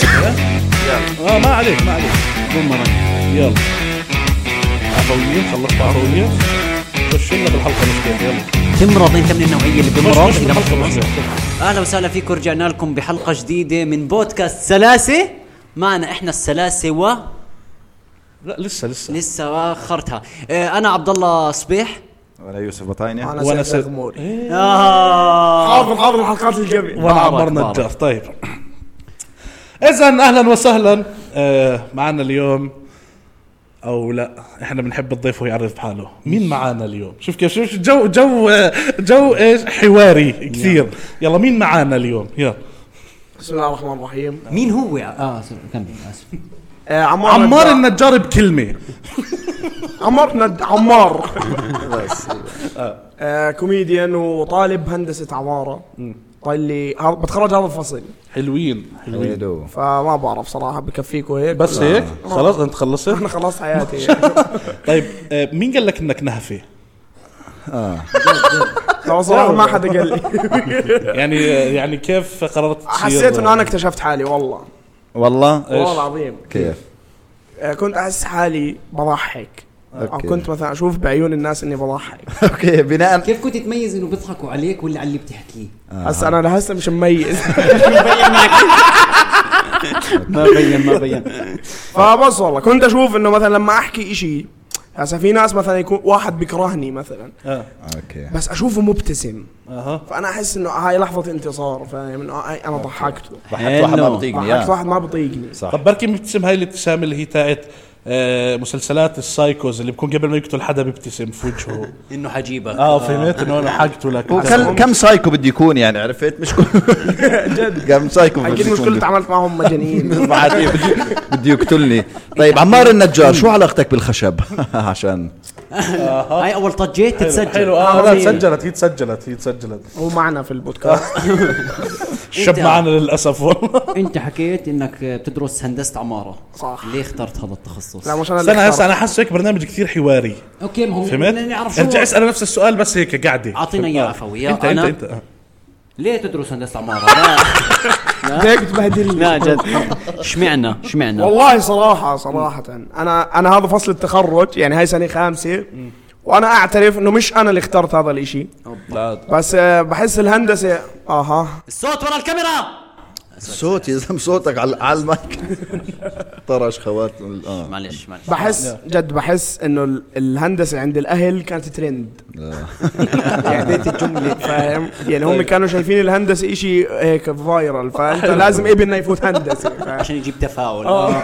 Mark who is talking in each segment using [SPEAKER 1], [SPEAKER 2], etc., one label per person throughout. [SPEAKER 1] ها؟ اه ما عليك ما عليك
[SPEAKER 2] بومرانج
[SPEAKER 1] يلا عفوية خلصت عفوية خش لنا بالحلقة مش كيف يلا
[SPEAKER 2] تمرض انت من النوعيه اللي
[SPEAKER 1] مش
[SPEAKER 2] بمرض
[SPEAKER 1] مش
[SPEAKER 2] اذا ما
[SPEAKER 1] بالحلقة مش
[SPEAKER 2] خلصت.
[SPEAKER 1] كيف.
[SPEAKER 2] اهلا وسهلا فيكم رجعنا لكم بحلقه جديده من بودكاست سلاسه معنا احنا السلاسه و
[SPEAKER 1] لا لسه لسه
[SPEAKER 2] لسه اخرتها آه، انا عبد الله صبيح
[SPEAKER 3] ولا يوسف بطاينه
[SPEAKER 4] انا وانا
[SPEAKER 1] سيد
[SPEAKER 4] سيد غموري
[SPEAKER 1] إيه،
[SPEAKER 2] آه.
[SPEAKER 4] حاضر حاضر الحلقات اللي قبل
[SPEAKER 1] وانا
[SPEAKER 2] بارك،
[SPEAKER 1] عمر
[SPEAKER 2] بارك.
[SPEAKER 1] نجار طيب اذا اهلا وسهلا آه معنا اليوم او لا احنا بنحب الضيف ويعرف حاله مين معانا اليوم شوف كيف شوف جو جو آه، جو ايش حواري كثير يلا مين معانا اليوم يلا
[SPEAKER 4] بسم الله الرحمن الرحيم
[SPEAKER 2] مين هو اه آسف، كمل اسف
[SPEAKER 4] آه، عمار
[SPEAKER 1] عمار
[SPEAKER 4] نجار.
[SPEAKER 1] النجار بكلمه
[SPEAKER 4] عمار ند... عمار آه، كوميديان وطالب هندسه عماره طيب اللي هذا- بتخرج هذا الفصل
[SPEAKER 1] حلوين حلوين
[SPEAKER 3] حلو
[SPEAKER 4] فما بعرف صراحه بكفيكم هيك
[SPEAKER 1] بس
[SPEAKER 4] ولا-
[SPEAKER 1] هيك خلاص انت خلصت
[SPEAKER 4] انا آه، خلصت حياتي
[SPEAKER 1] آه. طيب آه، مين قال لك انك نهفي
[SPEAKER 4] لو صراحه ما حدا قال لي
[SPEAKER 1] يعني يعني كيف قررت تصير
[SPEAKER 4] حسيت انه انا اكتشفت حالي والله
[SPEAKER 3] والله
[SPEAKER 4] والله العظيم
[SPEAKER 3] كيف
[SPEAKER 4] آه، كنت احس حالي بضحك او
[SPEAKER 3] أوكي.
[SPEAKER 4] كنت مثلا اشوف بعيون الناس اني بضحك
[SPEAKER 3] اوكي بناء
[SPEAKER 2] كيف كنت تميز انه بيضحكوا عليك ولا على اللي بتحكيه؟
[SPEAKER 1] آه.
[SPEAKER 4] هسه انا لهسه مش مميز
[SPEAKER 2] ما بين ما بين
[SPEAKER 4] فبس والله كنت اشوف انه مثلا لما احكي اشي هسا في ناس مثلا يكون واحد بيكرهني مثلا
[SPEAKER 1] اه
[SPEAKER 3] اوكي
[SPEAKER 4] بس اشوفه مبتسم
[SPEAKER 1] اها
[SPEAKER 4] فانا احس انه هاي لحظه انتصار فاهم انه هاي انا ضحكت
[SPEAKER 3] ضحكت واحد ما
[SPEAKER 2] Hello.
[SPEAKER 3] بطيقني
[SPEAKER 1] آه.
[SPEAKER 4] ضحكت
[SPEAKER 3] يا
[SPEAKER 4] واحد ما بطيقني صح
[SPEAKER 1] طب بركي مبتسم هاي الابتسامه اللي هي تاعت آه، مسلسلات السايكوز اللي بكون قبل ما يقتل حدا بيبتسم في وجهه
[SPEAKER 2] انه حجيبك
[SPEAKER 1] اه فهمت انه انا حاجته لك
[SPEAKER 3] كم كم سايكو بده يكون يعني عرفت مش كل جد كم سايكو بده
[SPEAKER 4] اكيد
[SPEAKER 3] يكون
[SPEAKER 4] مشكلة تعاملت معهم مجانين
[SPEAKER 3] بعد إيه، بده بده يقتلني طيب عمار النجار شو علاقتك بالخشب عشان
[SPEAKER 2] آه. هاي اول طجه
[SPEAKER 1] حلو,
[SPEAKER 2] تتسجل آه، طيب.
[SPEAKER 1] حلو اه لا
[SPEAKER 4] عظيم.
[SPEAKER 1] تسجلت هي تسجلت هي تسجلت
[SPEAKER 4] هو معنا في
[SPEAKER 1] آه.
[SPEAKER 4] البودكاست
[SPEAKER 1] الشاب
[SPEAKER 2] أنت-
[SPEAKER 1] معنا للاسف والله
[SPEAKER 2] انت حكيت انك بتدرس هندسه عماره
[SPEAKER 4] صح.
[SPEAKER 2] ليه اخترت هذا التخصص؟
[SPEAKER 4] لا مش انا اللي
[SPEAKER 1] استنى هسه
[SPEAKER 4] اخترت.
[SPEAKER 1] انا حاسه هيك برنامج كثير حواري
[SPEAKER 2] اوكي ما هو
[SPEAKER 1] فهمت؟
[SPEAKER 2] بدنا نعرف شو
[SPEAKER 1] ارجع اسال نفس السؤال بس هيك قاعده
[SPEAKER 2] أعطينا إياه عفوية.
[SPEAKER 1] انت
[SPEAKER 2] أنا-
[SPEAKER 1] انت انت
[SPEAKER 2] ليه تدرس هندسه عماره؟ لا
[SPEAKER 4] ليك تبهدلني
[SPEAKER 1] نعم.
[SPEAKER 2] لا جد اشمعنا اشمعنا
[SPEAKER 4] والله صراحة صراحة أنا أنا هذا فصل التخرج يعني هاي سنة خامسة وأنا أعترف إنه مش أنا اللي اخترت هذا الإشي
[SPEAKER 1] لا
[SPEAKER 4] بس آه، بحس الهندسة أها
[SPEAKER 2] الصوت ورا الكاميرا
[SPEAKER 3] صوت يا زلمه صوتك على على المايك طرش خوات اه
[SPEAKER 2] معلش معلش
[SPEAKER 4] بحس جد بحس انه ال- الهندسه عند الاهل كانت ترند يعني بيت الجمله فاهم يعني هم كانوا شايفين الهندسه إشي هيك فايرال فانت لازم ابننا يفوت هندسه فاهم؟
[SPEAKER 2] عشان يجيب تفاعل آه.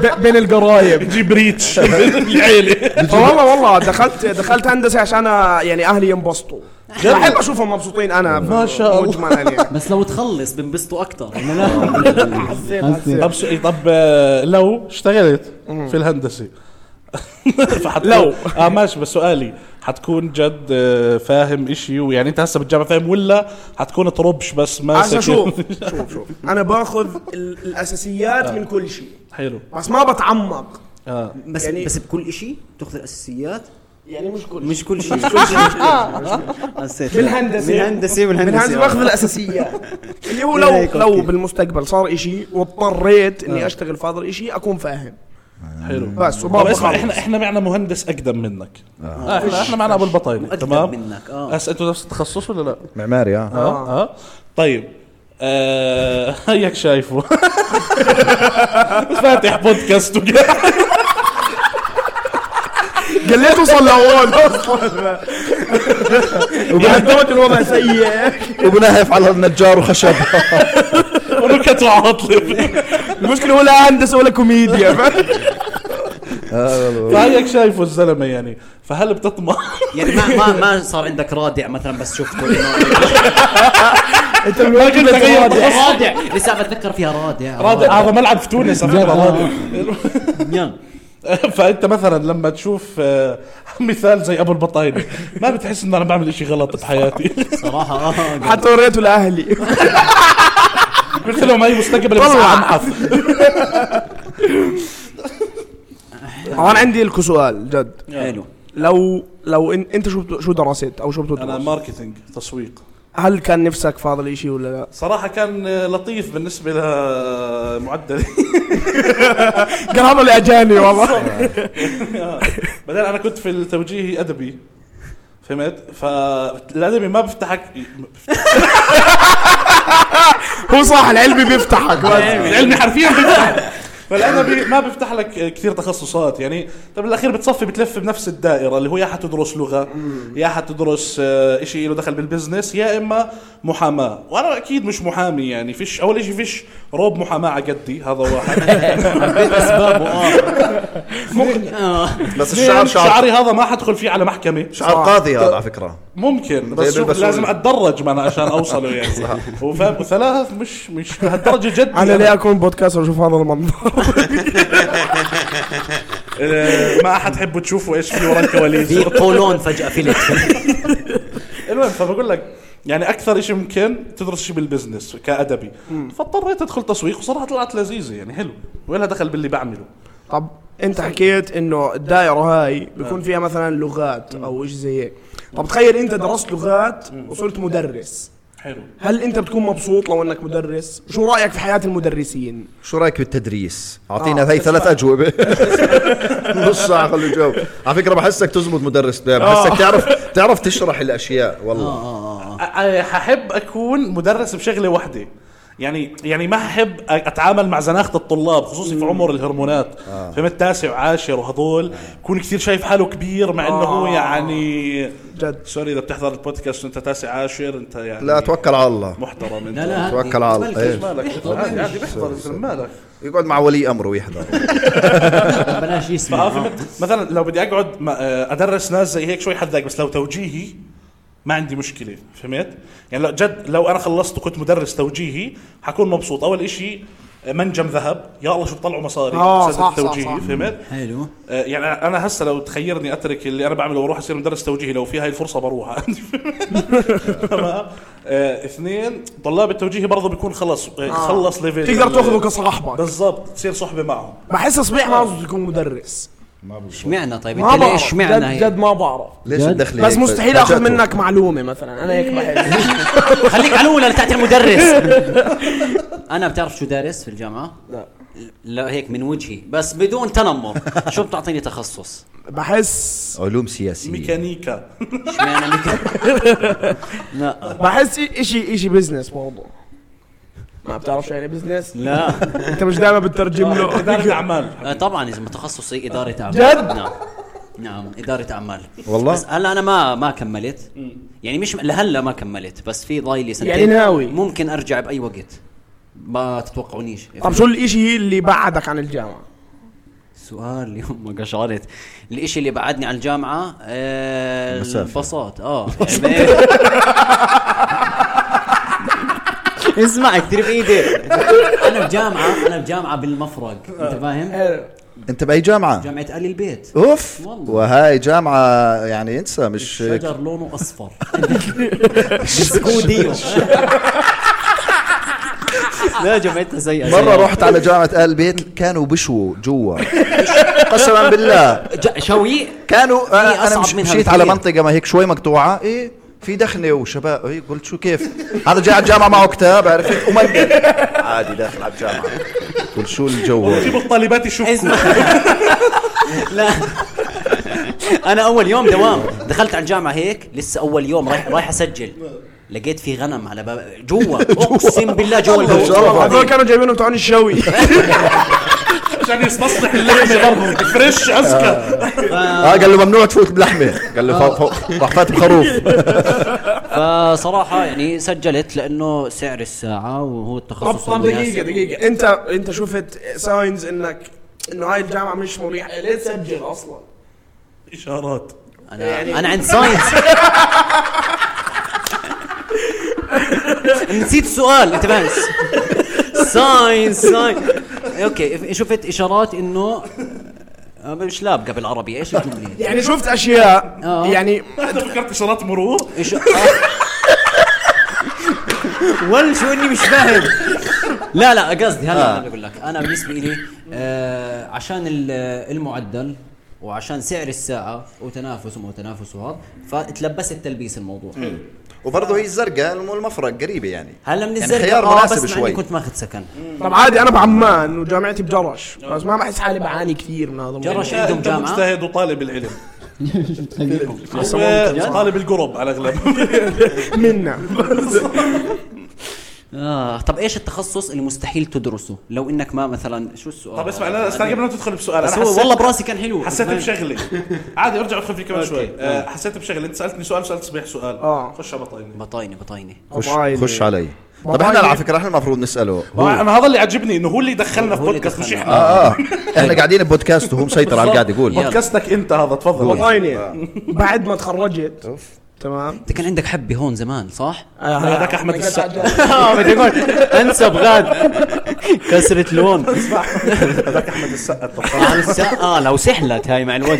[SPEAKER 4] ب- بين القرايب
[SPEAKER 1] جيب ريتش العيله
[SPEAKER 4] والله والله دخلت دخلت هندسه عشان أ- يعني اهلي ينبسطوا بحب اشوفهم مبسوطين يعني. انا ما
[SPEAKER 1] شاء الله.
[SPEAKER 4] مجملا
[SPEAKER 2] بس لو تخلص بنبسطوا اكثر إنه لا
[SPEAKER 4] يعني
[SPEAKER 1] طب س- طب آه، لو اشتغلت في الهندسه فحتكون
[SPEAKER 4] لو.
[SPEAKER 1] اه ماشي بس سؤالي حتكون جد آه، فاهم اشي ويعني انت هسه بالجامعه فاهم ولا حتكون طربش بس ماسك
[SPEAKER 4] هسه شوف شوف شوف انا باخذ ال- الاساسيات من كل شيء
[SPEAKER 1] حلو
[SPEAKER 4] بس ما بتعمق
[SPEAKER 1] اه
[SPEAKER 2] بس
[SPEAKER 4] يعني-
[SPEAKER 2] بس بكل شيء بتاخذ الاساسيات
[SPEAKER 4] يعني مش كل شيء
[SPEAKER 2] مش كل شيء مش كل شيء حسيت
[SPEAKER 4] بالهندسة
[SPEAKER 2] بالهندسه
[SPEAKER 4] بالهندسة
[SPEAKER 2] بالهندسه
[SPEAKER 4] باخذ الاساسيات اللي هو
[SPEAKER 2] لا هيك
[SPEAKER 4] لو لو
[SPEAKER 2] أوكي.
[SPEAKER 4] بالمستقبل صار اشي واضطريت اني اشتغل في هذا الاشي اكون فاهم
[SPEAKER 1] حلو
[SPEAKER 4] بس
[SPEAKER 1] طب
[SPEAKER 4] وما
[SPEAKER 1] اسمع
[SPEAKER 4] بخلص
[SPEAKER 1] احنا احنا معنا مهندس اقدم منك آه، احنا احنا معنا ابو البطاينه
[SPEAKER 2] وأقدم
[SPEAKER 1] تمام
[SPEAKER 2] منك، آه.
[SPEAKER 1] هسه انتوا نفس التخصص ولا لا؟
[SPEAKER 3] معماري
[SPEAKER 4] آه.
[SPEAKER 3] اه
[SPEAKER 1] اه اه طيب آه، هيك شايفه فاتح بودكاست وقاعد
[SPEAKER 4] قليت وصل لهون اصلا لدرجة الوضع سيء
[SPEAKER 3] وبنهف على النجار وخشب
[SPEAKER 1] ونكت وعواطف
[SPEAKER 4] المشكلة ولا هندسة ولا كوميديا فاهم؟
[SPEAKER 1] فهيك شايفه الزلمه يعني فهل بتطمع
[SPEAKER 2] يعني ما ما ما صار عندك رادع مثلا بس شفته
[SPEAKER 4] انت ما
[SPEAKER 1] قلت غير.
[SPEAKER 2] رادع لسه عم بتذكر فيها رادع
[SPEAKER 1] رادع هذا ملعب في تونس على فكرة، رادع.
[SPEAKER 2] يلا
[SPEAKER 1] فانت مثلا لما تشوف آه، مثال زي ابو البطاينه ما بتحس ان انا بعمل إشي غلط بحياتي
[SPEAKER 2] صراحه اه
[SPEAKER 4] حتى وريته لاهلي
[SPEAKER 1] قلت لهم اي مستقبل بس
[SPEAKER 4] طلع.
[SPEAKER 1] عنحف
[SPEAKER 4] طبعا عندي لكم سؤال جد
[SPEAKER 2] حلو
[SPEAKER 4] لو لو إن انت شو بت- شو درست او شو
[SPEAKER 1] انا
[SPEAKER 4] بتدرس؟
[SPEAKER 1] ماركتينج تسويق
[SPEAKER 4] هل كان نفسك فاضل شيء ولا لا؟
[SPEAKER 1] صراحه كان آه، لطيف آه، بالنسبه لمعدلي
[SPEAKER 4] قرابه لاجاني والله
[SPEAKER 1] بعدين انا كنت في التوجيه ادبي فهمت فالادبي ما بفتحك
[SPEAKER 4] هو صح العلمي بيفتحك
[SPEAKER 1] العلمي حرفيا بيفتح فالادبي ما بيفتح لك كثير تخصصات يعني طب بالاخير بتصفي بتلف بنفس الدائره اللي هو يا حتدرس لغه يا حتدرس آه، إشي له دخل بالبزنس يا اما محاماه وانا اكيد مش محامي يعني فيش اول شيء فيش روب محاماه على قدي هذا واحد
[SPEAKER 2] حبيت اسبابه اه آه.
[SPEAKER 3] بس
[SPEAKER 1] اثنين،
[SPEAKER 3] الشعر شعر
[SPEAKER 1] شعري هذا ما حدخل فيه على محكمه
[SPEAKER 3] شعر طيب، قاضي هذا على فكره
[SPEAKER 1] ممكن
[SPEAKER 3] زي
[SPEAKER 1] بس شوف
[SPEAKER 3] البسول.
[SPEAKER 1] لازم اتدرج ما انا عشان اوصله يعني وفاهم وثلاث مش مش لهالدرجه جد
[SPEAKER 4] انا ليه اكون بودكاست واشوف هذا المنظر
[SPEAKER 1] آه، ما احد حبه تشوفه ايش في ورا الكواليس
[SPEAKER 2] في قولون فجاه فيلت
[SPEAKER 1] المهم فبقول لك يعني اكثر شيء ممكن تدرس شيء بالبزنس كادبي فاضطريت ادخل تسويق وصراحه طلعت لذيذه يعني حلو ولها دخل باللي بعمله
[SPEAKER 4] طب انت حكيت انه الدائره هاي بيكون فيها مثلا لغات او شيء زي هيك طب تخيل انت درست لغات وصرت مدرس
[SPEAKER 1] حلو
[SPEAKER 4] هل انت بتكون مبسوط لو انك مدرس شو رايك في حياه المدرسين
[SPEAKER 3] شو رايك بالتدريس؟ اعطينا
[SPEAKER 4] آه،
[SPEAKER 3] هاي ثلاث اجوبه نص ساعه خلوا يجاوب على فكره بحسك تزبط مدرس
[SPEAKER 4] آه.
[SPEAKER 3] بحسك تعرف تعرف تشرح الاشياء والله
[SPEAKER 1] أ- ححب اكون مدرس بشغله واحده يعني يعني ما احب اتعامل مع زناخه الطلاب خصوصي في عمر الهرمونات آه. فهمت تاسع وعاشر وهذول بكون كثير شايف حاله كبير مع انه هو يعني
[SPEAKER 4] جد.
[SPEAKER 1] سوري اذا بتحضر البودكاست وانت تاسع عاشر انت يعني
[SPEAKER 3] لا توكل على الله
[SPEAKER 1] محترم انت
[SPEAKER 2] لا لا
[SPEAKER 3] توكل على الله
[SPEAKER 2] إيش
[SPEAKER 3] إيه.
[SPEAKER 1] مالك عادي عادي بيحضر يا زلمة، مالك
[SPEAKER 3] يقعد مع ولي امره ويحضر
[SPEAKER 4] إيه.
[SPEAKER 2] بلاش يسمع
[SPEAKER 1] آه،
[SPEAKER 2] آه.
[SPEAKER 1] فهمت؟ مثلا لو بدي اقعد ما- آه، ادرس ناس زي هيك شوي حذاك بس لو توجيهي ما عندي مشكله فهمت يعني لو جد لو انا خلصت وكنت مدرس توجيهي حكون مبسوط اول إشي آه، منجم ذهب يا الله شو بطلعوا مصاري
[SPEAKER 4] آه،
[SPEAKER 1] بسبب
[SPEAKER 4] صح، صح،
[SPEAKER 1] التوجيهي
[SPEAKER 4] صح.
[SPEAKER 1] فهمت
[SPEAKER 2] حلو
[SPEAKER 1] آه، يعني انا هسه لو تخيرني اترك اللي انا بعمله واروح اصير مدرس توجيهي لو في هاي الفرصه بروح تمام آه، اثنين طلاب التوجيهي برضه بيكون خلص آه، خلص ليفل
[SPEAKER 4] تقدر تاخذه كصاحبك
[SPEAKER 1] بالضبط تصير صحبه معهم
[SPEAKER 4] بحس صبيح ما أظن تكون مدرس
[SPEAKER 2] اشمعنا طيب
[SPEAKER 4] ما
[SPEAKER 2] انت
[SPEAKER 4] بعرف
[SPEAKER 2] ليش اشمعنا
[SPEAKER 4] جد,
[SPEAKER 2] هيك؟
[SPEAKER 4] جد ما بعرف
[SPEAKER 3] ليش
[SPEAKER 2] جد؟
[SPEAKER 3] تدخلي
[SPEAKER 4] بس
[SPEAKER 3] هيك؟
[SPEAKER 4] مستحيل اخذ
[SPEAKER 3] فجأته.
[SPEAKER 4] منك معلومه مثلا انا هيك بحس
[SPEAKER 2] خليك على الاولى بتاعت المدرس انا بتعرف شو دارس في الجامعه؟
[SPEAKER 4] لا.
[SPEAKER 2] لا هيك من وجهي بس بدون تنمر شو بتعطيني تخصص؟
[SPEAKER 4] بحس
[SPEAKER 3] علوم سياسيه
[SPEAKER 1] ميكانيكا
[SPEAKER 2] اشمعنى ميكا- لا
[SPEAKER 4] بحس إي- اشي اشي بزنس برضه ما بتعرف شو يعني بزنس
[SPEAKER 2] لا
[SPEAKER 4] انت مش دائما بترجم
[SPEAKER 1] اداره
[SPEAKER 4] له
[SPEAKER 1] اعمال
[SPEAKER 2] آه، طبعا اذا تخصصي اداره اعمال
[SPEAKER 4] جد؟
[SPEAKER 2] إيه؟ نعم نعم اداره اعمال
[SPEAKER 3] والله؟
[SPEAKER 2] بس هلا انا ما ما كملت يعني مش لهلا ما كملت بس في ضايلي سنتين
[SPEAKER 4] يعني ناوي.
[SPEAKER 2] ممكن ارجع باي وقت ما تتوقعونيش
[SPEAKER 4] طب شو الاشي اللي بعدك عن الجامعه
[SPEAKER 2] سؤال اللي هم قشعرت الاشي اللي بعدني على الجامعه آه
[SPEAKER 3] المسافة.
[SPEAKER 2] البساط اه يعني- اسمع كثير بايدي انا بجامعه انا بجامعه بالمفرق انت فاهم
[SPEAKER 3] انت باي جامعه؟
[SPEAKER 2] جامعه ال البيت
[SPEAKER 3] اوف
[SPEAKER 2] والله.
[SPEAKER 3] وهاي جامعه يعني انسى مش
[SPEAKER 2] شجر لونه اصفر ديسكو ديو لا جامعتها سيئه
[SPEAKER 3] مره رحت على جامعه ال بيت كانوا بشوا جوا قسما بالله
[SPEAKER 2] ج- شوي
[SPEAKER 3] كانوا
[SPEAKER 2] في
[SPEAKER 3] انا انا
[SPEAKER 2] أصعب
[SPEAKER 3] مش
[SPEAKER 2] منها
[SPEAKER 3] مشيت
[SPEAKER 2] بكثير.
[SPEAKER 3] على منطقه ما هيك شوي مقطوعه ايه في دخنه وشباب ايه قلت شو كيف هذا جاي على الجامعه معه كتاب عرفت ومنقل عادي داخل على الجامعه قلت شو الجو هذا؟
[SPEAKER 1] جيبوا الطالبات يشوفوا
[SPEAKER 2] اسمع لا انا اول يوم دوام دخلت على الجامعه هيك لسه اول يوم رايح رايح اسجل لقيت في غنم على باب جوا اقسم بالله جوا
[SPEAKER 3] جوا.
[SPEAKER 2] الباب
[SPEAKER 4] هذول كانوا جايبينهم تاعون الشوي
[SPEAKER 1] عشان يستصلح اللحمه برضه فريش اذكى
[SPEAKER 3] اه قال له ممنوع تفوت بلحمه قال له فوق فوق راح فات بخروف
[SPEAKER 2] فصراحه يعني سجلت لانه سعر الساعه وهو التخصص المناسب.
[SPEAKER 4] دقيقه انت انت شفت ساينز انك انه هاي الجامعه مش مريحه ليه تسجل اصلا
[SPEAKER 1] اشارات
[SPEAKER 2] انا انا عند ساينس نسيت السؤال انت بس ساينس ساينس اوكي شفت اشارات انه آه، مش لابقه بالعربي ايش الجمله
[SPEAKER 4] يعني شفت اشياء
[SPEAKER 2] آه.
[SPEAKER 4] يعني
[SPEAKER 1] انت فكرت اشارات مرور؟
[SPEAKER 2] ايش آه. ولا شو اني مش فاهم لا لا قصدي هلا
[SPEAKER 3] آه.
[SPEAKER 2] انا بقول لك انا بالنسبه لي آه عشان ال- المعدل وعشان سعر الساعه وتنافس وما تنافس وهذا فتلبست تلبيس الموضوع
[SPEAKER 3] وبرضه هي الزرقاء الم- المفرق قريبه يعني
[SPEAKER 2] هلا من
[SPEAKER 3] يعني
[SPEAKER 2] الزرقاء
[SPEAKER 3] خيار
[SPEAKER 2] آه،
[SPEAKER 3] مناسب
[SPEAKER 2] بس مع
[SPEAKER 3] شوي.
[SPEAKER 2] إني كنت ماخذ سكن
[SPEAKER 4] طب عادي انا بعمان وجامعتي بجرش بس ما بحس حالي بعاني كثير من هذا الموضوع.
[SPEAKER 2] جرش
[SPEAKER 1] لا،
[SPEAKER 2] عندهم
[SPEAKER 1] انت
[SPEAKER 2] جامعه
[SPEAKER 1] مجتهد وطالب العلم
[SPEAKER 2] ممكن جد.
[SPEAKER 1] طالب القرب على الاغلب
[SPEAKER 4] منا
[SPEAKER 2] اه طب ايش التخصص اللي مستحيل تدرسه لو انك ما مثلا شو السؤال
[SPEAKER 1] طب اسمع لا استنى قبل ما تدخل بسؤال
[SPEAKER 2] بس
[SPEAKER 1] انا
[SPEAKER 2] هو
[SPEAKER 1] حسيت
[SPEAKER 2] والله براسي كان حلو
[SPEAKER 1] حسيت
[SPEAKER 2] ما-
[SPEAKER 1] بشغله عادي ارجع ادخل فيه كمان
[SPEAKER 2] أوكي.
[SPEAKER 1] شوي آه، حسيت بشغله انت سالتني سؤال سالت صبيح سؤال
[SPEAKER 4] آه.
[SPEAKER 1] خش على بطايني
[SPEAKER 2] بطاينه بطاينه
[SPEAKER 3] خش
[SPEAKER 4] موبايلي.
[SPEAKER 3] خش علي طب
[SPEAKER 4] موبايلي.
[SPEAKER 3] احنا على فكره احنا المفروض نساله هو اه
[SPEAKER 1] انا آه، هذا اللي عجبني انه هو اللي دخلنا في
[SPEAKER 2] هو اللي
[SPEAKER 1] بودكاست مش
[SPEAKER 2] دخلنا. آه،
[SPEAKER 1] احنا
[SPEAKER 3] اه احنا قاعدين ببودكاست وهو مسيطر على القعده
[SPEAKER 2] يلا.
[SPEAKER 3] يقول
[SPEAKER 1] بودكاستك انت هذا تفضل آه،
[SPEAKER 4] وطاينة بعد ما تخرجت تمام آه،
[SPEAKER 2] انت كان عندك حبه هون زمان صح؟
[SPEAKER 1] هذاك احمد السقا
[SPEAKER 2] بدي اقول انسب غاد كسرة لون
[SPEAKER 1] هذاك احمد السقا تفضل.
[SPEAKER 2] مع الس- اه لو سحلت هاي مع الوقت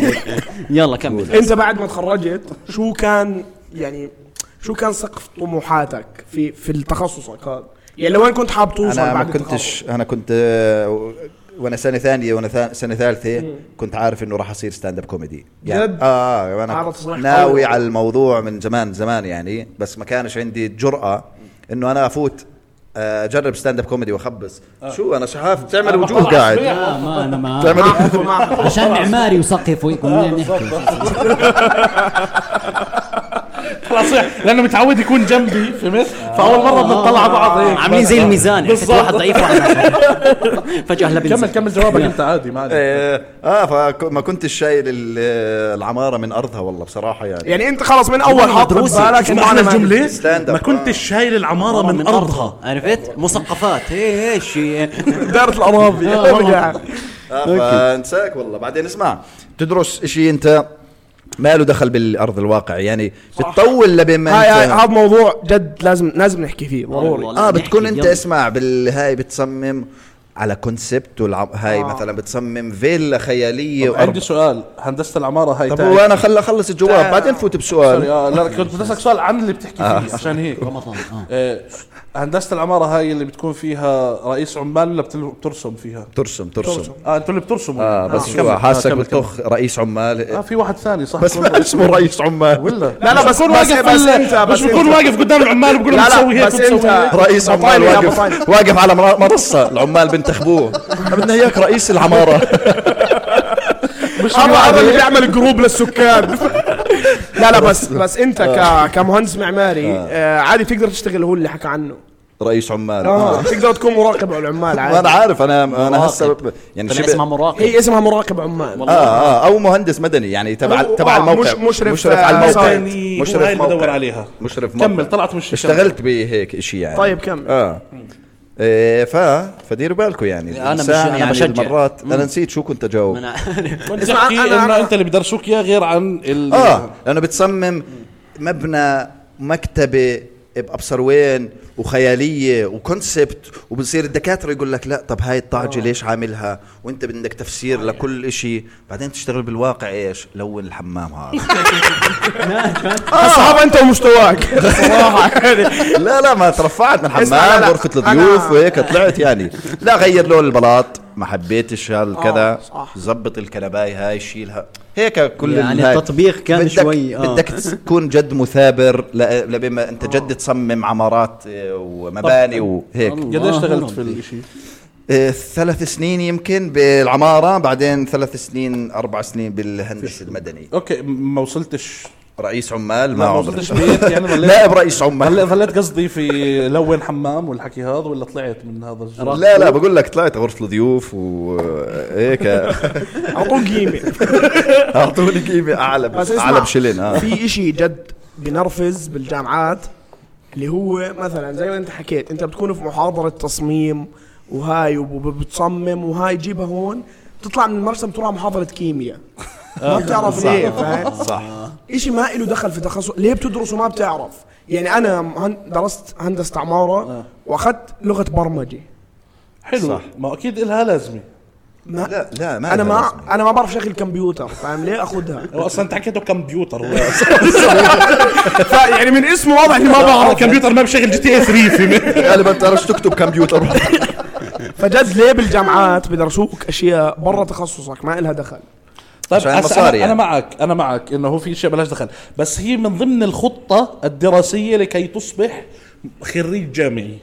[SPEAKER 2] يلا كمل
[SPEAKER 4] انت بعد ما تخرجت شو كان يعني شو كان سقف طموحاتك في في التخصصك هذا؟ يعني لوين كنت حاب توصل
[SPEAKER 3] انا ما
[SPEAKER 4] بعد
[SPEAKER 3] كنتش انا كنت آه، وانا سنه ثانيه وانا ثا- سنه ثالثه كنت عارف انه راح اصير ستاند اب كوميدي يعني
[SPEAKER 4] جد؟
[SPEAKER 3] اه انا
[SPEAKER 4] هذا
[SPEAKER 3] كنت
[SPEAKER 4] تصريح
[SPEAKER 3] ناوي
[SPEAKER 4] قوي.
[SPEAKER 3] على الموضوع من زمان زمان يعني بس ما كانش عندي الجرأة انه انا افوت آه، اجرب ستاند اب كوميدي واخبص
[SPEAKER 4] آه.
[SPEAKER 3] شو انا شحاف بتعمل وجوه قاعد
[SPEAKER 5] لا ما انا ما
[SPEAKER 3] بتعمل
[SPEAKER 4] آه،
[SPEAKER 5] عشان معماري وسقف وكنا نحكي
[SPEAKER 1] خلاص لانه متعود يكون جنبي فهمت فاول مره بنطلع على بعض هيك
[SPEAKER 2] عاملين زي الميزان عرفت
[SPEAKER 1] بالضبط.
[SPEAKER 2] واحد ضعيف واحد عشان. فجأة هلا
[SPEAKER 1] كمل
[SPEAKER 2] بنزل
[SPEAKER 1] كمل جوابك انت عادي ما عليك
[SPEAKER 3] اه آه، فما كنتش شايل ال- آه، العمارة من ارضها والله بصراحة يعني
[SPEAKER 4] يعني انت خلص من اول حاط
[SPEAKER 2] مدروسة.
[SPEAKER 4] بالك
[SPEAKER 1] اسمع
[SPEAKER 4] انه
[SPEAKER 1] احنا
[SPEAKER 4] انا ما-
[SPEAKER 1] الجمله
[SPEAKER 3] stand up.
[SPEAKER 1] ما كنتش شايل العماره
[SPEAKER 4] آه.
[SPEAKER 1] من ارضها
[SPEAKER 2] عرفت مثقفات هي ايش
[SPEAKER 4] دارت الاراضي
[SPEAKER 5] آه، والله.
[SPEAKER 4] ارجع
[SPEAKER 3] آه، فانساك والله بعدين اسمع تدرس اشي انت ما له دخل بالارض الواقع يعني بتطول لبين ما
[SPEAKER 4] هاي هاي
[SPEAKER 3] انت
[SPEAKER 4] هذا موضوع جد لازم لازم نحكي
[SPEAKER 1] آه،
[SPEAKER 4] فيه ضروري
[SPEAKER 2] والله.
[SPEAKER 3] اه بتكون
[SPEAKER 2] نحكي
[SPEAKER 3] انت
[SPEAKER 2] يلا.
[SPEAKER 3] اسمع بالهاي بتصمم على كونسبت والعم... هاي
[SPEAKER 4] آه.
[SPEAKER 3] مثلا بتصمم فيلا خياليه
[SPEAKER 1] عندي
[SPEAKER 3] وأرض. طيب.
[SPEAKER 1] سؤال هندسه العماره هاي
[SPEAKER 3] طب
[SPEAKER 1] تاعي.
[SPEAKER 3] هو انا خل اخلص الجواب بعدين فوت
[SPEAKER 1] سوري،
[SPEAKER 3] بسؤال
[SPEAKER 1] آه، لا كنت بدي اسالك سؤال عن اللي بتحكي
[SPEAKER 4] آه.
[SPEAKER 1] فيه عشان هيك
[SPEAKER 2] رمضان اه
[SPEAKER 1] آه، هندسه العماره هاي اللي بتكون فيها رئيس عمال ولا بتل- بترسم فيها؟
[SPEAKER 3] ترسم ترسم
[SPEAKER 1] اه انتوا اللي بترسموا
[SPEAKER 4] آه،
[SPEAKER 3] اه بس
[SPEAKER 1] كمل.
[SPEAKER 3] شو حاسك
[SPEAKER 1] كمل،
[SPEAKER 3] بتخ رئيس
[SPEAKER 1] كمل. اه
[SPEAKER 3] عمال
[SPEAKER 1] في واحد ثاني صح
[SPEAKER 3] بس ما اسمه رئيس عمال
[SPEAKER 1] ولا
[SPEAKER 4] لا، لا، بس-
[SPEAKER 1] بكون
[SPEAKER 4] بس-
[SPEAKER 1] واقف
[SPEAKER 4] بس
[SPEAKER 1] بال-
[SPEAKER 4] انت- بس
[SPEAKER 1] مش بكون
[SPEAKER 4] انت.
[SPEAKER 1] واقف قدام العمال بقول لهم
[SPEAKER 4] لا، لا،
[SPEAKER 1] تسوي هيك
[SPEAKER 4] بس
[SPEAKER 1] وتسوي
[SPEAKER 4] انت-
[SPEAKER 1] هيك.
[SPEAKER 3] رئيس عمال
[SPEAKER 4] بطاني يا
[SPEAKER 3] واقف
[SPEAKER 4] بطاني.
[SPEAKER 3] واقف على مر- منصه العمال بنتخبوه بدنا اياك رئيس العماره
[SPEAKER 1] مش
[SPEAKER 4] هذا
[SPEAKER 1] واحد
[SPEAKER 4] هذا اللي
[SPEAKER 1] هيك.
[SPEAKER 4] بيعمل جروب للسكان لا لا بس بس انت
[SPEAKER 3] آه.
[SPEAKER 4] ك كمهندس معماري آه، عادي تقدر تشتغل هو اللي حكى عنه
[SPEAKER 3] رئيس عمال
[SPEAKER 4] اه
[SPEAKER 3] آه.
[SPEAKER 4] تقدر تكون مراقب على العمال
[SPEAKER 3] انا
[SPEAKER 4] عادي
[SPEAKER 3] عارف انا انا هسه
[SPEAKER 2] مراقب.
[SPEAKER 3] يعني
[SPEAKER 2] طلع
[SPEAKER 3] شبه-
[SPEAKER 2] اسمها مراقب
[SPEAKER 4] هي اسمها مراقب عمال
[SPEAKER 3] اه اه او مهندس مدني يعني تبع
[SPEAKER 4] أو-
[SPEAKER 3] تبع
[SPEAKER 4] آه،
[SPEAKER 3] الموقع
[SPEAKER 4] مش- مشرف،
[SPEAKER 3] مشرف
[SPEAKER 4] آه،
[SPEAKER 3] على الموقع
[SPEAKER 1] مدني، هو هاي اللي
[SPEAKER 3] موقع.
[SPEAKER 1] بدور عليها.
[SPEAKER 3] مشرف موقع.
[SPEAKER 1] كمل طلعت مش
[SPEAKER 3] اشتغلت بهيك شيء يعني
[SPEAKER 4] طيب كمل.
[SPEAKER 3] اه إيه ف فديروا بالكم يعني
[SPEAKER 2] أنا
[SPEAKER 3] الإنسان
[SPEAKER 2] مش- أنا
[SPEAKER 3] يعني
[SPEAKER 2] بشجع.
[SPEAKER 3] مرات انا نسيت شو كنت اجاوب
[SPEAKER 2] أنا-
[SPEAKER 4] اسمع،
[SPEAKER 1] اسمع
[SPEAKER 4] أنا- أنا-
[SPEAKER 1] انه انت اللي بدرسوك اياه غير عن ال
[SPEAKER 3] اه لانه بتصمم مبنى مكتبه بابصر وين وخياليه وكونسبت وبصير الدكاتره يقول لك لا طب هاي الطاعجه ليش عاملها وانت بدك تفسير لكل إشي بعدين تشتغل بالواقع ايش لون الحمام هذا
[SPEAKER 4] اصحاب انت ومستواك
[SPEAKER 3] لا لا ما ترفعت من
[SPEAKER 4] اسمع، لا،
[SPEAKER 3] الحمام
[SPEAKER 4] لا.
[SPEAKER 3] غرفه
[SPEAKER 4] أنا-
[SPEAKER 3] الضيوف وهيك طلعت يعني لا غير لون البلاط ما حبيتش هالكذا
[SPEAKER 4] آه، صح.
[SPEAKER 3] زبط الكنباي هاي شيلها هيك كل
[SPEAKER 5] يعني
[SPEAKER 3] الهاي.
[SPEAKER 5] التطبيق كان
[SPEAKER 3] بدك
[SPEAKER 5] شوي آه.
[SPEAKER 3] بدك تكون جد مثابر ل- لبين
[SPEAKER 4] آه.
[SPEAKER 3] ما انت جد تصمم عمارات آه، ومباني وهيك
[SPEAKER 1] قد ايش اشتغلت في الشيء؟
[SPEAKER 3] آه، ثلاث سنين يمكن بالعماره بعدين ثلاث سنين اربع سنين بالهندسه المدني
[SPEAKER 1] اوكي م- ما وصلتش
[SPEAKER 3] رئيس عمال ما
[SPEAKER 1] ما
[SPEAKER 3] عمري
[SPEAKER 1] وصلتش بيت يعني ظليت
[SPEAKER 3] نائب رئيس عمال
[SPEAKER 1] ظل- ظليت قصدي في لون حمام والحكي هذا ولا طلعت من هذا الجو؟
[SPEAKER 3] لا لا بقول لك طلعت غرفه الضيوف وهيك
[SPEAKER 4] اعطوه قيمه
[SPEAKER 3] اعطوني قيمه اعلى
[SPEAKER 4] بس
[SPEAKER 3] بس
[SPEAKER 4] اسمع،
[SPEAKER 3] اعلى بشلن اه
[SPEAKER 4] في اشي جد بنرفز بالجامعات اللي هو مثلا زي ما انت حكيت انت بتكون في محاضرة تصميم وهاي وبتصمم وهاي جيبها هون بتطلع من المرسم بتروح على محاضرة كيمياء ما بتعرف ليه فاهم
[SPEAKER 3] آه. صح
[SPEAKER 4] اشي ما له دخل في تخصص ليه بتدرس وما بتعرف يعني انا هن- درست هندسة
[SPEAKER 3] آه.
[SPEAKER 4] عمارة واخذت لغة برمجة
[SPEAKER 1] حلو
[SPEAKER 3] صح.
[SPEAKER 1] ما اكيد الها لازمه
[SPEAKER 4] ما
[SPEAKER 3] لا لا ما لها
[SPEAKER 4] انا ما
[SPEAKER 3] لازمة.
[SPEAKER 4] انا ما بعرف شغل كمبيوتر فاهم ليه اخذها
[SPEAKER 1] هو اصلا انت حكيته كمبيوتر هو
[SPEAKER 4] يعني من اسمه واضح اني ما بعرف
[SPEAKER 1] الكمبيوتر ما بشغل جي تي إيه اي 3 في
[SPEAKER 3] غالبا بتعرفش تكتب كمبيوتر
[SPEAKER 4] فجد ليه بالجامعات بدرسوك اشياء برا تخصصك ما إلها دخل
[SPEAKER 1] طيب
[SPEAKER 3] عشان
[SPEAKER 1] عشان
[SPEAKER 3] المصاري
[SPEAKER 1] أنا,
[SPEAKER 3] يعني.
[SPEAKER 1] انا معك انا معك انه هو في شيء ملاش دخل بس هي من ضمن الخطه الدراسيه لكي تصبح خريج جامعي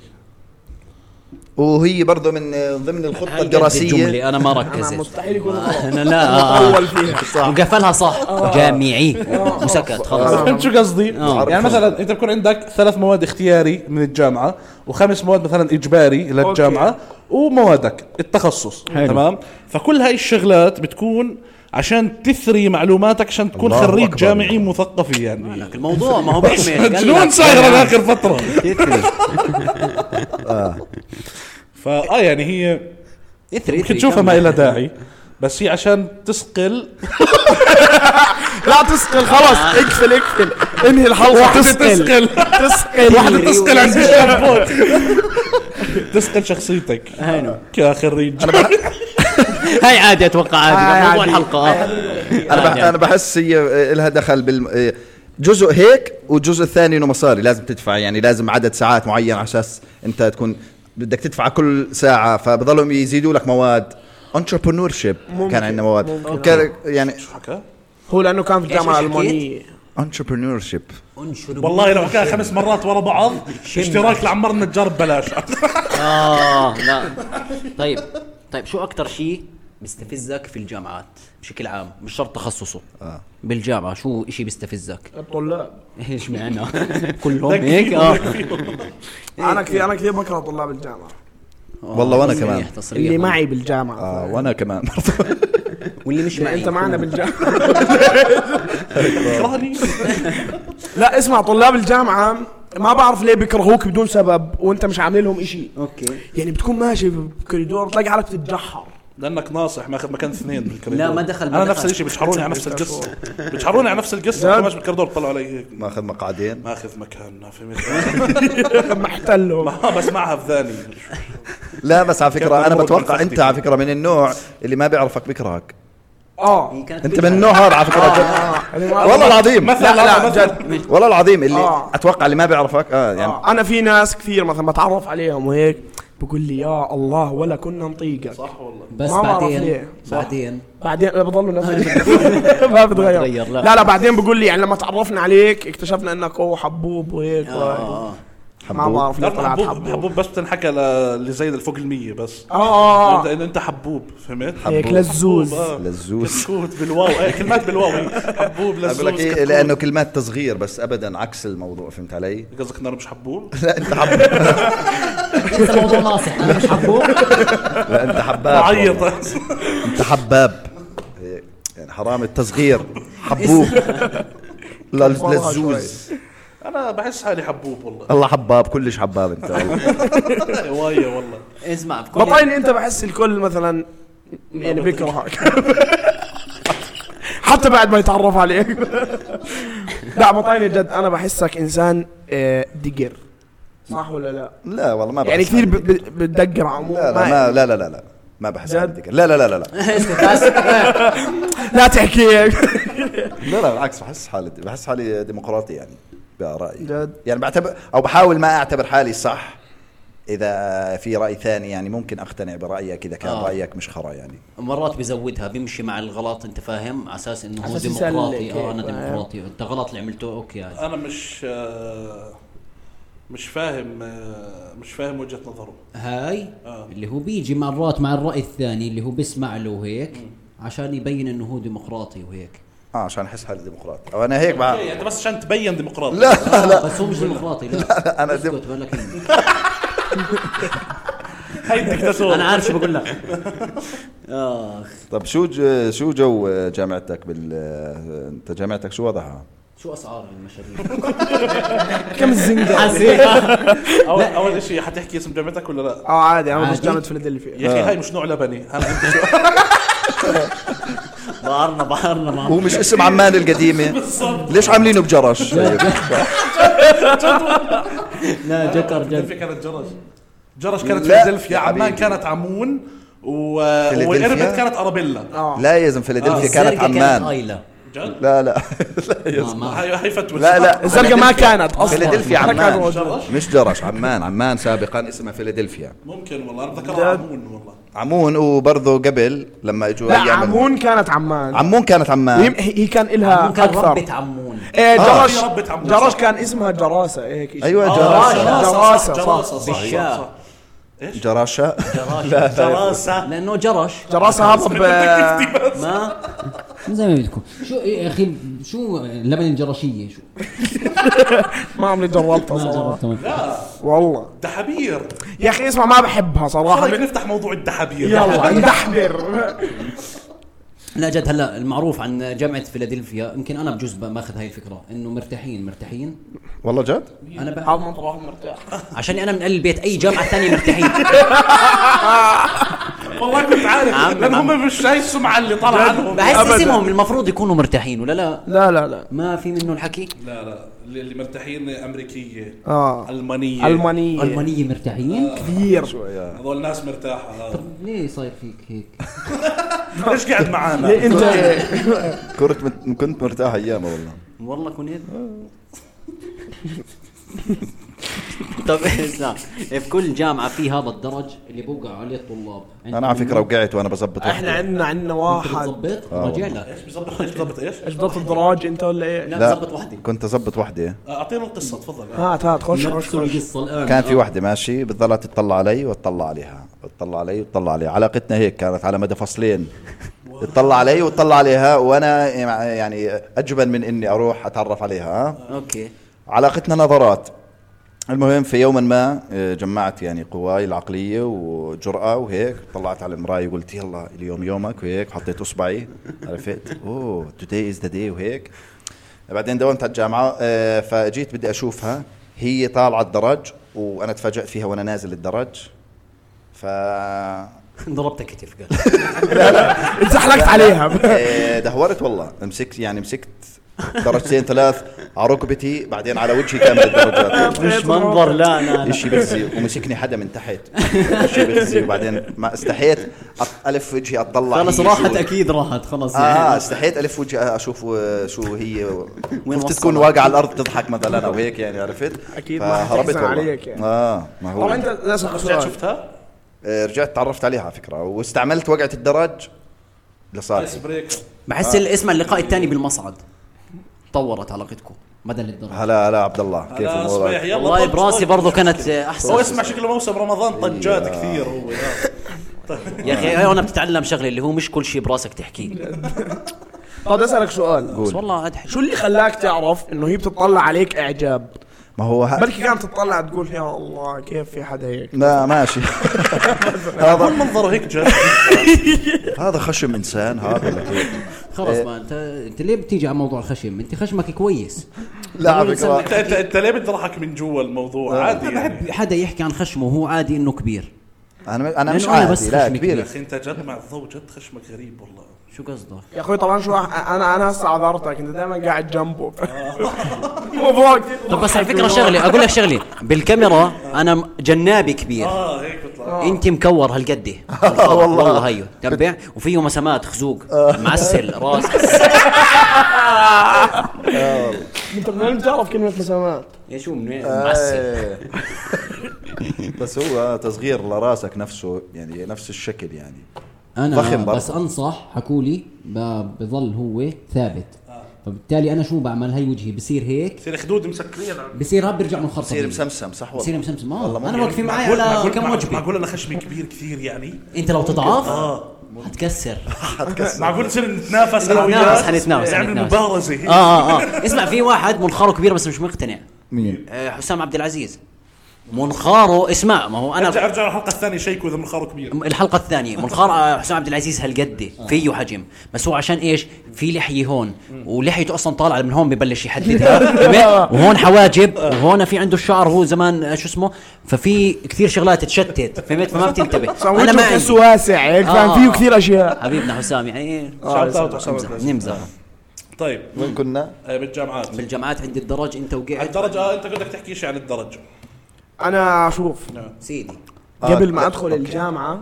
[SPEAKER 3] وهي برضه من ضمن الخطه الدراسيه
[SPEAKER 2] الجملة انا ما ركزت
[SPEAKER 4] مستحيل يكون غلط
[SPEAKER 2] انا لا آه، آه.
[SPEAKER 4] اول فيها
[SPEAKER 2] وقفلها صح جامعي وسكت خلص
[SPEAKER 1] فهمت شو قصدي؟
[SPEAKER 2] آه.
[SPEAKER 1] يعني مثلا انت بكون عندك ثلاث مواد اختياري من الجامعه وخمس مواد مثلا اجباري للجامعه وموادك التخصص
[SPEAKER 5] حلو.
[SPEAKER 1] تمام؟ فكل هاي الشغلات بتكون عشان تثري معلوماتك عشان تكون
[SPEAKER 3] الله
[SPEAKER 1] خريج
[SPEAKER 3] أكبر.
[SPEAKER 1] جامعي مثقف يعني
[SPEAKER 2] لك الموضوع ما هو بيعمل قال
[SPEAKER 1] جنون
[SPEAKER 2] لك-
[SPEAKER 1] صاير انا اخر فتره
[SPEAKER 2] يثري
[SPEAKER 1] فاه يعني هي
[SPEAKER 2] يثري
[SPEAKER 1] ممكن تشوفها ما لها داعي بس هي عشان تسقل
[SPEAKER 4] لا تسقل خلاص اقفل اقفل انهي الحلقه
[SPEAKER 1] واحدة
[SPEAKER 4] تسقل
[SPEAKER 1] تسقل
[SPEAKER 4] تسقل
[SPEAKER 1] واحدة تسقل عند الشابوت تسقل شخصيتك كخريج
[SPEAKER 2] هاي عادي اتوقع
[SPEAKER 4] هاي
[SPEAKER 2] عادي موضوع
[SPEAKER 4] عادي.
[SPEAKER 2] الحلقه آه.
[SPEAKER 3] انا بح-
[SPEAKER 2] عادي.
[SPEAKER 3] انا بحس هي لها دخل بال جزء هيك والجزء الثاني انه مصاري لازم تدفع يعني لازم عدد ساعات معين على اساس انت تكون بدك تدفع كل ساعه فبضلهم يزيدوا لك مواد انتربرنور شيب كان عندنا مواد كان يعني
[SPEAKER 4] هو لانه كان في الجامعه
[SPEAKER 2] إيش حكيت؟
[SPEAKER 4] الالمانيه
[SPEAKER 3] انتربرنور شيب
[SPEAKER 2] انشروا
[SPEAKER 1] والله لو حكاها خمس مرات ورا بعض اشتراك لعمرنا الجرب بلاش
[SPEAKER 2] اه لا طيب طيب شو اكثر شيء بيستفزك في الجامعات بشكل عام مش شرط تخصصه آه. بالجامعه شو شيء بيستفزك
[SPEAKER 4] الطلاب
[SPEAKER 2] ايش معنى كلهم هيك اه
[SPEAKER 4] انا كثير انا كثير بكره طلاب الجامعه
[SPEAKER 3] والله وأنا
[SPEAKER 2] تصريح،
[SPEAKER 3] كمان.
[SPEAKER 2] تصريح.
[SPEAKER 4] اللي معي بالجامعه
[SPEAKER 3] آه وانا كمان برضه
[SPEAKER 2] واللي مش معي
[SPEAKER 4] انت معنا بالجامعه
[SPEAKER 1] اكرهني
[SPEAKER 4] لا اسمع طلاب الجامعة ما بعرف ليه بيكرهوك بدون سبب وانت مش عامل لهم اشي
[SPEAKER 2] اوكي
[SPEAKER 4] يعني بتكون ماشي بالكوريدور تلاقي حالك تتجحر
[SPEAKER 1] لانك ناصح ماخذ مكان اثنين بالكريدور
[SPEAKER 2] لا، ما دخل، ما
[SPEAKER 1] انا
[SPEAKER 2] دخل.
[SPEAKER 1] نفس الشيء بيشحروني على نفس القصه بيشحروني على نفس القصه
[SPEAKER 4] جد؟
[SPEAKER 1] أنا ماشي بالكريدور طلعوا علي هيك
[SPEAKER 3] ماخذ مقعدين
[SPEAKER 1] ماخذ مكاننا في
[SPEAKER 4] محتلهم
[SPEAKER 1] ما بسمعها في ذاني
[SPEAKER 3] لا بس على فكره انا
[SPEAKER 1] كان
[SPEAKER 3] بتوقع
[SPEAKER 1] مرة
[SPEAKER 3] انت على فكره من النوع اللي ما بيعرفك بيكرهك
[SPEAKER 2] يعني
[SPEAKER 4] اه
[SPEAKER 3] انت من النوع هذا على فكره
[SPEAKER 4] يعني ما-
[SPEAKER 3] والله العظيم
[SPEAKER 1] مثلا
[SPEAKER 4] لا،
[SPEAKER 1] مثلا
[SPEAKER 3] والله العظيم اللي
[SPEAKER 4] آه.
[SPEAKER 3] اتوقع اللي ما بيعرفك اه يعني
[SPEAKER 4] آه. انا في ناس كثير مثلا بتعرف عليهم وهيك بقول لي يا الله ولا كنا نطيقك صح
[SPEAKER 5] بس
[SPEAKER 4] ما بعرف
[SPEAKER 5] بعدين
[SPEAKER 4] ليه.
[SPEAKER 5] بعدين
[SPEAKER 4] بعدين بضلوا نفس ما بتغير
[SPEAKER 2] بتغير، لا.
[SPEAKER 4] لا لا بعدين بقول لي يعني لما تعرفنا عليك اكتشفنا انك هو حبوب وهيك
[SPEAKER 2] آه.
[SPEAKER 4] ما بعرف ليه
[SPEAKER 1] لا،
[SPEAKER 4] طلعت
[SPEAKER 1] حبوب
[SPEAKER 4] حبوب
[SPEAKER 1] حبوب بس بتنحكى ل- اللي زي اللي فوق المية بس
[SPEAKER 4] اه
[SPEAKER 1] انت
[SPEAKER 4] آه.
[SPEAKER 1] انت حبوب فهمت؟
[SPEAKER 4] هيك
[SPEAKER 3] حبوب.
[SPEAKER 4] لزوز
[SPEAKER 1] حبوب، آه.
[SPEAKER 3] لزوز.
[SPEAKER 1] كتكوت بالواو ايه كلمات بالواو هي. حبوب لزوز
[SPEAKER 3] اقول لك إيه
[SPEAKER 1] كتكوت.
[SPEAKER 3] لانه كلمات تصغير بس ابدا عكس الموضوع فهمت علي؟
[SPEAKER 1] قصدك نار مش حبوب؟
[SPEAKER 3] لا انت حب
[SPEAKER 5] انت موضوع ناصح انا مش حبوب
[SPEAKER 3] لا انت حباب
[SPEAKER 1] بعيط
[SPEAKER 3] والله. انت حباب إيه، يعني حرام التصغير حبوب لا لزوز
[SPEAKER 1] انا بحس حالي حبوب والله
[SPEAKER 3] الله حباب كلش حباب انت والله.
[SPEAKER 1] هوايه والله
[SPEAKER 2] اسمع بكل
[SPEAKER 4] بطين انت بحس الكل مثلا يعني بيكرهك حتى بعد ما يتعرف عليك لا بطيني جد انا بحسك انسان آه، دقر صح ولا لا؟
[SPEAKER 3] لا والله ما بحس
[SPEAKER 4] يعني كثير
[SPEAKER 3] حالي.
[SPEAKER 4] ب- ب- بتدقر عموما
[SPEAKER 3] لا لا ما لا لا لا لا ما بحس
[SPEAKER 4] جد؟
[SPEAKER 3] عندك لا لا لا لا لا
[SPEAKER 4] لا تحكي هيك
[SPEAKER 3] لا لا بالعكس بحس حالي بحس حالي ديمقراطي يعني برأيي
[SPEAKER 4] جد؟
[SPEAKER 3] يعني بعتبر او بحاول ما اعتبر حالي صح اذا في راي ثاني يعني ممكن اقتنع برايك اذا كان
[SPEAKER 2] آه.
[SPEAKER 3] رايك مش خرا يعني
[SPEAKER 2] مرات بيزودها بيمشي مع الغلط انت فاهم على اساس انه هو
[SPEAKER 4] عساس
[SPEAKER 2] ديمقراطي
[SPEAKER 4] يسلك
[SPEAKER 2] اه انا
[SPEAKER 4] هيك، فاهم.
[SPEAKER 2] ديمقراطي انت غلط اللي عملته يعني. اوكي عادي
[SPEAKER 1] انا مش آه، مش فاهم آه، مش فاهم وجهه نظره
[SPEAKER 2] هاي
[SPEAKER 1] آه.
[SPEAKER 2] اللي هو بيجي مرات مع الرأي الثاني اللي هو بيسمع له هيك عشان يبين انه هو ديمقراطي وهيك
[SPEAKER 3] اه عشان احس حالي ديمقراطي او انا هيك بقى
[SPEAKER 1] يعني انت بس عشان تبين ديمقراطي
[SPEAKER 3] آه. لا
[SPEAKER 2] آه لا بس هو مش ديمقراطي لا
[SPEAKER 3] أنا
[SPEAKER 2] اسكت
[SPEAKER 3] ديم-
[SPEAKER 2] بقول لك إنه.
[SPEAKER 1] هاي الدكتاتور
[SPEAKER 2] انا عارف شو بقول لك اخ
[SPEAKER 3] طب شو ج- شو جو جامعتك بال انت جامعتك شو وضعها؟
[SPEAKER 2] شو اسعار المشاريع
[SPEAKER 4] كم الزنقه
[SPEAKER 1] اول اول شيء حتحكي اسم جامعتك ولا لا؟
[SPEAKER 4] اه عادي انا بدرس
[SPEAKER 2] عادي.
[SPEAKER 4] جامعه فيلادلفيا
[SPEAKER 1] يا اخي هاي مش نوع لبني انا عندي
[SPEAKER 2] بعرنا بعرنا بعرنا
[SPEAKER 3] هو مش اسم عمان القديمه ليش عاملينه بجرش؟
[SPEAKER 2] لا جكر جد
[SPEAKER 1] فيلادلفيا كانت جرج جرج كانت
[SPEAKER 3] لا،
[SPEAKER 1] فيلادلفيا
[SPEAKER 3] يا
[SPEAKER 1] عمان
[SPEAKER 3] حبيبي.
[SPEAKER 1] كانت عمون و...
[SPEAKER 3] فيلادلفيا؟
[SPEAKER 1] وإربد كانت ارابيلا
[SPEAKER 4] اه
[SPEAKER 3] لا يا زلمه فيلادلفيا كانت
[SPEAKER 2] الزرقاء كانت
[SPEAKER 3] عمان
[SPEAKER 2] ايلا
[SPEAKER 1] جد؟
[SPEAKER 3] لا لا
[SPEAKER 2] ما-
[SPEAKER 4] آه.
[SPEAKER 2] ما-
[SPEAKER 1] هاي هاي فتوى
[SPEAKER 3] لا لا
[SPEAKER 4] الزرقاء ما كانت اصلا
[SPEAKER 3] فيلادلفيا
[SPEAKER 4] ما كانت
[SPEAKER 3] عمان
[SPEAKER 4] موجودة.
[SPEAKER 3] مش جرش عمان عمان سابقا اسمها فيلادلفيا
[SPEAKER 1] ممكن والله انا بتذكرها عمون والله
[SPEAKER 3] عمون وبرضه قبل لما اجوا
[SPEAKER 4] لا
[SPEAKER 3] يعملوا-
[SPEAKER 4] عمون كانت عمان
[SPEAKER 3] عمون كانت عمان
[SPEAKER 4] ويم- هي كان إلها
[SPEAKER 2] عمون كان ربة
[SPEAKER 4] أكثر
[SPEAKER 2] عمون
[SPEAKER 4] إيه
[SPEAKER 3] آه.
[SPEAKER 4] جرش
[SPEAKER 1] ربة عمون.
[SPEAKER 4] جرش كان اسمها جراسة هيك إشي. آه،
[SPEAKER 3] ايوه جراسه
[SPEAKER 2] جراسة.
[SPEAKER 4] جراسة، صح.
[SPEAKER 1] جراسة، صح.
[SPEAKER 2] بالشاه.
[SPEAKER 1] صح.
[SPEAKER 3] جراشه
[SPEAKER 2] جراش جراسة لأنه جرش
[SPEAKER 4] جراسة هرب ب-
[SPEAKER 2] ما
[SPEAKER 5] زي ما بدكم شو يا اخي شو لبن الجراشيه شو
[SPEAKER 4] ما عمري جربتها
[SPEAKER 5] ما
[SPEAKER 2] آه.
[SPEAKER 4] صراحة
[SPEAKER 5] جربتها
[SPEAKER 4] والله
[SPEAKER 1] دحابير
[SPEAKER 4] يا اخي اسمع ما بحبها
[SPEAKER 1] شو
[SPEAKER 4] صراحة
[SPEAKER 1] رايك
[SPEAKER 4] من-
[SPEAKER 1] نفتح موضوع الدحابير
[SPEAKER 4] آه، يلا ندحبر
[SPEAKER 2] لا جد هلا المعروف عن جامعة فيلادلفيا يمكن أنا بجوز ماخذ هاي الفكرة إنه مرتاحين مرتاحين
[SPEAKER 3] والله جد
[SPEAKER 2] أنا ب...
[SPEAKER 4] هذا مطرح مرتاح
[SPEAKER 2] عشان أنا من قلب البيت أي جامعة ثانية مرتاحين
[SPEAKER 1] والله كنت عارف
[SPEAKER 2] عم-
[SPEAKER 1] لان
[SPEAKER 2] عم.
[SPEAKER 1] هم مش هاي السمعه اللي طلع عنهم
[SPEAKER 2] بحس اسمهم المفروض يكونوا مرتاحين ولا لا
[SPEAKER 4] لا لا لا
[SPEAKER 2] ما في منه الحكي
[SPEAKER 1] لا لا اللي اللي مرتاحين امريكيه
[SPEAKER 4] اه
[SPEAKER 1] المانيه
[SPEAKER 4] المانية
[SPEAKER 5] المانيه مرتاحين
[SPEAKER 4] كثير
[SPEAKER 1] هذول ناس مرتاحه هذا.
[SPEAKER 5] ليه صاير فيك هيك
[SPEAKER 1] ليش قاعد معانا؟
[SPEAKER 4] ليه انت
[SPEAKER 3] كنت مت- كنت مرتاح ايامها والله
[SPEAKER 2] والله كنت طب اسمع في كل جامعه في هذا الدرج اللي بوقع عليه الطلاب
[SPEAKER 3] انا على فكره وقعت وانا بظبط
[SPEAKER 4] احنا عندنا عندنا واحد
[SPEAKER 2] بتظبط راجع لك
[SPEAKER 1] ايش بظبط ايش بظبط ايش؟
[SPEAKER 4] ايش ضغط الدراج انت ولا ايه؟
[SPEAKER 2] لا بظبط وحده
[SPEAKER 3] كنت اظبط وحده
[SPEAKER 1] اعطينا القصه تفضل
[SPEAKER 4] هات هات خش خش
[SPEAKER 2] نفس
[SPEAKER 4] خش
[SPEAKER 2] القصه الان
[SPEAKER 3] كان في وحده ماشي بتضلها تطلع علي وتطلع عليها تطلع علي وتطلع عليها علاقتنا هيك كانت على مدى فصلين تطلع علي وتطلع عليها وانا يعني اجبن من اني اروح اتعرف عليها
[SPEAKER 2] اوكي
[SPEAKER 3] علاقتنا نظرات المهم في يوم ما آه، جمعت يعني قواي العقلية وجرأة وهيك طلعت على المراية وقلت يلا اليوم يومك وهيك حطيت اصبعي عرفت اوه توداي از ذا داي وهيك بعدين داومت على الجامعة آه، فجيت بدي اشوفها هي طالعة الدرج وانا تفاجأت فيها وانا نازل الدرج ف آه،
[SPEAKER 2] ضربتك كتف قال
[SPEAKER 4] اتزحلقت عليها
[SPEAKER 3] آه، دهورت والله مسكت يعني مسكت درجتين ثلاث على ركبتي بعدين على وجهي كامل الدرجات
[SPEAKER 2] مش منظر لا لا لا
[SPEAKER 3] اشي بغزي ومسكني حدا من تحت اشي بغزي وبعدين ما استحيت أط- الف وجهي اطلع
[SPEAKER 2] خلص
[SPEAKER 3] هي
[SPEAKER 2] راحت
[SPEAKER 3] شو-
[SPEAKER 2] اكيد راحت خلص
[SPEAKER 3] اه
[SPEAKER 2] يعني
[SPEAKER 3] استحيت الف وجهي اشوف آه، شو هي وين
[SPEAKER 2] وصلت.
[SPEAKER 3] تكون واقعه على الارض تضحك مثلا او هيك يعني عرفت
[SPEAKER 4] أكيد ما حتحزن
[SPEAKER 3] فهربت والله.
[SPEAKER 4] عليك يعني.
[SPEAKER 3] اه ما
[SPEAKER 4] طبعا
[SPEAKER 3] هو
[SPEAKER 4] انت لازم
[SPEAKER 1] رجعت
[SPEAKER 4] سؤال
[SPEAKER 1] شفتها؟
[SPEAKER 3] آه، رجعت تعرفت عليها على فكره واستعملت وقعه الدرج
[SPEAKER 1] ايس
[SPEAKER 3] لصالحي
[SPEAKER 1] بريك
[SPEAKER 2] بحس اسمها اللقاء الثاني بالمصعد طورت علاقتكم بدل الدرجه
[SPEAKER 3] هلا هلا عبد الله كيف
[SPEAKER 1] لا صبيح
[SPEAKER 3] امورك
[SPEAKER 1] يلا
[SPEAKER 2] والله
[SPEAKER 1] طب-
[SPEAKER 2] براسي
[SPEAKER 1] طب-
[SPEAKER 2] برضه كانت احسن
[SPEAKER 1] هو اسمع شكله موسم رمضان طجات كثير هو
[SPEAKER 2] يا اخي هاي انا بتتعلم شغله اللي هو مش كل شيء براسك تحكيه
[SPEAKER 4] طب اسالك سؤال
[SPEAKER 2] بس والله عاد حلو
[SPEAKER 4] شو اللي خلاك تعرف انه هي بتطلع عليك اعجاب؟
[SPEAKER 3] ما هو ه-
[SPEAKER 4] بلكي كانت تطلع تقول يا الله كيف في حدا هيك؟
[SPEAKER 3] لا ماشي هذا
[SPEAKER 1] منظره هيك جد
[SPEAKER 3] هذا خشم انسان هذا ولا كيف
[SPEAKER 5] خلص ما انت انت ليه بتيجي على موضوع الخشم انت خشمك كويس
[SPEAKER 3] لا على فكره
[SPEAKER 1] انت انت انت ليه بتضحك من جوا الموضوع عادي يعني
[SPEAKER 5] حدا يحكي عن خشمه وهو عادي انه كبير
[SPEAKER 3] انا انا مش
[SPEAKER 5] لأنه أنا بس
[SPEAKER 3] عادي لا
[SPEAKER 5] خشمي
[SPEAKER 3] كبير
[SPEAKER 1] يا اخي انت جد مع الضوء جد خشمك غريب والله
[SPEAKER 2] شو قصدك
[SPEAKER 4] يا اخوي طبعا شو انا انا هسه عذرتك انت دائما قاعد جنبه موضوع كتير
[SPEAKER 2] طب بس على
[SPEAKER 4] مضحك
[SPEAKER 2] فكره
[SPEAKER 4] والله.
[SPEAKER 2] شغله اقول لك شغله بالكاميرا انا م- جنابي كبير
[SPEAKER 1] اه هيك بيطلع
[SPEAKER 2] انت مكور هالقد والله والله هيو تبع وفيه مسامات خزوق معسل راس
[SPEAKER 4] انت من وين بتعرف كلمه مسامات؟
[SPEAKER 2] يا شو من وين
[SPEAKER 3] آه.
[SPEAKER 2] معسل
[SPEAKER 3] بس هو تصغير لراسك نفسه يعني نفس الشكل يعني ضخم
[SPEAKER 5] انا
[SPEAKER 3] برضه.
[SPEAKER 5] بس انصح حكولي ب- بضل هو ثابت فبالتالي انا شو بعمل هاي وجهي بصير هيك
[SPEAKER 1] يصير خدود مسكرين عم-
[SPEAKER 5] بصير هاب برجع منخرطة
[SPEAKER 3] بصير مسمسم صح والله
[SPEAKER 5] بصير مسمسم اه
[SPEAKER 3] والله
[SPEAKER 5] انا
[SPEAKER 3] ممكن.
[SPEAKER 5] واقفين معي
[SPEAKER 1] يعني معقول-
[SPEAKER 5] على
[SPEAKER 1] معقول-
[SPEAKER 5] كم
[SPEAKER 1] معقول-
[SPEAKER 5] وجبه
[SPEAKER 1] معقول انا خشمي كبير كثير يعني
[SPEAKER 2] انت لو تضعف
[SPEAKER 1] اه
[SPEAKER 5] هتكسر
[SPEAKER 1] معقول نصير نتنافس انا
[SPEAKER 2] نتنافس،
[SPEAKER 1] وياك يعني
[SPEAKER 2] حنتنافس،
[SPEAKER 1] نعمل
[SPEAKER 2] حنتنافس.
[SPEAKER 1] مبارزه هيك
[SPEAKER 2] اه اه اه اسمع في واحد منخاره كبير بس مش مقتنع
[SPEAKER 3] مين
[SPEAKER 2] آه، حسام عبد العزيز منخاره اسمع ما هو انا
[SPEAKER 1] ارجع ارجع للحلقه الثانيه شيكوا اذا منخاره كبير
[SPEAKER 2] الحلقة الثانية منخار حسام عبد العزيز هالقد فيه حجم بس هو عشان ايش؟ في لحية هون ولحيته اصلا طالعة من هون ببلش يحددها تمام؟ وهون حواجب وهون في عنده الشعر هو زمان آه، شو اسمه ففي كثير شغلات تشتت فهمت فما بتنتبه انا ما
[SPEAKER 4] وجهه
[SPEAKER 2] عندي.
[SPEAKER 4] تحسه واسع هيك فاهم
[SPEAKER 2] آه.
[SPEAKER 4] فيه كثير اشياء
[SPEAKER 2] حبيبنا حسام يعني
[SPEAKER 1] شوت اوت حسام عبد
[SPEAKER 2] نمزح
[SPEAKER 1] العزيز.
[SPEAKER 2] نمزح
[SPEAKER 1] طيب
[SPEAKER 3] وين كنا؟
[SPEAKER 1] آه، بالجامعات
[SPEAKER 2] بالجامعات عند الدرج انت وقعت
[SPEAKER 1] الدرج اه انت بدك تحكي شيء عن الدرج
[SPEAKER 4] انا شوف
[SPEAKER 2] سيدي
[SPEAKER 3] آه،
[SPEAKER 4] قبل ما
[SPEAKER 3] لا،
[SPEAKER 4] ادخل الجامعه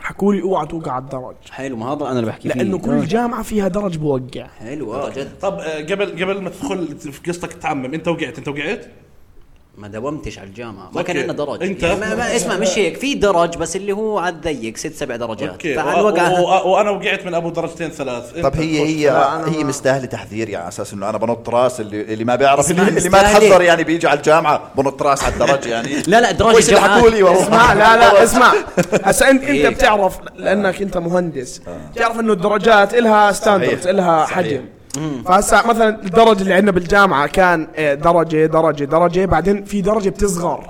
[SPEAKER 4] حكوا لي اوعى توقع على الدرج
[SPEAKER 2] حلو ما هذا انا اللي بحكي فيه
[SPEAKER 4] لانه كل جامعه فيها درج بوقع
[SPEAKER 2] حلو اه جد
[SPEAKER 1] طب آه، قبل قبل ما تدخل في قصتك تعمم انت وقعت انت وقعت
[SPEAKER 2] ما داومتش على الجامعه ما
[SPEAKER 1] أوكي.
[SPEAKER 2] كان عندنا درج
[SPEAKER 1] أنت-
[SPEAKER 2] يعني ما ما اسمع مش هيك في درج بس اللي هو على الضيق ست سبع درجات
[SPEAKER 1] اوكي
[SPEAKER 2] فعلى
[SPEAKER 1] و...
[SPEAKER 2] الوقع
[SPEAKER 1] و... وانا وقعت من ابو درجتين ثلاث
[SPEAKER 3] طب هي هي هي مستاهله تحذير يعني على اساس انه انا بنط راس اللي, اللي ما بيعرف اللي, اللي ما
[SPEAKER 2] مستاهلة.
[SPEAKER 3] تحضر يعني بيجي على الجامعه بنط راس على الدرج يعني
[SPEAKER 2] لا لا درجه
[SPEAKER 3] وش اللي
[SPEAKER 2] جامعات.
[SPEAKER 3] حكوا لي
[SPEAKER 4] اسمع
[SPEAKER 3] والله
[SPEAKER 4] لا لا اسمع هسه انت
[SPEAKER 2] إيه.
[SPEAKER 4] انت بتعرف لانك انت مهندس بتعرف انه الدرجات الها ستاندرد
[SPEAKER 3] صحيح.
[SPEAKER 4] الها
[SPEAKER 3] صحيح.
[SPEAKER 4] حجم فهسا مثلا الدرج اللي عندنا بالجامعه كان آه، درجه درجه درجه بعدين في درجه بتصغر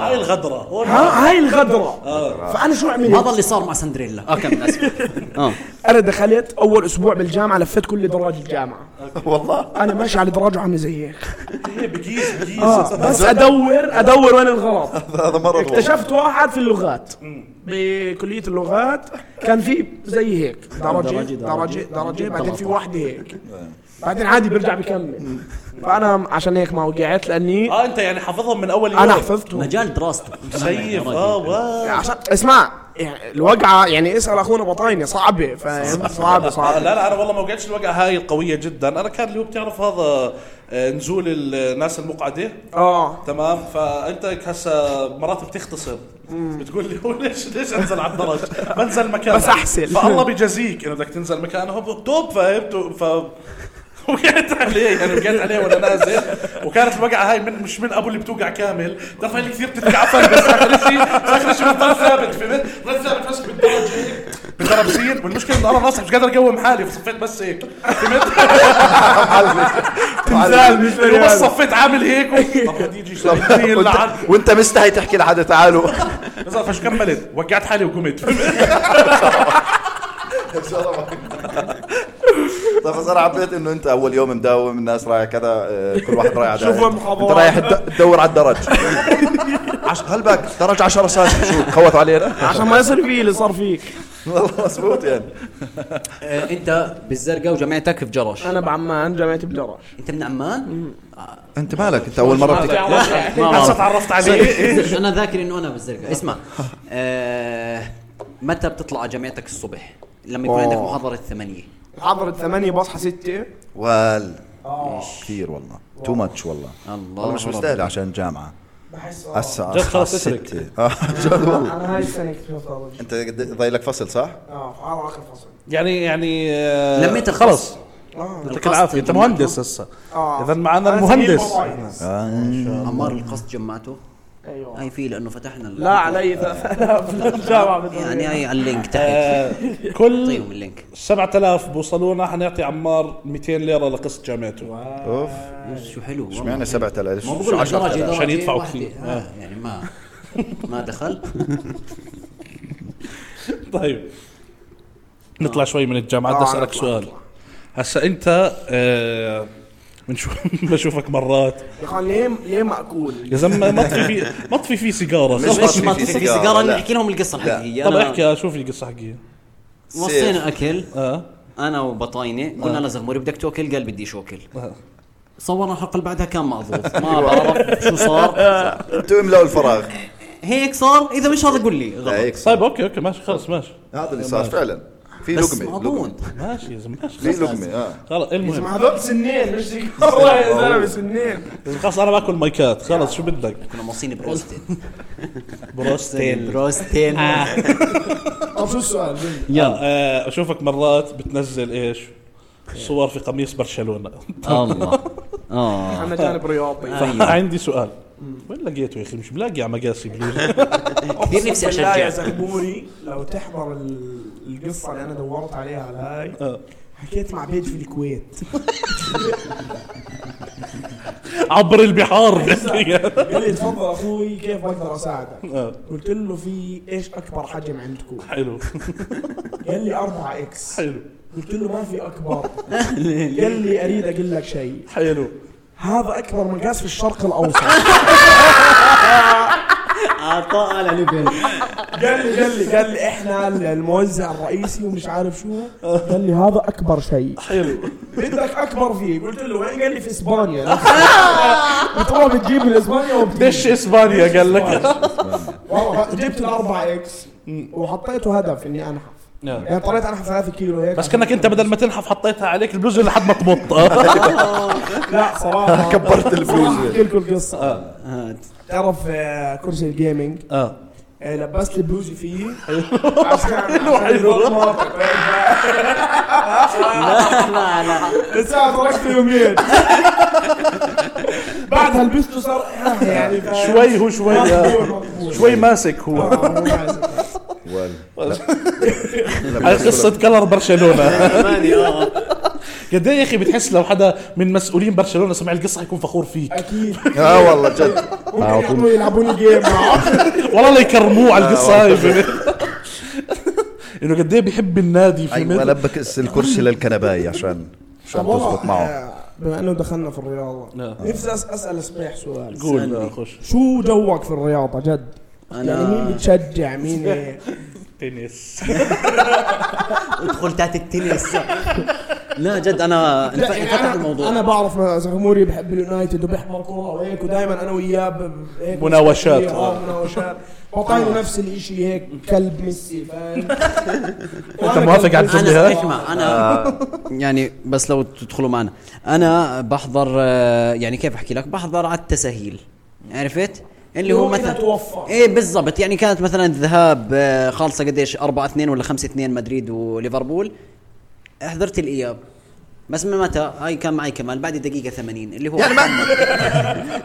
[SPEAKER 1] هاي الغدره والله.
[SPEAKER 4] ها هاي الغدره فانا شو عملت؟
[SPEAKER 2] هذا اللي صار مع سندريلا اه كمل اسف اه
[SPEAKER 4] انا دخلت اول اسبوع بالجامعه لفيت كل دراج الجامعه
[SPEAKER 3] والله
[SPEAKER 4] انا ماشي على دراجه عامله زي هيك
[SPEAKER 1] هي بقيس بقيس
[SPEAKER 4] آه، بس ادور ادور وين الغلط
[SPEAKER 3] هذا مره والله.
[SPEAKER 4] اكتشفت واحد في اللغات بكليه اللغات كان في زي هيك درجه
[SPEAKER 5] درجة-
[SPEAKER 4] درجه درجه بعدين في
[SPEAKER 5] درجة.
[SPEAKER 4] واحده هيك بعدين عادي بيرجع بكمل فانا عشان هيك ما وقعت لاني
[SPEAKER 1] اه انت يعني حافظهم من اول يوم
[SPEAKER 4] انا حفظته
[SPEAKER 2] مجال دراسته
[SPEAKER 1] سيف اه واو
[SPEAKER 4] عشان اسمع يعني الوقعه يعني اسال اخونا بطاينه صعبه فاهم صعبه
[SPEAKER 1] آه،
[SPEAKER 4] صعبه
[SPEAKER 1] لا لا انا والله ما وقعتش الوقعه هاي القويه جدا انا كان اليوم بتعرف هذا آه، نزول الناس المقعده
[SPEAKER 4] اه
[SPEAKER 1] تمام فانت هسه مرات بتختصر بتقول لي هو ليش ليش انزل على الدرج؟ بنزل مكانها
[SPEAKER 4] بس أحسن.
[SPEAKER 1] فالله بيجازيك انه بدك تنزل مكانها بتوب فهمت ف وقعت عليه يعني وقعت عليه وانا نازل وكانت الوقعه هاي من مش من ابو اللي بتوقع كامل بتعرف هاي اللي كثير بتتكعفن بس اخر شيء اخر شيء بتضل ثابت فهمت؟ بتضل ثابت ماسك بالدرج هيك بالترابزين والمشكله انه انا راسي مش قادر اقوم حالي فصفيت بس هيك فهمت؟
[SPEAKER 4] تمثال مش بني
[SPEAKER 1] بس
[SPEAKER 4] آدم.
[SPEAKER 1] صفيت عامل هيك طب بدي يجي
[SPEAKER 3] طب
[SPEAKER 1] شايفني اللعن
[SPEAKER 3] وانت- وانت مستحي تحكي لحدا تعالوا
[SPEAKER 1] بالضبط فش كملت وقعت حالي وقمت
[SPEAKER 3] طيب بس انا حبيت انه انت اول يوم مداوم الناس رايح كذا آه، كل واحد رايح على
[SPEAKER 4] شوف
[SPEAKER 3] داعي.
[SPEAKER 4] وين محاضرات.
[SPEAKER 3] انت رايح تد- تدور على الدرج عش... هلبك درج 10 سنتي شو خوت علينا
[SPEAKER 4] عشان ما يصير فيه اللي صار فيك
[SPEAKER 3] والله مزبوط يعني
[SPEAKER 2] آه، انت بالزرقاء وجامعتك في جرش
[SPEAKER 4] انا بعمان جامعتي بدرج
[SPEAKER 2] انت من عمان؟
[SPEAKER 3] انت مالك انت اول مره بتك...
[SPEAKER 1] هسه تعرفت عليه
[SPEAKER 2] انا ذاكر انه انا بالزرقاء اسمع آه، متى بتطلع على جامعتك الصبح؟ لما يكون عندك محاضره الثمانيه
[SPEAKER 4] محاضرة ثمانية بصحى ستة
[SPEAKER 3] وال آه. كثير والله تو ماتش والله
[SPEAKER 2] آه. الله
[SPEAKER 3] والله مش مستاهل عشان جامعه
[SPEAKER 4] بحس
[SPEAKER 3] هسه
[SPEAKER 1] جد خلص اترك.
[SPEAKER 3] آه، جد والله
[SPEAKER 4] انا هاي السنة كنت بدرج
[SPEAKER 3] انت قد- ضايل لك فصل صح؟
[SPEAKER 4] اه على اخر فصل
[SPEAKER 1] يعني يعني آه،
[SPEAKER 2] لميت القص.
[SPEAKER 1] خلص
[SPEAKER 4] اه
[SPEAKER 1] يعطيك العافيه انت مهندس هسه
[SPEAKER 4] آه.
[SPEAKER 1] اذا معنا
[SPEAKER 4] أنا زميل
[SPEAKER 1] المهندس
[SPEAKER 4] بطاينة.
[SPEAKER 3] آه.
[SPEAKER 2] عمار القصد جمعته
[SPEAKER 4] ايوه
[SPEAKER 2] هاي في لانه فتحنا ال-
[SPEAKER 4] لا علي 3000 للجامعة بالدنيا.
[SPEAKER 2] يعني هاي على اللينك
[SPEAKER 1] آه.
[SPEAKER 2] تحت
[SPEAKER 1] كل
[SPEAKER 2] اعطيهم اللينك
[SPEAKER 1] 7000 بوصلونا حنعطي عمار 200 ليره لقسط جامعته
[SPEAKER 3] اوف
[SPEAKER 2] شو حلو والله.
[SPEAKER 3] اشمعنى 7000
[SPEAKER 2] ما
[SPEAKER 3] يعني شو
[SPEAKER 2] بقول لك درجه
[SPEAKER 3] 10,000
[SPEAKER 2] درجه
[SPEAKER 1] عشان يدفعوا
[SPEAKER 2] واحدة.
[SPEAKER 1] كثير.
[SPEAKER 2] آه، يعني ما ما دخل
[SPEAKER 1] طيب نطلع شوي من الجامعه بدي
[SPEAKER 4] آه،
[SPEAKER 1] اسالك
[SPEAKER 4] نطلع،
[SPEAKER 1] سؤال
[SPEAKER 4] نطلع.
[SPEAKER 1] هسا انت آه، من شو بشوفك مرات
[SPEAKER 4] يا اخوان ليه ليه مأكول؟
[SPEAKER 1] يا زلمه مطفي في مطفي في سيجاره
[SPEAKER 3] مش
[SPEAKER 2] ليش
[SPEAKER 3] مطفي
[SPEAKER 2] ما
[SPEAKER 3] في
[SPEAKER 2] تطفي في
[SPEAKER 3] سيجارة،
[SPEAKER 2] سيجاره
[SPEAKER 3] لا.
[SPEAKER 2] نحكي لهم القصه الحقيقيه
[SPEAKER 1] طب
[SPEAKER 2] أنا
[SPEAKER 1] احكي آه، شوف القصه حقيقيه
[SPEAKER 2] وصينا اكل
[SPEAKER 1] اه
[SPEAKER 2] انا وبطاينه قلنا لزغموري بدك تاكل قال بديش اكل صورنا الحلقه اللي بعدها كان مأظوظ ما بعرف شو صار
[SPEAKER 3] انتوا املأوا الفراغ
[SPEAKER 2] هيك صار اذا مش هذا قول لي غلط
[SPEAKER 3] هيك صار.
[SPEAKER 1] طيب اوكي اوكي ماشي خلص ماشي
[SPEAKER 3] هذا اللي صار فعلا في
[SPEAKER 2] آه. بس
[SPEAKER 3] لقمه
[SPEAKER 2] مضمون
[SPEAKER 3] لقمه
[SPEAKER 1] ماشي يا زلمه ماشي
[SPEAKER 3] في
[SPEAKER 1] خلص
[SPEAKER 3] لقمه اه
[SPEAKER 1] خلص
[SPEAKER 4] ما
[SPEAKER 1] المهم
[SPEAKER 4] هذول سنين مش سيجارة يا زلمة سنين
[SPEAKER 1] خلص انا باكل مايكات خلص شو بدك
[SPEAKER 2] كنا موصين بروستين طيب.
[SPEAKER 1] بروستين
[SPEAKER 2] بروستين
[SPEAKER 3] آه.
[SPEAKER 4] طب شو السؤال؟
[SPEAKER 1] يلا آه، اشوفك مرات بتنزل ايش صور في قميص برشلونه
[SPEAKER 2] الله
[SPEAKER 3] آه.
[SPEAKER 2] طيب. اه
[SPEAKER 4] انا جانب رياضي
[SPEAKER 1] عندي سؤال وين لقيته يا اخي مش بلاقي على مقاسي بلوزه
[SPEAKER 2] كثير نفسي
[SPEAKER 4] أقسم بالله
[SPEAKER 2] أشجع.
[SPEAKER 4] يا زغبوري لو تحضر ال- القصة اللي انا دورت عليها على هاي
[SPEAKER 1] آه.
[SPEAKER 4] حكيت مع بيج في الكويت
[SPEAKER 1] عبر البحار
[SPEAKER 4] قال لي تفضل اخوي كيف بقدر اساعدك؟
[SPEAKER 1] آه،
[SPEAKER 4] قلت له في ايش اكبر حجم عندكم؟
[SPEAKER 1] حلو
[SPEAKER 4] قال لي 4 اكس
[SPEAKER 1] حلو
[SPEAKER 4] قلت له ما في اكبر
[SPEAKER 3] آه،
[SPEAKER 4] قال لي اريد اقول لك شيء
[SPEAKER 1] حلو
[SPEAKER 4] هذا اكبر مقاس في الشرق الاوسط
[SPEAKER 5] اعطاه على ليفل
[SPEAKER 4] قال لي قال لي قال لي احنا الموزع الرئيسي ومش عارف شو قال لي هذا اكبر شيء
[SPEAKER 1] حلو
[SPEAKER 4] بدك اكبر فيه قلت له وين قال لي في اسبانيا بتروح بتجيب من اسبانيا
[SPEAKER 1] ليش
[SPEAKER 4] وبتدش
[SPEAKER 1] اسبانيا قال لك
[SPEAKER 4] والله جبت الاربعة اكس وحطيته هدف اني انحف
[SPEAKER 1] آه.
[SPEAKER 4] يعني طلعت عنها 3 كيلو هيك
[SPEAKER 1] بس كانك انت بدل ما تنحف حطيتها عليك البلوزه لحد ما تمط آه.
[SPEAKER 4] لا صراحه
[SPEAKER 3] كبرت الفلوس.
[SPEAKER 4] صراحة احكي لكم القصه
[SPEAKER 2] آه.
[SPEAKER 4] تعرف آه، كرسي الجيمنج
[SPEAKER 1] اه
[SPEAKER 4] آه، لبست لي بلوزي فيه عشان عشان يروح موقع.
[SPEAKER 2] لا لا لا
[SPEAKER 4] لسه تركت يومين بعدها لبسته صار آه، يعني ف-
[SPEAKER 1] شوي هو شوي آه.
[SPEAKER 4] مقبول، مقبول.
[SPEAKER 1] شوي ماسك هو
[SPEAKER 4] آه، مو عايز.
[SPEAKER 3] ولا. لا.
[SPEAKER 1] هاي قصه كلر برشلونه
[SPEAKER 2] آه.
[SPEAKER 1] قد ايه يا اخي بتحس لو حدا من مسؤولين برشلونه سمع القصه حيكون فخور فيك
[SPEAKER 4] اكيد
[SPEAKER 3] اه والله جد
[SPEAKER 4] ممكن يعطوني يلعبوني جيم معه
[SPEAKER 1] والله لا يكرموه على القصه هاي فهمت؟ انه قد ايه بيحب النادي
[SPEAKER 3] ايوه
[SPEAKER 1] فهمت؟
[SPEAKER 3] لبك الكرسي للكنباي عشان عشان تزبط معه
[SPEAKER 4] بما انه دخلنا في الرياضه
[SPEAKER 1] آه.
[SPEAKER 4] نفسي أس- اسال صبيح سؤال
[SPEAKER 1] قول آه، خش
[SPEAKER 4] شو جوك في الرياضه جد؟ يعني
[SPEAKER 2] أنا-
[SPEAKER 4] مين بتشجع مين
[SPEAKER 1] تنس
[SPEAKER 2] ادخل تحت التنس لا جد انا انف-
[SPEAKER 4] يعني
[SPEAKER 2] انفتح
[SPEAKER 4] أنا- انا
[SPEAKER 2] الموضوع
[SPEAKER 4] بعرف زغموري بحب اليونايتد وبحضر كوره وهيك ودائما انا وياه ب- هيك
[SPEAKER 1] مناوشات.
[SPEAKER 4] اه مناوشات بعطيني نفس الشيء هيك كلب ميسي فاهم
[SPEAKER 1] أنت موافق على الجملة
[SPEAKER 2] انا
[SPEAKER 1] هاي؟
[SPEAKER 2] اسمع انا يعني بس لو تدخلوا معنا انا بحضر آه، يعني كيف احكي لك بحضر على التساهيل عرفت اللي هو
[SPEAKER 4] يوم إذا
[SPEAKER 2] مثلا
[SPEAKER 4] توفر.
[SPEAKER 2] ايه بالضبط يعني كانت مثلا الذهاب آه، خالصه قديش 4 2 ولا 5 2 مدريد وليفربول حضرت الاياب بس من متى هاي كان معي كمان بعد دقيقه 80 اللي هو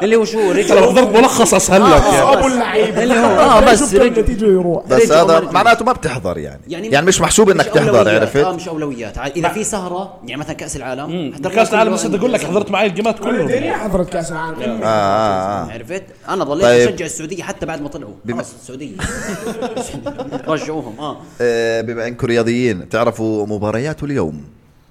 [SPEAKER 2] اللي هو شو
[SPEAKER 1] انت لو
[SPEAKER 2] رجعوا
[SPEAKER 1] حضرت ملخص اسهل لك يعني
[SPEAKER 4] ابو اللعيبه
[SPEAKER 2] اللي هو اه بس
[SPEAKER 4] شفت
[SPEAKER 2] رجع
[SPEAKER 4] النتيجه يروح
[SPEAKER 3] بس
[SPEAKER 2] رجعوا
[SPEAKER 3] هذا
[SPEAKER 2] مرة-
[SPEAKER 3] معناته ما بتحضر يعني
[SPEAKER 2] يعني
[SPEAKER 3] يعني مش محسوب انك
[SPEAKER 2] مش
[SPEAKER 3] تحضر
[SPEAKER 2] أولويات. اه
[SPEAKER 3] عرفت
[SPEAKER 2] مش اولويات ع- اذا في سهره يعني مثلا كاس العالم حضرت
[SPEAKER 1] كاس العالم
[SPEAKER 2] كله
[SPEAKER 1] بس بدي اقول لك
[SPEAKER 2] أندية.
[SPEAKER 1] حضرت معي الجيمات كلهم
[SPEAKER 4] الدنيا حضرت كاس العالم
[SPEAKER 3] اه اه اه
[SPEAKER 2] عرفت انا ضليت
[SPEAKER 3] طيب.
[SPEAKER 2] اشجع السعوديه حتى بعد ما طلعوا
[SPEAKER 3] بما-
[SPEAKER 2] خلص السعوديه رجعوهم اه
[SPEAKER 3] آه، بما انكم رياضيين تعرفوا مباريات اليوم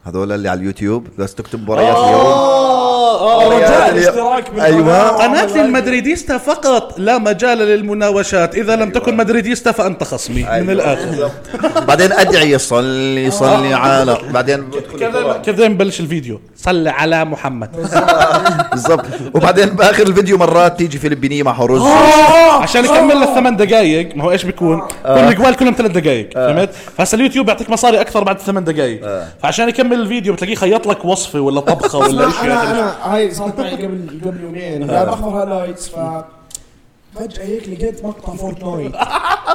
[SPEAKER 3] هذول اللي على اليوتيوب بس تكتب مباريات اليوم
[SPEAKER 1] اه
[SPEAKER 3] مباريات اليوم.
[SPEAKER 4] الاشتراك
[SPEAKER 3] ايوه
[SPEAKER 1] قناة المدريديستا فقط لا مجال للمناوشات إذا لم تكن مدريديستا فأنت خصمي من
[SPEAKER 3] أيوة،
[SPEAKER 1] الآخر
[SPEAKER 3] بالضبط. بعدين ادعي صلي صلي على بعدين
[SPEAKER 1] كذا كذا نبلش الفيديو صل على محمد
[SPEAKER 3] بالضبط وبعدين باخر الفيديو مرات تيجي فلبينيه مع رز
[SPEAKER 1] عشان يكمل لك ثمان دقائق ما هو ايش بيكون كل الجوال كلهم ثلاث دقائق فهمت فهسه اليوتيوب بيعطيك مصاري اكثر بعد الثمان دقائق فعشان يكمل الفيديو بتلاقيه خيط لك وصفه ولا طبخه ولا
[SPEAKER 4] لا انا
[SPEAKER 1] شيء
[SPEAKER 4] انا هاي صارت معي قبل قبل يومين قاعد احضر هالايتس ف فجأة هيك لقيت مقطع فورتنايت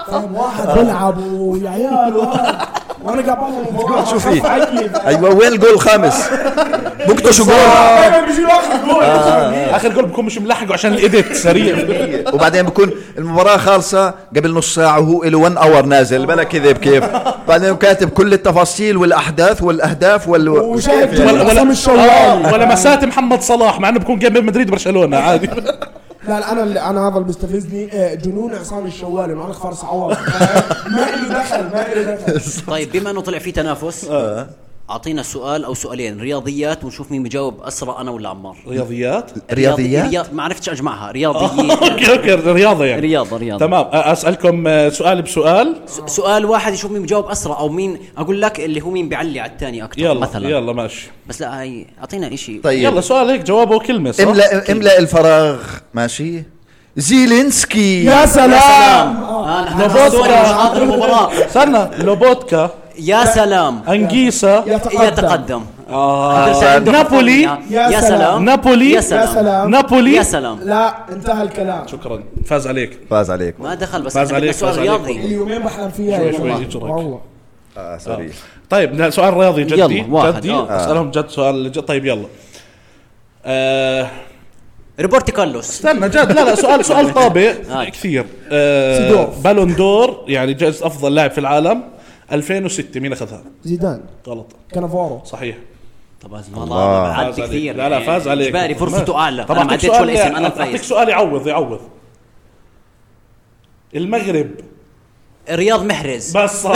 [SPEAKER 4] فاهم واحد بيلعب ويا عيال وهذا. وانا قاعد بحضر المباراة
[SPEAKER 3] شو في؟
[SPEAKER 4] خاف أعيد.
[SPEAKER 3] ايوه وين الجول الخامس بكتشوا جول
[SPEAKER 4] دايماً بيجي واحد جول
[SPEAKER 1] اخر جول آه. بكون مش ملحقه عشان الايديت سريع
[SPEAKER 3] وبعدين بكون المباراة خالصة قبل نص ساعة وهو له 1 اور نازل بلا كذب كيف بعدين كاتب كل التفاصيل والأحداث والأهداف وال
[SPEAKER 4] وشاهد
[SPEAKER 1] ولا ولا
[SPEAKER 4] حسام الشوالي
[SPEAKER 1] آه، ولا مسات محمد صلاح مع انه بكون جاي بين مدريد برشلونه عادي
[SPEAKER 4] لا لا انا اللي انا هذا اللي مستفزني آه، جنون عصام الشوالي معلق فارس عوض ما له دخل ما له دخل
[SPEAKER 2] طيب بما انه طلع في تنافس
[SPEAKER 3] آه.
[SPEAKER 2] اعطينا سؤال او سؤالين رياضيات ونشوف مين بيجاوب اسرع انا ولا عمار
[SPEAKER 1] رياضيات
[SPEAKER 3] رياضيات
[SPEAKER 2] رياض- ما عرفتش اجمعها رياضيين
[SPEAKER 1] اوكي اوكي رياضه يعني
[SPEAKER 2] رياضه رياضه
[SPEAKER 1] تمام آه، اسالكم آه، سؤال بسؤال
[SPEAKER 2] س- سؤال واحد يشوف مين بجاوب اسرع او مين اقول لك اللي هو مين بيعلي على الثاني اكثر
[SPEAKER 1] يلا
[SPEAKER 2] مثلا
[SPEAKER 1] مثلا يلا ماشي
[SPEAKER 2] بس لا هي اعطينا شيء
[SPEAKER 1] يلا
[SPEAKER 3] طيب
[SPEAKER 1] سؤال هيك جوابه كلمه صح؟
[SPEAKER 3] املأ املأ الفراغ ماشي زيلينسكي
[SPEAKER 4] يا سلام
[SPEAKER 2] آه نحن
[SPEAKER 1] لوبوتكا.
[SPEAKER 2] سوري، مش حاضر المباراه
[SPEAKER 1] استنى لوبوتكا
[SPEAKER 2] يا سلام
[SPEAKER 1] انجيسا
[SPEAKER 2] يتقدم
[SPEAKER 1] آه.
[SPEAKER 2] آه.
[SPEAKER 1] سلام. نابولي.
[SPEAKER 4] يا
[SPEAKER 2] يا
[SPEAKER 4] سلام.
[SPEAKER 2] سلام
[SPEAKER 1] نابولي.
[SPEAKER 2] يا
[SPEAKER 4] يا
[SPEAKER 2] سلام
[SPEAKER 4] سلام
[SPEAKER 1] نابولي
[SPEAKER 2] يا سلام
[SPEAKER 4] لا انتهى الكلام
[SPEAKER 1] شكرا فاز عليك
[SPEAKER 3] فاز عليكم
[SPEAKER 2] ما دخل بس
[SPEAKER 1] فاز
[SPEAKER 2] إحنا
[SPEAKER 1] عليك،
[SPEAKER 2] بدنا سؤال
[SPEAKER 1] فاز عليك
[SPEAKER 2] رياضي
[SPEAKER 4] اليومين بحلم فيها
[SPEAKER 1] شوي
[SPEAKER 4] يا
[SPEAKER 1] شوي
[SPEAKER 4] والله.
[SPEAKER 1] يجرك.
[SPEAKER 4] والله
[SPEAKER 3] اه
[SPEAKER 4] آه.
[SPEAKER 3] سوري
[SPEAKER 1] طيب لا، سؤال رياضي جدي
[SPEAKER 2] يلا، واحد،
[SPEAKER 1] جدي
[SPEAKER 2] آه.
[SPEAKER 1] اسالهم جد سؤال جد طيب يلا آه،
[SPEAKER 2] ريبورتي كارلوس
[SPEAKER 1] استنى جد لا لا سؤال سؤال طابع
[SPEAKER 2] هاي.
[SPEAKER 1] كثير آه،
[SPEAKER 4] سيدورف.
[SPEAKER 1] بالون دور يعني جائزة افضل لاعب في العالم 2006 مين اخذها؟
[SPEAKER 4] زيدان
[SPEAKER 1] غلط
[SPEAKER 4] كانافارو
[SPEAKER 1] صحيح
[SPEAKER 2] طبعا والله عد
[SPEAKER 1] فاز عليك.
[SPEAKER 2] آه، كثير
[SPEAKER 1] لا لا فاز عليك
[SPEAKER 2] اجباري فرصته اعلى
[SPEAKER 1] طب
[SPEAKER 2] انا ما
[SPEAKER 1] اعطيك
[SPEAKER 2] عديتش
[SPEAKER 1] سؤال
[SPEAKER 2] ولا اسم انا
[SPEAKER 1] اعطيك
[SPEAKER 2] الفايز
[SPEAKER 1] سؤال يعوض يعوض المغرب
[SPEAKER 2] رياض محرز
[SPEAKER 1] بس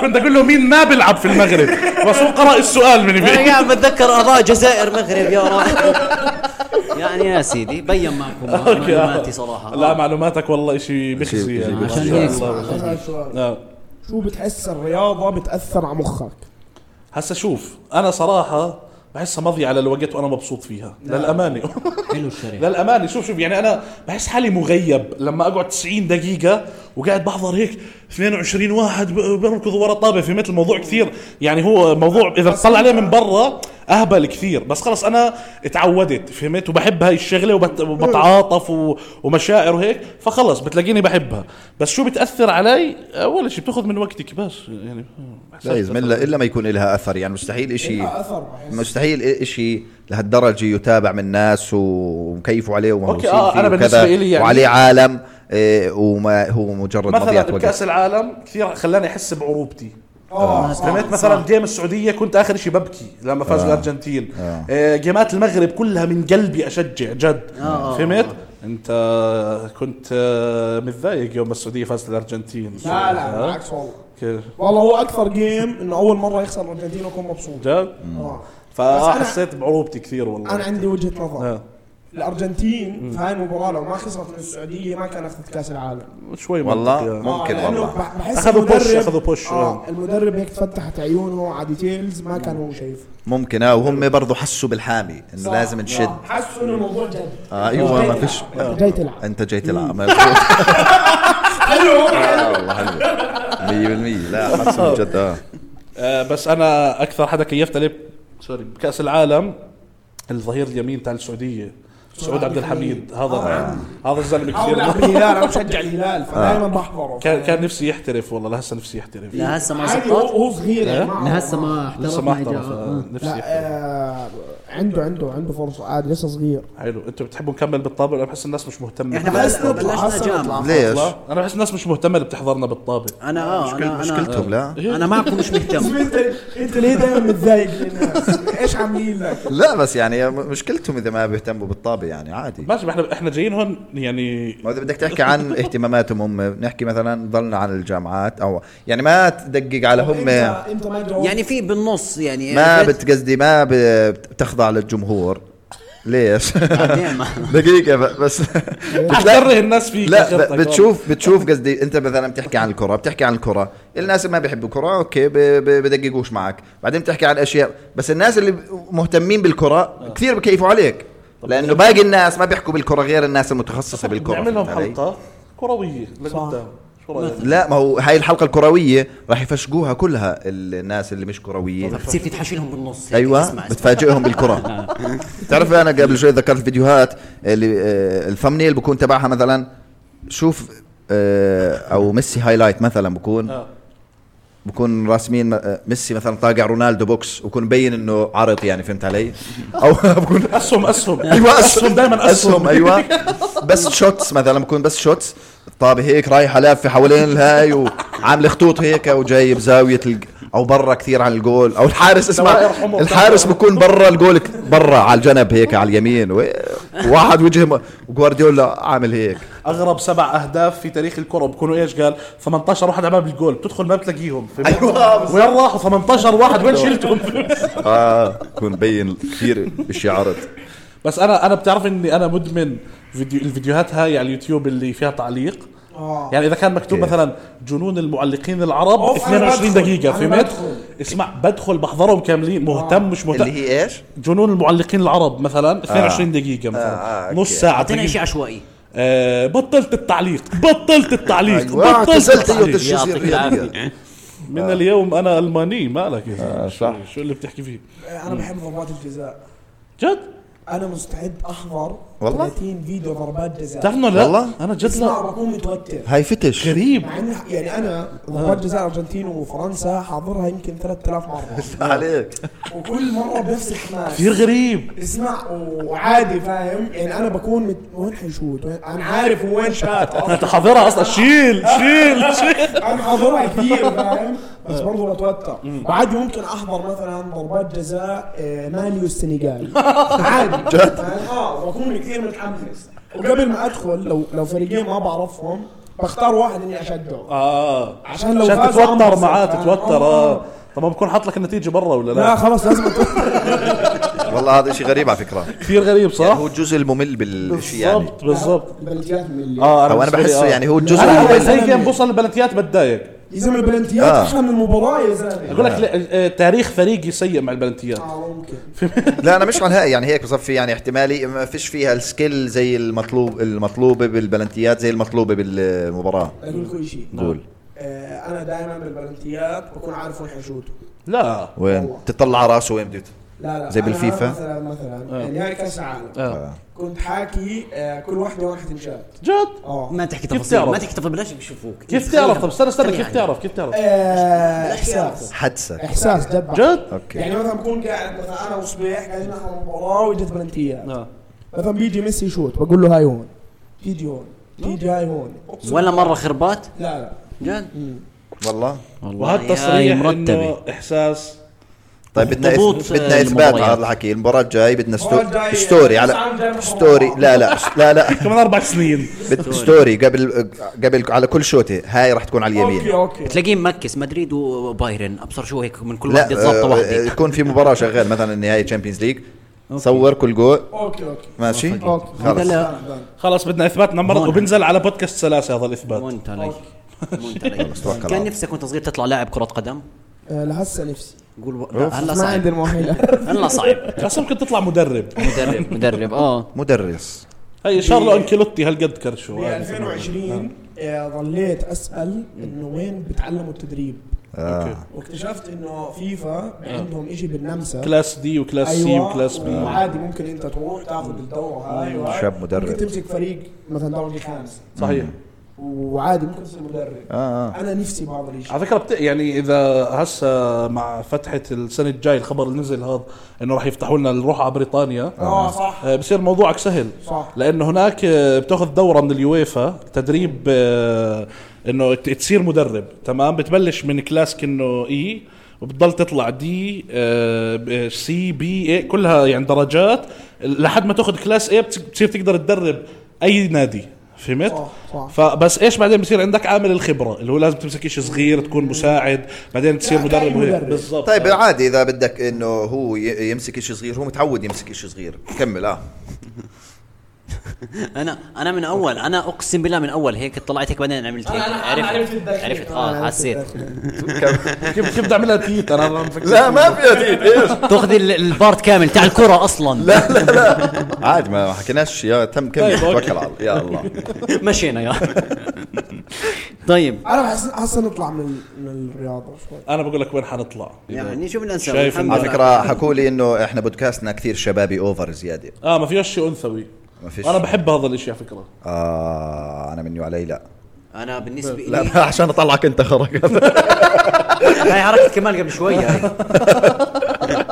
[SPEAKER 1] كنت اقول له مين ما بيلعب في المغرب بس هو قرا السؤال من
[SPEAKER 2] انا
[SPEAKER 1] يمين
[SPEAKER 2] قاعد بتذكر اراء جزائر مغرب يا راجل يعني يا سيدي بين معكم معلوماتي صراحه
[SPEAKER 1] لا معلوماتك والله اشي بخزي
[SPEAKER 3] شيء
[SPEAKER 5] عشان
[SPEAKER 1] يعني. ما شاء
[SPEAKER 5] هيك.
[SPEAKER 1] الله والله.
[SPEAKER 4] هذا السؤال.
[SPEAKER 1] آه.
[SPEAKER 4] شو بتحس الرياضة بتأثر على مخك؟
[SPEAKER 1] هسا شوف انا صراحه بحسها مضيعة على الوقت وانا مبسوط فيها للامانه
[SPEAKER 5] حلو الشريحه
[SPEAKER 1] للامانه شوف شوف يعني انا بحس حالي مغيب لما اقعد 90 دقيقه وقاعد بحضر هيك 22 واحد ب- بيركضوا ورا طابه فهمت الموضوع كثير يعني هو موضوع اذا تطلع عليه من برا اهبل كثير بس خلص انا اتعودت فهمت وبحب هاي الشغله وبت- وبتعاطف و- ومشاعر وهيك فخلص بتلاقيني بحبها بس شو بتاثر علي أه، ولا شيء بتاخذ من وقتك بس يعني
[SPEAKER 3] لا يا زلمه إلا- الا ما يكون لها اثر يعني مستحيل شيء مستحيل شيء لهالدرجه يتابع من الناس ومكيفوا عليه
[SPEAKER 1] أوكي،
[SPEAKER 3] ومهووسين
[SPEAKER 1] آه،
[SPEAKER 3] فيه
[SPEAKER 1] أنا بالنسبة
[SPEAKER 3] وكذا،
[SPEAKER 1] إلي يعني-
[SPEAKER 3] وعليه عالم إيه، وما هو مجرد
[SPEAKER 1] مثلا
[SPEAKER 3] مضيعة وقت
[SPEAKER 1] بكاس العالم كثير خلاني احس بعروبتي
[SPEAKER 4] آه.
[SPEAKER 2] آه.
[SPEAKER 1] فهمت مثلا جيم السعوديه كنت اخر شيء ببكي لما فازوا الارجنتين
[SPEAKER 3] آه.
[SPEAKER 1] آه، جيمات المغرب كلها من قلبي اشجع جد
[SPEAKER 4] آه،
[SPEAKER 1] فهمت انت كنت آه، متضايق يوم السعوديه فازت الارجنتين
[SPEAKER 4] لا لا
[SPEAKER 1] آه،
[SPEAKER 4] بالعكس والله
[SPEAKER 1] كيف؟
[SPEAKER 4] والله هو اكثر جيم انه اول مره يخسر الارجنتين واكون مبسوط
[SPEAKER 1] جد
[SPEAKER 4] آه. بس أنا-
[SPEAKER 1] فحسيت بعروبتي كثير
[SPEAKER 4] انا
[SPEAKER 1] والله
[SPEAKER 4] عندي وجهه نظر
[SPEAKER 1] آه،
[SPEAKER 4] الارجنتين في هاي المباراه لو ما خسرت من السعوديه ما كان اخذت كاس العالم
[SPEAKER 1] شوي
[SPEAKER 3] والله.
[SPEAKER 1] منطقي.
[SPEAKER 4] آه،
[SPEAKER 3] ممكن
[SPEAKER 4] لأنه
[SPEAKER 3] والله.
[SPEAKER 4] بح- بحس
[SPEAKER 1] أخذوا بوش،
[SPEAKER 4] المدرب-
[SPEAKER 1] أخذوا بوش، آه.
[SPEAKER 4] اه المدرب هيك فتحت عيونه على ديتيلز ما كان هو شايفها
[SPEAKER 3] ممكن اه وهم برضه حسوا بالحامي انه لازم نشد
[SPEAKER 4] آه، حسوا انه الموضوع جد
[SPEAKER 3] آه، ايوه ما فيش
[SPEAKER 4] انت جاي تلعب
[SPEAKER 3] انت جاي تلعب مظبوط.
[SPEAKER 4] أيوة،
[SPEAKER 3] آه، والله حلو 100% لا حسوا جد اه
[SPEAKER 1] آه، بس انا اكثر حدا كيفت عليه سوري بكاس العالم الظهير اليمين تاع السعوديه سعود عبد الحميد هذا
[SPEAKER 3] آه.
[SPEAKER 1] هذا الزلمه
[SPEAKER 4] أو
[SPEAKER 1] كثير
[SPEAKER 4] بلعب الهلال انا مشجع الهلال فدائما بحضره
[SPEAKER 1] كان كان نفسي يحترف والله لهسه نفسي يحترف
[SPEAKER 2] لهسه ما
[SPEAKER 4] عادي هو
[SPEAKER 2] زبطت
[SPEAKER 4] هو صغير يعني ما
[SPEAKER 6] انا هسه ما
[SPEAKER 1] لسه
[SPEAKER 6] احترف ما
[SPEAKER 1] ما احترف
[SPEAKER 6] إجا-
[SPEAKER 1] آه،
[SPEAKER 6] آه.
[SPEAKER 1] نفسي
[SPEAKER 4] لا
[SPEAKER 1] يحترف
[SPEAKER 4] آه، عنده عنده عنده فرصه عادي لسه صغير
[SPEAKER 1] حلو انتوا بتحبوا نكمل بالطابه ولا بحس الناس مش مهتمه
[SPEAKER 2] احنا
[SPEAKER 1] بالطابة؟
[SPEAKER 4] بس
[SPEAKER 2] بلشنا
[SPEAKER 4] نطلع،
[SPEAKER 2] بلشنا
[SPEAKER 4] هسه نطلع.
[SPEAKER 2] جام
[SPEAKER 3] ليش؟
[SPEAKER 1] لا، انا بحس الناس مش مهتمه اللي بتحضرنا بالطابه
[SPEAKER 2] انا اه
[SPEAKER 3] مشكل-
[SPEAKER 2] أنا- آه، انا
[SPEAKER 3] مشكلتهم لا
[SPEAKER 2] انا معكم مش مهتم
[SPEAKER 4] انت انت ليه دائما متضايق من الناس؟ ايش عاملين لك؟
[SPEAKER 3] لا بس يعني مشكلتهم اذا ما بيهتموا بالطابه يعني عادي
[SPEAKER 1] ماشي ما احنا احنا جايين هون يعني
[SPEAKER 3] ما اذا بدك تحكي عن اهتماماتهم هم نحكي مثلا ضلنا عن الجامعات او يعني ما تدقق على هم
[SPEAKER 4] انت انت ما جاوبت
[SPEAKER 2] يعني في بالنص يعني
[SPEAKER 3] ما
[SPEAKER 2] فت-
[SPEAKER 3] بتقصدي ما ب- بتخضع للجمهور ليش
[SPEAKER 2] بعدين ما-
[SPEAKER 3] دقيقة ب- بس
[SPEAKER 1] بتكره الناس فيك يا
[SPEAKER 3] لا
[SPEAKER 1] خرطك.
[SPEAKER 3] ب- بتشوف بتشوف قصدي انت مثلا بتحكي عن الكرة بتحكي عن الكرة الناس اللي ما بيحبوا الكرة اوكي ب- ب- بدققوش معك بعدين بتحكي عن اشياء بس الناس اللي مهتمين بالكرة كثير بكيفوا عليك لانه باقي الناس ما بيحكوا بالكرة غير الناس المتخصصة بالكرة
[SPEAKER 1] نعمل لهم
[SPEAKER 3] فهمت علي؟
[SPEAKER 1] حلقه كرويه لقدام شو رايك؟
[SPEAKER 3] لا ما هو هاي الحلقه الكرويه راح يفشقوها كلها الناس اللي مش كرويين
[SPEAKER 2] بتصير في تحشي لهم بالنص هيك،
[SPEAKER 3] ايوه
[SPEAKER 2] اسمع، نعم. اسمع.
[SPEAKER 3] بتفاجئهم بالكره تعرف انا قبل شوي ذكرت فيديوهات اللي آه، الثمنيل بكون تبعها مثلا شوف آه، او ميسي هايلايت مثلا بكون
[SPEAKER 1] آه.
[SPEAKER 3] بكون راسمين آه، ميسي مثلا طاقع رونالدو بوكس وبكون مبين انه عرض يعني فهمت علي؟ او بكون
[SPEAKER 1] اسهم اسهم
[SPEAKER 3] ايوه
[SPEAKER 1] اسهم دائما اسهم
[SPEAKER 3] اسهم ايوه بس شوتس مثلا بكون بس شوتس الطابه هيك رايحه لافه حوالين الهاي وعامله خطوط هيك وجايب زاويه الج... او برا كثير عن الجول او الحارس اسمع
[SPEAKER 1] دوائر حمر.
[SPEAKER 3] الحارس بكون برا الجول ك- برا على الجنب هيك على اليمين و- وواحد وجهه م- وجوارديولا عامل هيك
[SPEAKER 1] اغرب سبع اهداف في تاريخ الكره بكونوا ايش قال 18 واحد امام الجول بتدخل ما بتلاقيهم
[SPEAKER 4] أيوه.
[SPEAKER 3] أيوة.
[SPEAKER 1] وين راحوا 18 واحد وين شلتهم
[SPEAKER 3] اه بكون مبين كثير اشي عرض
[SPEAKER 1] بس انا انا بتعرف اني انا مدمن فيديو الفيديوهات هاي على اليوتيوب اللي فيها تعليق
[SPEAKER 4] آه.
[SPEAKER 1] يعني اذا كان مكتوب
[SPEAKER 3] أوكي.
[SPEAKER 1] مثلا جنون المعلقين العرب
[SPEAKER 4] أوف، أنا
[SPEAKER 1] 22
[SPEAKER 4] بدخل.
[SPEAKER 1] دقيقه
[SPEAKER 4] أنا
[SPEAKER 1] فهمت
[SPEAKER 4] بدخل. آه.
[SPEAKER 1] اسمع بدخل بحضرهم كاملين مهتم مش
[SPEAKER 3] اللي
[SPEAKER 1] مهتم
[SPEAKER 3] هي ايش؟
[SPEAKER 1] جنون المعلقين العرب مثلا 22 دقيقه مثلا
[SPEAKER 3] آه،
[SPEAKER 1] نص
[SPEAKER 3] أوكي.
[SPEAKER 1] ساعه
[SPEAKER 2] اعطينا
[SPEAKER 1] تلاقيه
[SPEAKER 2] شيء عشوائي
[SPEAKER 1] آه، بطلت التعليق بطلت التعليق
[SPEAKER 3] أيوة،
[SPEAKER 4] آه،
[SPEAKER 1] بطلت
[SPEAKER 3] اعتزلت
[SPEAKER 1] التعليق
[SPEAKER 3] ايوه شو يصير
[SPEAKER 2] يعطيك العافية.
[SPEAKER 3] رياضية.
[SPEAKER 1] من اليوم انا الماني مالك يا زلمة؟
[SPEAKER 3] آه، صح.
[SPEAKER 1] شو- شو اللي بتحكي فيه
[SPEAKER 4] انا بحب ضربات الجزاء
[SPEAKER 1] جد
[SPEAKER 4] انا مستعد احضر
[SPEAKER 3] والله؟
[SPEAKER 4] 30 فيديو ضربات جزاء
[SPEAKER 1] بتعرف إنه لا
[SPEAKER 3] والله؟
[SPEAKER 1] انا جد
[SPEAKER 4] اسمع
[SPEAKER 1] لا
[SPEAKER 4] بكون متوتر
[SPEAKER 3] هاي فتش
[SPEAKER 1] غريب
[SPEAKER 4] مع انه يعني انا ضربات جزاء الارجنتين وفرنسا حاضرها يمكن 3000 مره
[SPEAKER 3] عليك
[SPEAKER 4] وكل مره بنفس الحماس
[SPEAKER 1] كثير غريب
[SPEAKER 4] اسمع وعادي فاهم يعني انا بكون مت... وين حيشوت وين... انا عارف هو وين شات
[SPEAKER 1] انت حاضرها اصلا شيل شيل شيل
[SPEAKER 4] انا حاضرها كثير فاهم
[SPEAKER 1] آه.
[SPEAKER 4] بس برضه بتوتر وعادي ممكن احضر مثلا ضربات جزاء آه، مالي والسنغال عادي جد اه بكون كثير متحمس وقبل ما ادخل لو لو فريقين ما بعرفهم بختار واحد اني اشجعه
[SPEAKER 1] اه
[SPEAKER 4] عشان لو
[SPEAKER 1] عشان
[SPEAKER 4] فاز
[SPEAKER 1] تتوتر
[SPEAKER 4] أنبسط،
[SPEAKER 1] معاه
[SPEAKER 4] فاهم؟
[SPEAKER 1] تتوتر
[SPEAKER 4] آه.
[SPEAKER 1] اه طب ما بكون حاط لك النتيجه برا ولا
[SPEAKER 4] لا
[SPEAKER 1] لا
[SPEAKER 4] خلاص لازم أتوتر.
[SPEAKER 3] والله هذا شيء غريب على فكره
[SPEAKER 1] كثير غريب صح
[SPEAKER 3] يعني هو الجزء الممل بالشيء يعني
[SPEAKER 1] بالضبط بالضبط
[SPEAKER 4] البلديات من اللي
[SPEAKER 1] اه
[SPEAKER 3] او انا
[SPEAKER 1] بالنسبة لي
[SPEAKER 3] بحسه
[SPEAKER 1] آه.
[SPEAKER 3] يعني هو الجزء
[SPEAKER 1] انا
[SPEAKER 3] الممل
[SPEAKER 1] زي جيم بوصل البلنتيات بتضايق
[SPEAKER 4] يا زلمه البلنتيات
[SPEAKER 3] آه.
[SPEAKER 4] احلى من المباراه يا زلمه
[SPEAKER 1] اقول لك لا- آه، تاريخ فريقي سيء مع البلنتيات
[SPEAKER 4] اه ممكن
[SPEAKER 3] لا انا مش عن هاي يعني هيك بصفي يعني احتمالي ما فيش فيها السكيل زي المطلوب المطلوبه بالبلنتيات زي المطلوبه بالمباراه
[SPEAKER 4] اقول لكم شيء
[SPEAKER 3] قول
[SPEAKER 4] آه، انا دائما بالبلنتيات بكون عارف وين حشوته
[SPEAKER 1] لا
[SPEAKER 3] وين تطلع على راسه وين بده
[SPEAKER 4] لا لا
[SPEAKER 3] زي
[SPEAKER 4] أنا
[SPEAKER 3] بالفيفا؟
[SPEAKER 4] مثلا مثلا نهائي كاس العالم
[SPEAKER 1] آه.
[SPEAKER 4] كنت حاكي آه، كل واحده واحد تنشات
[SPEAKER 1] جد
[SPEAKER 4] اه
[SPEAKER 2] ما تحكي
[SPEAKER 1] كيف
[SPEAKER 2] تفاصيل
[SPEAKER 1] تعرف؟
[SPEAKER 2] ما تحكي تفاصيل بلاش بيشوفوك
[SPEAKER 1] كيف تعرف طب استنى استنى
[SPEAKER 2] يعني.
[SPEAKER 1] كيف تعرف كيف تعرف
[SPEAKER 4] آه، احساس
[SPEAKER 3] حدسك
[SPEAKER 4] احساس جد
[SPEAKER 1] جد
[SPEAKER 3] اوكي
[SPEAKER 4] يعني مثلا بكون قاعد مثلا انا وصبيح قاعدين نحضر مباراه واجت بلنتيات
[SPEAKER 1] آه.
[SPEAKER 4] مثلا بيجي ميسي يشوت بقول له هاي هون تيجي هون تيجي هاي هون أقسم
[SPEAKER 2] ولا مره خربات
[SPEAKER 4] لا لا
[SPEAKER 2] جد
[SPEAKER 3] والله
[SPEAKER 2] والله
[SPEAKER 1] وهذا
[SPEAKER 2] يا
[SPEAKER 1] التصريح
[SPEAKER 2] مرتبه
[SPEAKER 1] انه احساس
[SPEAKER 3] طيب بدنا
[SPEAKER 2] ضبوط
[SPEAKER 3] إث- بدنا اثبات
[SPEAKER 2] المباريات.
[SPEAKER 3] على هذا الحكي المباراه الجاي بدنا
[SPEAKER 4] المباراة
[SPEAKER 3] ستو...
[SPEAKER 4] الجاية-
[SPEAKER 3] ستوري
[SPEAKER 4] بس
[SPEAKER 3] على
[SPEAKER 4] عم جاي
[SPEAKER 3] ستوري لا لا لا لا
[SPEAKER 1] كمان اربع سنين
[SPEAKER 3] بد- ستوري قبل قبل على كل شوطه هاي راح تكون على
[SPEAKER 4] اوكي
[SPEAKER 3] اليمين
[SPEAKER 4] اوكي
[SPEAKER 2] تلاقيه مركز مدريد وبايرن ابصر شو هيك من كل
[SPEAKER 3] لا
[SPEAKER 2] واحده تظبطه
[SPEAKER 3] آه، آه،
[SPEAKER 2] واحده
[SPEAKER 3] يكون في مباراه شغال مثلا نهائي تشامبيونز ليج صور كل جول
[SPEAKER 4] اوكي اوكي
[SPEAKER 3] ماشي
[SPEAKER 4] أوكي.
[SPEAKER 2] هذا
[SPEAKER 3] خلص
[SPEAKER 2] لا
[SPEAKER 1] خلاص بدنا اثبات نمرض
[SPEAKER 2] هون.
[SPEAKER 1] وبنزل على بودكاست سلاسه هذا
[SPEAKER 3] آه،
[SPEAKER 1] الاثبات
[SPEAKER 2] مونت عليك مونت
[SPEAKER 3] توكل
[SPEAKER 2] عليك
[SPEAKER 3] على
[SPEAKER 2] كان
[SPEAKER 3] الله.
[SPEAKER 2] نفسك وانت صغير تطلع لاعب كره قدم
[SPEAKER 4] آه، لهسه نفسي
[SPEAKER 2] قول و- لا، هلا
[SPEAKER 7] ما عندي
[SPEAKER 2] صعب
[SPEAKER 7] المؤهله
[SPEAKER 2] هلا صعب
[SPEAKER 1] قسم كنت تطلع مدرب
[SPEAKER 2] مدرب مدرب اه
[SPEAKER 3] مدرس
[SPEAKER 1] هي شارلو انكيلوتي هالقد كرشو
[SPEAKER 4] ب 2020 آه، ظليت اسال انه وين بتعلموا التدريب
[SPEAKER 3] آه.
[SPEAKER 4] واكتشفت انه فيفا عندهم شيء بالنمسا
[SPEAKER 1] كلاس دي وكلاس سي
[SPEAKER 4] أيوة.
[SPEAKER 1] وكلاس بي
[SPEAKER 4] وعادي ممكن انت تروح تاخذ الدوره هاي وهاي.
[SPEAKER 3] شاب مدرب.
[SPEAKER 4] ممكن تمسك فريق مثلا درجه خامسه
[SPEAKER 1] صحيح
[SPEAKER 4] وعادي ممكن تصير مدرب
[SPEAKER 3] آه.
[SPEAKER 4] انا نفسي بهذا الشيء
[SPEAKER 1] على فكره بت... يعني اذا هسه مع فتحه السنه الجاي الخبر اللي نزل هذا انه راح يفتحوا لنا نروح على بريطانيا
[SPEAKER 4] اه صح
[SPEAKER 1] آه، بصير موضوعك سهل
[SPEAKER 4] صح.
[SPEAKER 1] لانه هناك آه، بتاخذ دوره من اليويفا تدريب آه، انه ت- تصير مدرب تمام بتبلش من كلاسك انه اي وبتضل تطلع آه، دي سي بي اي كلها يعني درجات لحد ما تاخذ كلاس اي بتصير تقدر تدرب اي نادي فهمت؟
[SPEAKER 4] صح، صح.
[SPEAKER 1] فبس ايش بعدين بصير عندك عامل الخبره اللي هو لازم تمسك شيء صغير تكون مساعد بعدين تصير
[SPEAKER 4] لا،
[SPEAKER 1] مدرب
[SPEAKER 4] كأي
[SPEAKER 1] وهيك.
[SPEAKER 4] مدرب.
[SPEAKER 1] بالضبط
[SPEAKER 3] طيب عادي اذا بدك انه هو ي- يمسك شيء صغير هو متعود يمسك شيء صغير كمل اه
[SPEAKER 2] انا انا من اول انا اقسم بالله من اول هيك طلعت هيك بعدين عملت هيك عرفت عرفت
[SPEAKER 3] آه،
[SPEAKER 2] اه حسيت
[SPEAKER 1] كيف كيف بدي اعملها تيت انا أنا مفكر
[SPEAKER 3] لا ما في جديد ايش
[SPEAKER 2] تاخذ ال- البارت كامل تاع الكره اصلا لا
[SPEAKER 3] عادي ما حكيناش يا تم كمل
[SPEAKER 1] طيب، أوكي.
[SPEAKER 3] توكل على الله. يا الله
[SPEAKER 2] مشينا يا طيب
[SPEAKER 4] انا بحس هسه نطلع من من الرياضه شوي
[SPEAKER 1] انا بقول لك وين حنطلع
[SPEAKER 2] يعني شو بدنا نسوي
[SPEAKER 1] شايف
[SPEAKER 2] الحمد
[SPEAKER 3] على
[SPEAKER 2] لله.
[SPEAKER 3] فكره حكوا لي انه احنا بودكاستنا كثير شبابي اوفر زياده
[SPEAKER 1] اه ما فيهاش شيء انثوي
[SPEAKER 3] ما فيش
[SPEAKER 1] انا بحب هذا الاشي على فكره
[SPEAKER 3] آه انا مني وعلي لا
[SPEAKER 2] انا بالنسبه لي
[SPEAKER 3] عشان اطلعك انت خرج
[SPEAKER 2] هاي حركه كمال قبل شوي هاي
[SPEAKER 1] لا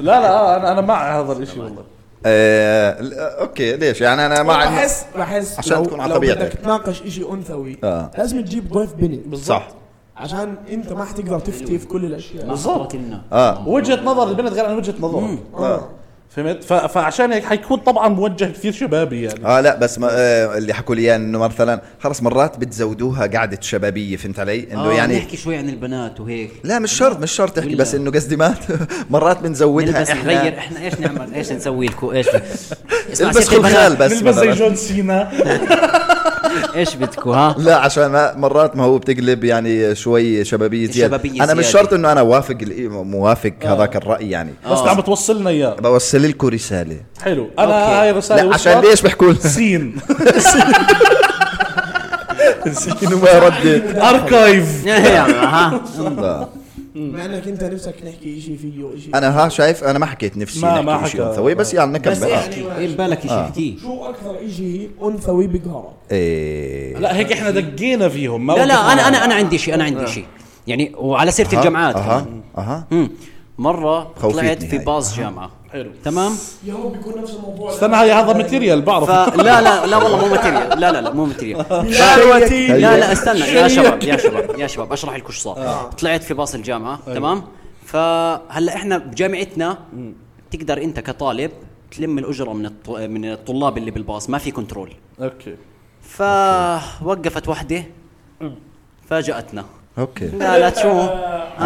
[SPEAKER 1] لا آه انا انا مع هذا الاشي والله
[SPEAKER 3] آه، ل- اوكي ليش يعني انا ما عندي
[SPEAKER 4] بحس بحس
[SPEAKER 3] عشان
[SPEAKER 4] لو-
[SPEAKER 3] تكون على
[SPEAKER 4] لو
[SPEAKER 3] طبيعتك.
[SPEAKER 4] بدك تناقش شيء انثوي
[SPEAKER 3] آه.
[SPEAKER 4] لازم تجيب ضيف بنت
[SPEAKER 3] صح
[SPEAKER 4] عشان انت ما حتقدر تفتي في كل الاشياء
[SPEAKER 2] بالضبط
[SPEAKER 3] اه
[SPEAKER 1] وجهه نظر البنت غير عن وجهه نظرك
[SPEAKER 3] آه.
[SPEAKER 1] فهمت ف- فعشان هيك حيكون طبعا موجه كثير شبابي يعني
[SPEAKER 3] اه لا بس ما آه اللي حكوا لي إياه انه مثلا خلص مرات بتزودوها قعده شبابيه فهمت علي؟ انه
[SPEAKER 2] آه
[SPEAKER 3] يعني
[SPEAKER 2] نحكي شوي عن البنات وهيك
[SPEAKER 3] لا مش شرط مش شرط تحكي
[SPEAKER 2] ولا-
[SPEAKER 3] بس انه قصدي ما مرات بنزودها
[SPEAKER 2] نلبس نغير
[SPEAKER 3] احنا
[SPEAKER 2] احنا ايش نعمل ايش نسوي لكم ايش اسمع
[SPEAKER 3] البس
[SPEAKER 2] سيرة البنات
[SPEAKER 3] خلخال بس
[SPEAKER 1] نلبس زي
[SPEAKER 3] مثلاً.
[SPEAKER 1] جون سينا
[SPEAKER 2] ايش بدكم ها
[SPEAKER 3] لا عشان ما مرات ما هو بتقلب يعني شوي شبابيه زياده
[SPEAKER 2] شبابية
[SPEAKER 3] انا مش
[SPEAKER 2] زيادة. آه.
[SPEAKER 3] شرط انه انا وافق ال- موافق هذاك الراي يعني
[SPEAKER 1] بس عم بتوصلنا اياه
[SPEAKER 3] بوصل لكم رساله
[SPEAKER 1] حلو انا
[SPEAKER 2] أوكي.
[SPEAKER 1] هاي رساله
[SPEAKER 3] لا
[SPEAKER 1] وصلت.
[SPEAKER 3] عشان ليش بيحكوا لنا
[SPEAKER 1] سين
[SPEAKER 3] انه ما ردت
[SPEAKER 1] اركايف
[SPEAKER 2] ها
[SPEAKER 3] لا.
[SPEAKER 4] مع انك انت نفسك نحكي شيء فيه شيء
[SPEAKER 3] انا ها شايف انا ما حكيت نفسي
[SPEAKER 1] ما- ما
[SPEAKER 3] نحكي شيء
[SPEAKER 1] حكى.
[SPEAKER 3] انثوي بس يعني
[SPEAKER 2] بس
[SPEAKER 3] نكمل آه.
[SPEAKER 2] احكي ايه ببالك ايش احكي
[SPEAKER 4] شو اكثر شيء انثوي بقهرك
[SPEAKER 3] إيه.
[SPEAKER 1] لا هيك احنا دقينا فيهم
[SPEAKER 3] آه.
[SPEAKER 1] ما
[SPEAKER 2] لا
[SPEAKER 1] وجهة
[SPEAKER 2] لا انا
[SPEAKER 1] نظر.
[SPEAKER 2] انا انا عندي شيء انا عندي شيء يعني وعلى سيره الجامعات
[SPEAKER 3] اها
[SPEAKER 2] كمان.
[SPEAKER 3] اها
[SPEAKER 2] مم. مره
[SPEAKER 3] خوفتني
[SPEAKER 2] طلعت في
[SPEAKER 3] هاي.
[SPEAKER 2] باص جامعه
[SPEAKER 1] حلو.
[SPEAKER 2] تمام
[SPEAKER 4] يا رب يكون نفس الموضوع
[SPEAKER 1] استنى هاي هذا ماتيريال بعرف
[SPEAKER 2] فلا لا لا والله مو ماتيريال لا لا لا مو ماتيريال
[SPEAKER 4] شهوتي
[SPEAKER 2] لا لا استنى يا شباب يا شباب يا شباب اشرح لكم شو صار طلعت في باص الجامعه تمام فهلا احنا بجامعتنا تقدر انت كطالب تلم الاجره من الط- من الطلاب اللي بالباص ما في كنترول
[SPEAKER 1] اوكي
[SPEAKER 2] فوقفت وحده فاجاتنا
[SPEAKER 3] اوكي
[SPEAKER 2] لا لا شو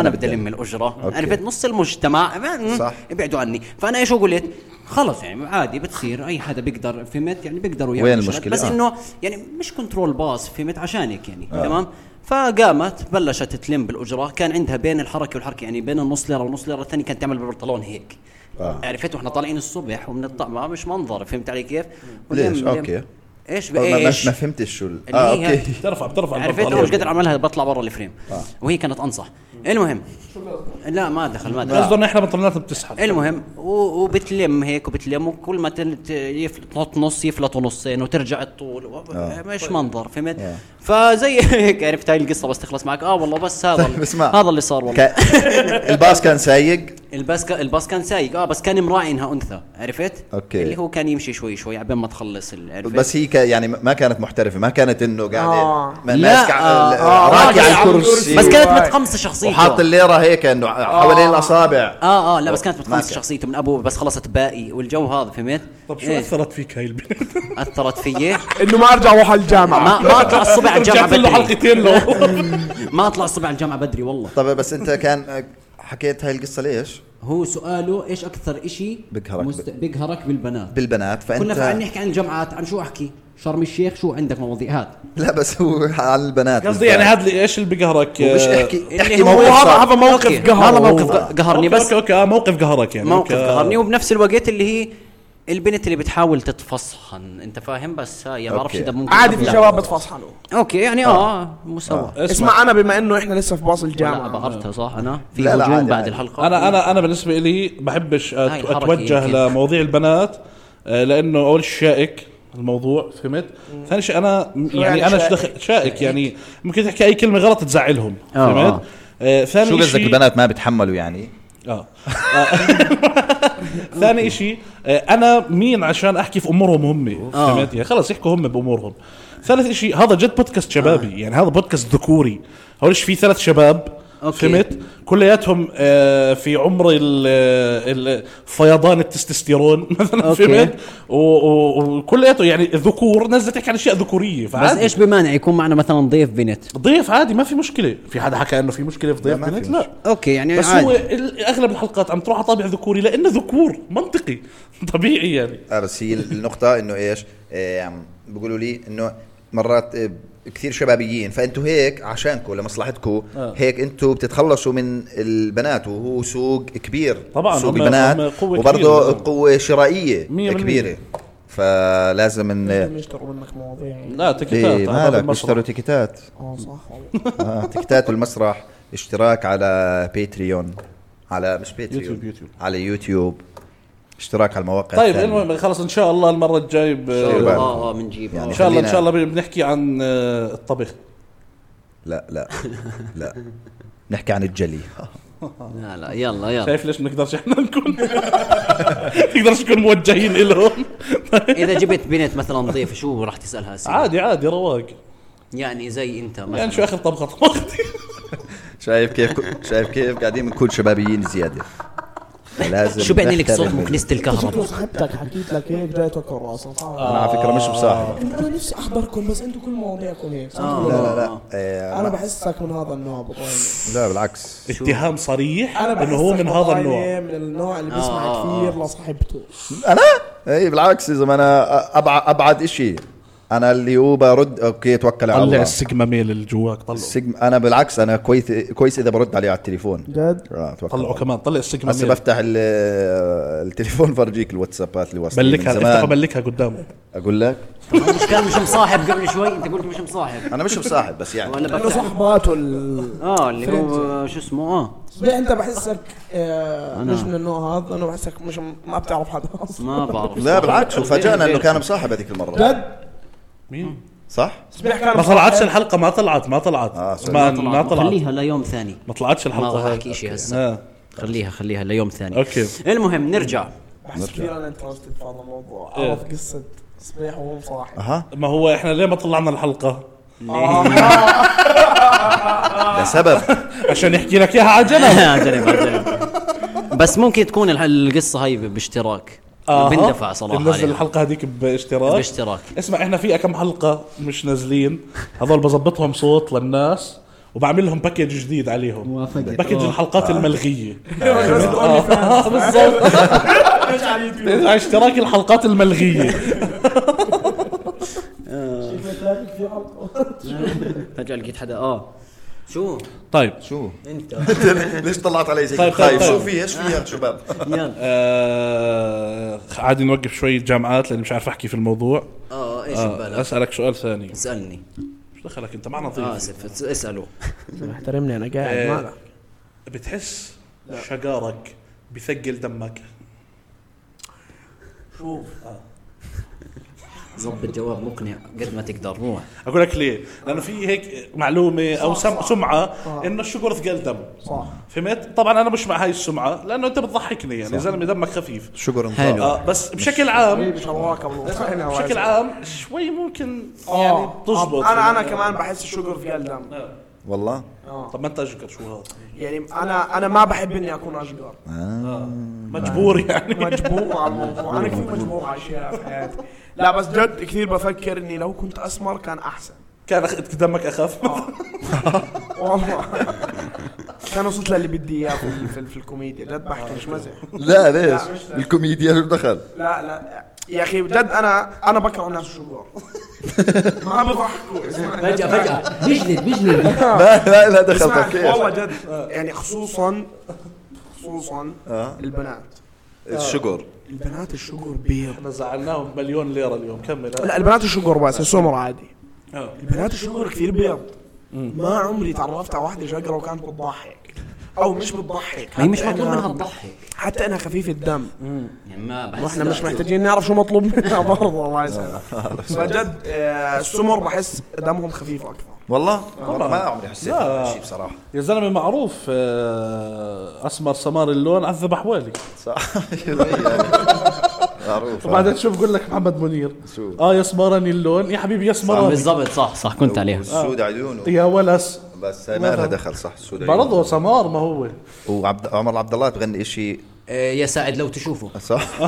[SPEAKER 2] انا بدي الم الاجره
[SPEAKER 3] أوكي.
[SPEAKER 2] انا بيت نص المجتمع ما-
[SPEAKER 3] صح.
[SPEAKER 2] ابعدوا عني فانا ايش قلت خلص يعني عادي بتصير اي حدا بيقدر فهمت يعني بيقدروا يعملوا
[SPEAKER 3] وين
[SPEAKER 2] شغلات،
[SPEAKER 3] المشكلة؟
[SPEAKER 2] بس
[SPEAKER 3] آه.
[SPEAKER 2] انه يعني مش كنترول باص فهمت عشانك يعني تمام فقامت بلشت تلم بالاجره كان عندها بين الحركه والحركه يعني بين النص ليره والنص ليره الثانيه كانت تعمل بالبنطلون هيك
[SPEAKER 3] آه.
[SPEAKER 2] عرفت واحنا طالعين الصبح ومن الطعمه مش منظر فهمت علي كيف؟
[SPEAKER 3] ليش؟
[SPEAKER 2] ولم- لم-
[SPEAKER 3] أوكي.
[SPEAKER 2] ايش
[SPEAKER 3] ما, ما,
[SPEAKER 2] بايش؟
[SPEAKER 3] ما فهمتش شو ال-
[SPEAKER 2] اللي
[SPEAKER 3] اه
[SPEAKER 2] هي-
[SPEAKER 3] اوكي
[SPEAKER 1] بترفع بترفع
[SPEAKER 2] عرفت انا
[SPEAKER 1] البنطلون.
[SPEAKER 2] مش قادر اعملها بطلع برا الفريم وهي كانت انصح المهم لا ما دخل ما دخل
[SPEAKER 1] قصده انه احنا بطلناتنا بتسحب
[SPEAKER 2] المهم و- وبتلم هيك وبتلم وكل ما تل- ت- يفل- تحط نص يفلطوا نصين وترجع الطول و-
[SPEAKER 3] آه.
[SPEAKER 2] مش منظر فهمت فزي هيك عرفت هاي القصه بس تخلص معك اه والله بس هذا
[SPEAKER 3] طيب
[SPEAKER 2] ال-
[SPEAKER 3] اسمع
[SPEAKER 2] هذا اللي صار والله
[SPEAKER 3] ك... الباص كان سايق
[SPEAKER 2] الباص كا- الباص كان سايق اه بس كان مراعي انها انثى عرفت
[SPEAKER 3] أوكي.
[SPEAKER 2] اللي هو كان يمشي شوي شوي عبين ما تخلص ال- عرفت
[SPEAKER 3] بس هي ك... يعني ما كانت محترفه ما كانت انه قاعده
[SPEAKER 4] آه.
[SPEAKER 3] ما-
[SPEAKER 2] لا،
[SPEAKER 3] ماسكه على-
[SPEAKER 2] آه،
[SPEAKER 3] راكعه
[SPEAKER 2] راكعة
[SPEAKER 3] على
[SPEAKER 4] على
[SPEAKER 3] الكرسي
[SPEAKER 4] الكرسي.
[SPEAKER 2] بس كانت آه.
[SPEAKER 4] واي.
[SPEAKER 2] متقمصه شخصيته
[SPEAKER 3] وحاط الليره هيك انه حوالين الاصابع
[SPEAKER 2] اه اه لا بس كانت
[SPEAKER 3] ماكا.
[SPEAKER 2] بتخلص شخصيته من ابوه بس خلصت باقي والجو هذا فهمت؟
[SPEAKER 1] طب شو
[SPEAKER 2] إيه،
[SPEAKER 1] اثرت فيك هاي البنت؟
[SPEAKER 2] اثرت فيي
[SPEAKER 4] انه ما ارجع اروح على الجامعه
[SPEAKER 2] ما ما اطلع الصبح على الجامعه
[SPEAKER 1] رجعت له
[SPEAKER 2] بدري
[SPEAKER 1] حلقتين لو
[SPEAKER 2] ما اطلع الصبح على الجامعه بدري والله
[SPEAKER 3] طب بس انت كان آه، حكيت هاي القصه ليش؟
[SPEAKER 2] هو سؤاله ايش اكثر شيء
[SPEAKER 3] بقهرك بال-
[SPEAKER 2] بقهرك بالبنات
[SPEAKER 3] بالبنات
[SPEAKER 2] كنا فعلا
[SPEAKER 3] فانت
[SPEAKER 2] نحكي عن الجامعات عن شو احكي؟ شرم الشيخ شو عندك مواضيعات؟
[SPEAKER 3] لا بس هو على البنات
[SPEAKER 1] قصدي يعني هذا اللي- ايش اللي بقهرك
[SPEAKER 3] مش
[SPEAKER 1] آه،
[SPEAKER 3] احكي
[SPEAKER 2] اللي
[SPEAKER 3] احكي
[SPEAKER 2] هو
[SPEAKER 3] موقف
[SPEAKER 4] يعني هذا
[SPEAKER 3] صار
[SPEAKER 4] هذا
[SPEAKER 2] أوكي. هذا
[SPEAKER 4] موقف قهر
[SPEAKER 2] موقف قه- قهرني
[SPEAKER 1] أوكي،
[SPEAKER 2] بس
[SPEAKER 1] اوكي اوكي اه موقف قهرك يعني
[SPEAKER 2] موقف
[SPEAKER 1] أوكي، آه.
[SPEAKER 2] قهرني وبنفس الوقت اللي هي البنت اللي بتحاول تتفصحن انت فاهم بس هاي يعني ما بعرفش
[SPEAKER 3] أوكي. آه.
[SPEAKER 2] اذا ممكن
[SPEAKER 4] عادي في
[SPEAKER 2] لا.
[SPEAKER 4] شباب بتفصحنوا
[SPEAKER 2] اوكي يعني اه مساواه
[SPEAKER 1] آه،
[SPEAKER 4] اسمع انا بما انه احنا لسه في باص
[SPEAKER 2] لا
[SPEAKER 4] الجامعه
[SPEAKER 2] بقرتها صح انا في
[SPEAKER 3] لا، لا،
[SPEAKER 2] هجوم
[SPEAKER 3] عادي،
[SPEAKER 2] بعد
[SPEAKER 3] عادي.
[SPEAKER 2] الحلقه
[SPEAKER 1] انا انا انا بالنسبه لي بحبش أت-
[SPEAKER 2] هاي الحركة
[SPEAKER 1] اتوجه
[SPEAKER 2] يمكن.
[SPEAKER 1] لمواضيع البنات آه، لانه اول شيء شائك الموضوع فهمت؟ ثاني شيء انا م- يعني
[SPEAKER 4] يعني
[SPEAKER 1] انا
[SPEAKER 4] شائك؟
[SPEAKER 1] شائك, شائك يعني ممكن تحكي اي كلمه غلط تزعلهم
[SPEAKER 2] آه،
[SPEAKER 1] فهمت؟
[SPEAKER 2] آه.
[SPEAKER 1] آه، ثاني
[SPEAKER 3] شو قصدك
[SPEAKER 1] إشي-
[SPEAKER 3] البنات ما بيتحملوا يعني؟
[SPEAKER 1] اه آه. ثاني شيء انا مين عشان احكي في امورهم هم فهمت يعني خلص يحكوا هم بامورهم ثالث شيء هذا جد بودكاست شبابي يعني هذا بودكاست ذكوري هولش في ثلاث شباب
[SPEAKER 2] أوكي.
[SPEAKER 1] فهمت كلياتهم آه، في عمر ال- آه، ال- فيضان التستوستيرون مثلا
[SPEAKER 2] أوكي.
[SPEAKER 1] فهمت و- و- وكلياتهم يعني ذكور نزلت تحكي عن اشياء ذكوريه
[SPEAKER 2] بس
[SPEAKER 1] فعادي
[SPEAKER 2] ايش بمانع يكون معنا مثلا ضيف بنت
[SPEAKER 1] ضيف عادي ما في مشكله في حدا حكى انه في مشكله في ضيف
[SPEAKER 3] ما في
[SPEAKER 1] بنت لا
[SPEAKER 2] اوكي يعني
[SPEAKER 1] بس
[SPEAKER 2] عادي.
[SPEAKER 1] هو ال- اغلب الحلقات عم تروح على طابع ذكوري لانه ذكور منطقي طبيعي يعني
[SPEAKER 3] اه بس هي النقطة انه ايش؟ آم، بيقولوا يعني لي انه مرات آه، كثير شبابيين فانتوا هيك عشانكم لمصلحتكم
[SPEAKER 1] آه.
[SPEAKER 3] هيك انتوا بتتخلصوا من البنات وهو سوق كبير
[SPEAKER 1] طبعاً،
[SPEAKER 3] سوق
[SPEAKER 1] هم-
[SPEAKER 3] البنات
[SPEAKER 1] هم قوة
[SPEAKER 3] وبرضه
[SPEAKER 1] كبيرة.
[SPEAKER 3] قوة شرائية
[SPEAKER 1] مية بالمية.
[SPEAKER 3] كبيرة فلازم ان
[SPEAKER 8] يشتروا منك مواضيع يعني.
[SPEAKER 1] لا تكتات
[SPEAKER 3] إيه مالك اشتروا تيكتات
[SPEAKER 8] اه صح والله
[SPEAKER 3] آه، تيكتات المسرح اشتراك على باتريون على مش باتريون
[SPEAKER 1] يوتيوب- يوتيوب.
[SPEAKER 3] على يوتيوب اشتراك على المواقع
[SPEAKER 1] طيب
[SPEAKER 3] الثانية.
[SPEAKER 1] المهم خلص ان شاء الله المره الجايه ب-
[SPEAKER 3] الله.
[SPEAKER 1] ان
[SPEAKER 2] اه اه بنجيب
[SPEAKER 3] يعني
[SPEAKER 2] آه.
[SPEAKER 1] شاء الله ان
[SPEAKER 3] خلينا-
[SPEAKER 1] شاء الله بنحكي عن آه، الطبخ
[SPEAKER 3] لا لا لا نحكي عن الجلي
[SPEAKER 2] لا لا يلا يلا
[SPEAKER 1] شايف ليش ما نقدرش احنا نكون نقدرش نكون موجهين لهم
[SPEAKER 2] اذا جبت بنت مثلا ضيف شو راح تسالها أسئلة؟
[SPEAKER 1] عادي عادي رواق
[SPEAKER 2] يعني زي انت مثلا
[SPEAKER 1] يعني شو اخر طبخه طبختي
[SPEAKER 3] شايف كيف شايف كيف قاعدين بنكون شبابيين زياده فلازم
[SPEAKER 2] شو بعني لك صوت
[SPEAKER 3] نحترم
[SPEAKER 2] من
[SPEAKER 3] ال-
[SPEAKER 2] كنيسه
[SPEAKER 8] شكله
[SPEAKER 2] الكهرباء
[SPEAKER 8] صاحبتك حكيت لك هيك جاي توكل راسك
[SPEAKER 3] انا آه،
[SPEAKER 2] آه.
[SPEAKER 3] على فكره مش بصاحب
[SPEAKER 8] انا نفسي احضركم بس انتم كل مواضيعكم هيك صح
[SPEAKER 2] آه.
[SPEAKER 8] ولا
[SPEAKER 3] لا
[SPEAKER 8] لا؟
[SPEAKER 3] لا لا آه،
[SPEAKER 8] انا
[SPEAKER 3] ما-
[SPEAKER 8] بحسك من هذا النوع بقول
[SPEAKER 3] لا بالعكس
[SPEAKER 1] اتهام صريح
[SPEAKER 8] انا
[SPEAKER 1] انه هو
[SPEAKER 8] بحسك
[SPEAKER 1] من هذا
[SPEAKER 8] بطاينة
[SPEAKER 1] النوع
[SPEAKER 8] من النوع اللي بيسمع
[SPEAKER 2] آه.
[SPEAKER 8] كثير لصاحبته
[SPEAKER 3] انا اي إيه، بالعكس اذا ما انا ابعد ابعد شيء انا اللي هو برد اوكي توكل على
[SPEAKER 1] طلع
[SPEAKER 3] الله
[SPEAKER 1] السيجما ميل اللي جواك طلعه
[SPEAKER 3] السجم انا بالعكس انا كويس كويس اذا برد عليه على التليفون
[SPEAKER 8] جد
[SPEAKER 3] آه، توكل على
[SPEAKER 1] طلعه
[SPEAKER 3] الله.
[SPEAKER 1] كمان طلع السيجما
[SPEAKER 3] هسه
[SPEAKER 1] ميل
[SPEAKER 3] بفتح ال- التليفون فرجيك الواتسابات اللي واصلة
[SPEAKER 1] بلكها
[SPEAKER 3] من زمان.
[SPEAKER 1] افتحه بلكها قدامه
[SPEAKER 3] اقول لك
[SPEAKER 2] طب هو مش كان مش مصاحب قبل شوي انت قلت مش مصاحب
[SPEAKER 3] انا مش مصاحب بس يعني
[SPEAKER 2] وانا
[SPEAKER 8] لانه
[SPEAKER 2] بفتح
[SPEAKER 8] صاحباته ال...
[SPEAKER 2] اه اللي هو شو اسمه اه
[SPEAKER 8] ليه انت بحسك آه
[SPEAKER 2] أنا-
[SPEAKER 8] مش من النوع هذا انا بحسك مش ما بتعرف حدا اصلا
[SPEAKER 2] ما بعرف
[SPEAKER 3] لا بالعكس وفاجأنا انه كان مصاحب هذيك المره
[SPEAKER 8] جد
[SPEAKER 1] مين؟
[SPEAKER 3] صح؟
[SPEAKER 8] صبيح كان
[SPEAKER 1] ما طلعتش الحلقه ما طلعت ما طلعت
[SPEAKER 3] آه، سوري.
[SPEAKER 1] ما
[SPEAKER 2] طلع.
[SPEAKER 1] ما طلعت
[SPEAKER 2] خليها ليوم ثاني
[SPEAKER 1] ما طلعتش
[SPEAKER 2] ما
[SPEAKER 1] الحلقه
[SPEAKER 2] راح
[SPEAKER 1] هاي.
[SPEAKER 2] احكي شيء هسه
[SPEAKER 1] آه.
[SPEAKER 2] خليها خليها ليوم ثاني
[SPEAKER 1] أوكي.
[SPEAKER 2] المهم نرجع
[SPEAKER 8] بحس كثير انا انترستد في هذا الموضوع
[SPEAKER 1] إيه.
[SPEAKER 8] اعرف قصه صبيح وهو مصاحب
[SPEAKER 3] اها
[SPEAKER 1] ما هو احنا ليه ما طلعنا الحلقه
[SPEAKER 3] لسبب
[SPEAKER 1] عشان يحكي لك اياها على جنب
[SPEAKER 2] اجرب اجرب آه، بس ممكن تكون الح- القصه هاي باشتراك
[SPEAKER 1] آها.
[SPEAKER 2] بندفع يعني. صراحه
[SPEAKER 1] بننزل
[SPEAKER 2] عليها.
[SPEAKER 1] الحلقه هذيك باشتراك
[SPEAKER 2] باشتراك.
[SPEAKER 1] اسمع احنا في كم حلقه مش نازلين هذول بظبطهم صوت للناس وبعمل لهم باكج جديد عليهم
[SPEAKER 5] موافقة.
[SPEAKER 1] باكج
[SPEAKER 5] آه.
[SPEAKER 1] الحلقات الملغيه
[SPEAKER 2] إيه،
[SPEAKER 8] آه،
[SPEAKER 1] بالضبط
[SPEAKER 8] ايش على اليوتيوب
[SPEAKER 1] اشتراك الحلقات الملغيه
[SPEAKER 8] شكلك لابق في غلطه
[SPEAKER 2] فجاه لقيت حدا اه شو
[SPEAKER 1] طيب
[SPEAKER 3] شو
[SPEAKER 2] انت
[SPEAKER 3] ليش طلعت علي زي
[SPEAKER 1] طيب،
[SPEAKER 3] هيك
[SPEAKER 1] طيب،
[SPEAKER 3] خايف شو
[SPEAKER 1] طيب.
[SPEAKER 3] في ايش في يا شباب
[SPEAKER 2] يلا
[SPEAKER 1] آه عادي نوقف شوي جامعات لاني مش عارف احكي في الموضوع
[SPEAKER 2] اه ايش
[SPEAKER 1] آه
[SPEAKER 2] ببالك
[SPEAKER 1] اسالك سؤال ثاني
[SPEAKER 2] اسالني
[SPEAKER 1] ايش دخلك انت معنا
[SPEAKER 2] اه
[SPEAKER 1] نظيف
[SPEAKER 2] اسف اسالوا
[SPEAKER 4] احترمني انا قاعد
[SPEAKER 1] آه،
[SPEAKER 4] ما
[SPEAKER 1] بتحس شقارك بثقل دمك شوف آه.
[SPEAKER 2] ظبط جواب مقنع قد ما تقدر روح
[SPEAKER 1] اقول لك ليه؟ لانه في هيك معلومه او سم... سمعه انه الشقر ثقل دم
[SPEAKER 8] صح
[SPEAKER 1] فهمت؟ طبعا انا مش مع هاي السمعه لانه انت بتضحكني يعني زلمه دمك خفيف
[SPEAKER 3] شكرا
[SPEAKER 2] حلو.
[SPEAKER 1] آه بس بشكل عام
[SPEAKER 4] شواك ابو
[SPEAKER 1] بشكل عام شوي ممكن يعني
[SPEAKER 4] آه.
[SPEAKER 1] تزبط
[SPEAKER 4] انا انا كمان بحس الشوجر في قلبي آه.
[SPEAKER 3] والله
[SPEAKER 1] طب ما انت اشقر شو هذا؟
[SPEAKER 4] يعني انا انا ما بحب اني اكون اشقر
[SPEAKER 1] مجبور يعني
[SPEAKER 4] مجبور على الموضوع انا كثير مجبور على اشياء في حياتي لا بس جد كثير بفكر اني لو كنت اسمر كان احسن
[SPEAKER 1] كان أخ- دمك اخف
[SPEAKER 4] والله كان وصلت للي بدي اياه في, في, في الكوميديا جد بحكي مش مزح
[SPEAKER 3] لا ليش
[SPEAKER 4] لا، مش لا.
[SPEAKER 3] الكوميديا شو دخل
[SPEAKER 4] لا لا يا اخي جد انا انا بكره الناس الشقور ما بضحكوا اسمعني.
[SPEAKER 2] فجاه فجاه
[SPEAKER 5] بجلد بجلد
[SPEAKER 3] لا لا لا دخل
[SPEAKER 4] اسمع
[SPEAKER 3] طب
[SPEAKER 4] والله
[SPEAKER 3] كيف
[SPEAKER 4] جد يعني خصوصا خصوصا
[SPEAKER 3] آه.
[SPEAKER 4] البنات
[SPEAKER 3] الشقر
[SPEAKER 4] البنات الشقور بيض
[SPEAKER 1] احنا زعلناهم مليون ليره اليوم كمل
[SPEAKER 4] لا البنات الشقور بس السمر عادي
[SPEAKER 1] آه.
[SPEAKER 4] البنات الشقور كثير بيض ما عمري تعرفت على واحده شقره وكانت بتضحك او مش بتضحك
[SPEAKER 2] هي مش
[SPEAKER 4] حتى
[SPEAKER 2] مطلوب
[SPEAKER 4] إنها-
[SPEAKER 2] منها تضحك
[SPEAKER 4] حتى انا خفيف الدم
[SPEAKER 2] يعني ما بحس
[SPEAKER 4] واحنا
[SPEAKER 2] لا.
[SPEAKER 4] مش محتاجين نعرف شو مطلوب منا برضه الله يسلمك فجد آه، السمر بحس دمهم خفيف اكثر
[SPEAKER 3] والله والله ما عمري حسيت
[SPEAKER 1] لا.
[SPEAKER 3] هذا الشيء بصراحه
[SPEAKER 1] يا زلمه معروف آه، اسمر سمار اللون عذب حوالي
[SPEAKER 3] صح معروف
[SPEAKER 1] وبعدين شوف بقول لك محمد منير
[SPEAKER 3] شو؟
[SPEAKER 1] اه يسمرني اللون يا حبيبي
[SPEAKER 2] آه،
[SPEAKER 1] يسمرني
[SPEAKER 2] بالضبط صح صح كنت عليها
[SPEAKER 3] السود عيونه
[SPEAKER 1] يا ولس
[SPEAKER 3] بس ما لها دخل صح السود
[SPEAKER 1] برضه سمار ما هو
[SPEAKER 3] وعبد عمر عبد الله بغني شيء
[SPEAKER 2] آه، يا سعد لو تشوفه
[SPEAKER 3] صح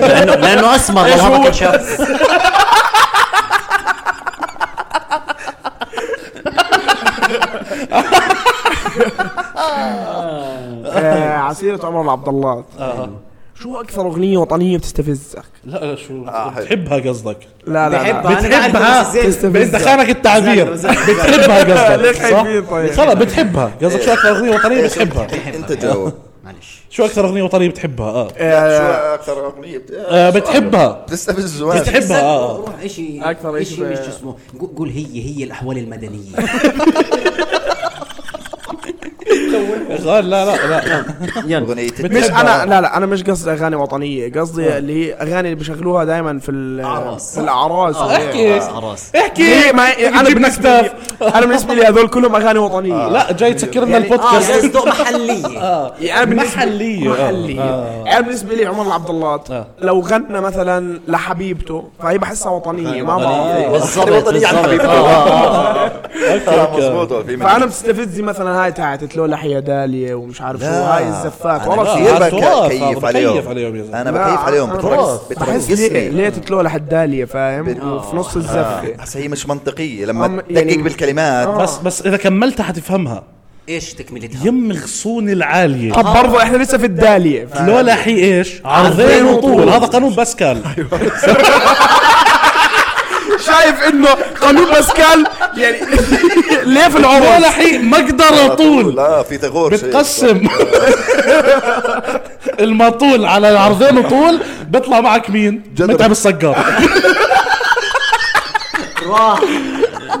[SPEAKER 2] لانه لانه اسمر لو
[SPEAKER 1] إيش
[SPEAKER 2] هذا
[SPEAKER 1] هو؟
[SPEAKER 2] كان شاف
[SPEAKER 4] آه، عسيرة عمر عبد الله شو اكثر اغنيه وطنيه بتستفزك؟
[SPEAKER 1] لا شو
[SPEAKER 3] آه، حلو.
[SPEAKER 1] بتحبها قصدك
[SPEAKER 4] لا لا لا
[SPEAKER 2] بحبها. أنا عارف بس زين.
[SPEAKER 1] انت خانك التعبير بتحبها قصدك
[SPEAKER 4] ليش
[SPEAKER 1] صح؟
[SPEAKER 4] خايفين طيب؟
[SPEAKER 1] خلص بتحبها قصدك شو اكثر اغنيه وطنيه بتحبها
[SPEAKER 3] انت جاوب
[SPEAKER 2] معلش
[SPEAKER 1] شو اكثر اغنيه وطنيه بتحبها اه
[SPEAKER 3] شو
[SPEAKER 4] آه،
[SPEAKER 3] اكثر اغنيه بت-
[SPEAKER 1] آه، بتحبها
[SPEAKER 3] تستفز الزواج
[SPEAKER 1] بتحبها اه
[SPEAKER 2] روح اشي
[SPEAKER 4] أكثر إشي
[SPEAKER 2] اشي
[SPEAKER 4] ب-
[SPEAKER 2] مش شو اسمه قو- قول هي هي الاحوال المدنيه
[SPEAKER 1] قال لا لا لا
[SPEAKER 3] آه.
[SPEAKER 2] إيه؟
[SPEAKER 3] اغنيه
[SPEAKER 4] مش
[SPEAKER 1] بتحبها.
[SPEAKER 4] انا لا لا انا مش قصدي اغاني وطنيه قصدي اللي هي اغاني اللي بيشغلوها دائما في ال-
[SPEAKER 2] أعراس.
[SPEAKER 4] في الاعراس
[SPEAKER 1] احكي
[SPEAKER 2] آه، خلاص
[SPEAKER 1] احكي
[SPEAKER 4] ليه ما انا
[SPEAKER 1] جيب
[SPEAKER 4] بالنسبه لي
[SPEAKER 1] نكتة.
[SPEAKER 4] انا بالنسبه لي هذول كلهم اغاني وطنيه
[SPEAKER 1] لا جاي تسكر لنا
[SPEAKER 3] آه،
[SPEAKER 4] يعني-
[SPEAKER 2] اه
[SPEAKER 1] البودكاست
[SPEAKER 2] قصده محليه
[SPEAKER 1] آه.
[SPEAKER 4] يعني أنا بالنسبة-
[SPEAKER 1] محلية.
[SPEAKER 4] محلية
[SPEAKER 1] آه.
[SPEAKER 4] يعني بالنسبة لي عمر عبد اللات
[SPEAKER 1] آه.
[SPEAKER 4] لو غنى مثلا لحبيبته فهي بحسها وطنية ما بعرف
[SPEAKER 2] بالضبط
[SPEAKER 3] وطنية عن
[SPEAKER 2] بالضبط
[SPEAKER 3] حبيبته.
[SPEAKER 2] آه، آه.
[SPEAKER 3] مضبوط ولا في
[SPEAKER 4] فأنا بتستفزني مثلا هاي تاعت تلولح يا دالية ومش عارف شو
[SPEAKER 3] لا.
[SPEAKER 4] هاي الزفات
[SPEAKER 1] أنا
[SPEAKER 4] والله
[SPEAKER 1] لا.
[SPEAKER 4] كثير.
[SPEAKER 3] كثير
[SPEAKER 1] على التراث هذا،
[SPEAKER 3] بك-
[SPEAKER 1] بكيف
[SPEAKER 3] كيف
[SPEAKER 1] عليهم يا
[SPEAKER 3] عليهم
[SPEAKER 1] زلمة.
[SPEAKER 3] انا
[SPEAKER 4] لا،
[SPEAKER 3] بكيف عليهم
[SPEAKER 4] أنا
[SPEAKER 3] بترقص
[SPEAKER 1] بحس-
[SPEAKER 4] بحس ليه
[SPEAKER 3] بترقصني
[SPEAKER 4] ليه تتلولح الدالية فاهم وفي نص الزفة
[SPEAKER 3] هسه هي مش منطقيه
[SPEAKER 4] أم-
[SPEAKER 3] لما
[SPEAKER 4] يعني-
[SPEAKER 3] تدقق بالكلمات
[SPEAKER 1] بس بس اذا كملتها حتفهمها
[SPEAKER 2] ايش تكملتها
[SPEAKER 1] يم غصون العاليه
[SPEAKER 4] طب برضو احنا لسه في الدالية فاهم؟
[SPEAKER 1] لولا حي ايش عرضين وطول هذا قانون باسكال
[SPEAKER 4] شايف انه قانون باسكال يعني ليه في
[SPEAKER 1] لولا
[SPEAKER 4] العمر
[SPEAKER 1] حي مقدر طول
[SPEAKER 3] لا في تغور شيء.
[SPEAKER 1] بتقسم المطول على العرضين وطول بيطلع معك مين
[SPEAKER 3] جدل.
[SPEAKER 1] متعب الصقار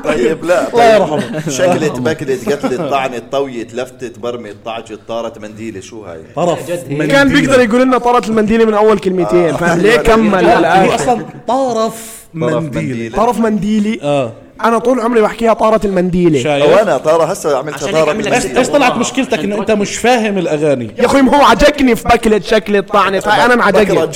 [SPEAKER 3] طيب
[SPEAKER 1] الله
[SPEAKER 3] لا طيب
[SPEAKER 1] يرحمه
[SPEAKER 3] شكلت بكلت قتلت طعنت طويت لفتت برمت طعجت طارت منديله شو هاي
[SPEAKER 1] طرف منديل.
[SPEAKER 4] كان بيقدر يقول لنا طرت المنديلة من اول كلمتين فاهم ليه كمل
[SPEAKER 1] هي
[SPEAKER 4] للآخر؟
[SPEAKER 1] اصلا طرف منديل
[SPEAKER 3] منديلة.
[SPEAKER 4] طرف منديلي
[SPEAKER 1] اه
[SPEAKER 4] انا طول عمري بحكيها طارت المنديله
[SPEAKER 1] شايف
[SPEAKER 3] او انا طاره هسه عملتها
[SPEAKER 2] عشان
[SPEAKER 3] طاره
[SPEAKER 2] يكمل لك
[SPEAKER 1] ايش
[SPEAKER 3] بالمنديلة.
[SPEAKER 1] ايش طلعت مشكلتك انه انت مش فاهم الاغاني
[SPEAKER 4] يا اخوي ما هو عجقني في باكلت شكلت طعنت هاي انا معجقني
[SPEAKER 3] بكرج.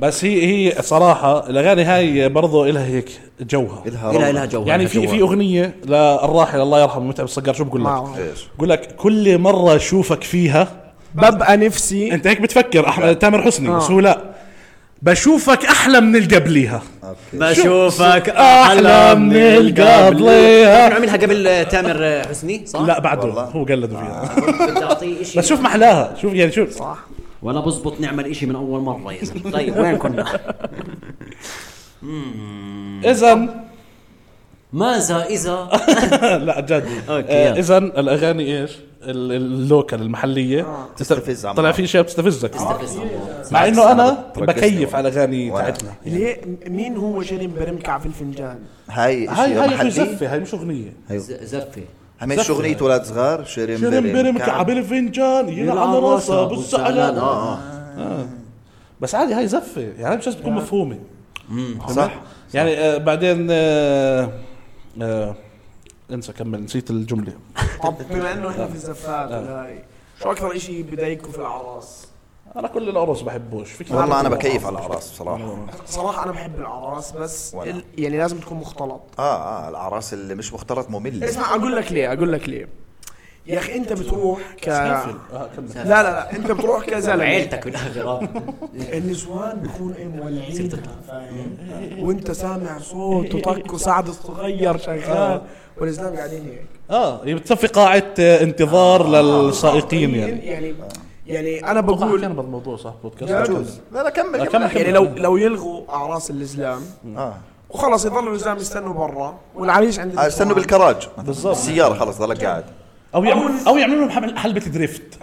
[SPEAKER 1] بس هي هي صراحه الاغاني هاي برضو إلها هيك جوها
[SPEAKER 3] إلها
[SPEAKER 2] الها
[SPEAKER 3] روعة.
[SPEAKER 2] لها جو
[SPEAKER 1] يعني
[SPEAKER 2] لها
[SPEAKER 1] في
[SPEAKER 2] جو.
[SPEAKER 1] في اغنيه للراحل الله يرحمه متعب الصقر شو بقول لك
[SPEAKER 4] ما-
[SPEAKER 3] ايش
[SPEAKER 1] بقول لك كل مره اشوفك فيها
[SPEAKER 4] ببقى نفسي
[SPEAKER 1] انت هيك بتفكر احمد تامر حسني بس هو لا بشوفك احلى من اللي قبليها
[SPEAKER 2] بشوفك
[SPEAKER 1] أحلى من القبلية.
[SPEAKER 2] عملها قبل تامر حسني صح؟
[SPEAKER 1] لا بعده
[SPEAKER 3] والله.
[SPEAKER 1] هو قلده فيها
[SPEAKER 2] بدي اعطيه شيء
[SPEAKER 1] بس شوف محلاها شوف يعني شوف صح
[SPEAKER 2] ولا بزبط نعمل إشي من اول مره يا زلمه طيب وين كنا؟
[SPEAKER 1] اذا
[SPEAKER 2] ماذا اذا
[SPEAKER 1] لا جد
[SPEAKER 2] أوكي،
[SPEAKER 1] آه،
[SPEAKER 2] يلا.
[SPEAKER 1] اذا الاغاني ايش ال- اللوكال المحليه
[SPEAKER 3] تستفز عم
[SPEAKER 1] طلع
[SPEAKER 3] بعض.
[SPEAKER 1] في اشياء بتستفزك مع انه انا
[SPEAKER 3] بتركزني
[SPEAKER 1] بكيف
[SPEAKER 3] والله.
[SPEAKER 1] على الاغاني
[SPEAKER 3] وأنا.
[SPEAKER 1] تاعتنا
[SPEAKER 4] ليه مين هو شنب برمكع في الفنجان؟
[SPEAKER 3] هاي
[SPEAKER 1] هاي
[SPEAKER 3] هاي
[SPEAKER 1] هاي في
[SPEAKER 3] محلية
[SPEAKER 1] زفه هاي مش اغنيه
[SPEAKER 2] ز- زفه
[SPEAKER 3] هم شو اغنية ولاد صغار شيرين
[SPEAKER 1] شرم
[SPEAKER 3] بيرم
[SPEAKER 1] برم
[SPEAKER 3] كعب.
[SPEAKER 1] كعبل فنجان يلعن راسه بص على بس عادي هاي زفه يعني مش لازم تكون مفهومه
[SPEAKER 3] صح
[SPEAKER 1] يعني آه بعدين آه آه انسى كمل نسيت الجمله
[SPEAKER 4] طب بما انه احنا في الزفات والهاي شو اكثر اشي بضايقكم في العراس؟
[SPEAKER 1] انا كل القرص بحبوش فكرة
[SPEAKER 3] والله انا بكيف على الاعراس بصراحة
[SPEAKER 4] صراحة انا بحب العراس بس
[SPEAKER 3] وأنا.
[SPEAKER 4] ال- يعني لازم تكون مختلط
[SPEAKER 3] اه اه الاعراس اللي مش مختلط
[SPEAKER 1] إيه.
[SPEAKER 3] ممل
[SPEAKER 4] اسمع اقول لك ليه اقول لك ليه يا اخي انت بتروح ك لا
[SPEAKER 1] آه، كمل.
[SPEAKER 4] لا لا انت بتروح كزلمه
[SPEAKER 2] عيلتك بالاخره
[SPEAKER 4] النسوان بيكون إيه مولعين فاهم وانت سامع صوت وطق وسعد الصغير
[SPEAKER 1] آه.
[SPEAKER 4] شغال والاسلام قاعدين هيك
[SPEAKER 1] اه هي بتصفي قاعه آه، انتظار للسائقين يعني
[SPEAKER 4] يعني يعني انا
[SPEAKER 1] اتوقع
[SPEAKER 4] بقول
[SPEAKER 1] حكينا بهذا الموضوع صح بودكاست آه،
[SPEAKER 4] لا،
[SPEAKER 1] بجوز.
[SPEAKER 3] لا لا كمل
[SPEAKER 1] كمل.
[SPEAKER 3] كمل
[SPEAKER 4] يعني لو لو يلغوا اعراس الاسلام
[SPEAKER 3] اه
[SPEAKER 4] وخلص يضلوا الاسلام يستنوا برا والعريس عند
[SPEAKER 3] آه، استنوا
[SPEAKER 4] النسوان.
[SPEAKER 3] بالكراج
[SPEAKER 1] بالضبط.
[SPEAKER 3] السيارة خلص ضلك قاعد
[SPEAKER 1] او يعمل او يعملوا لهم حمل- حلبه دريفت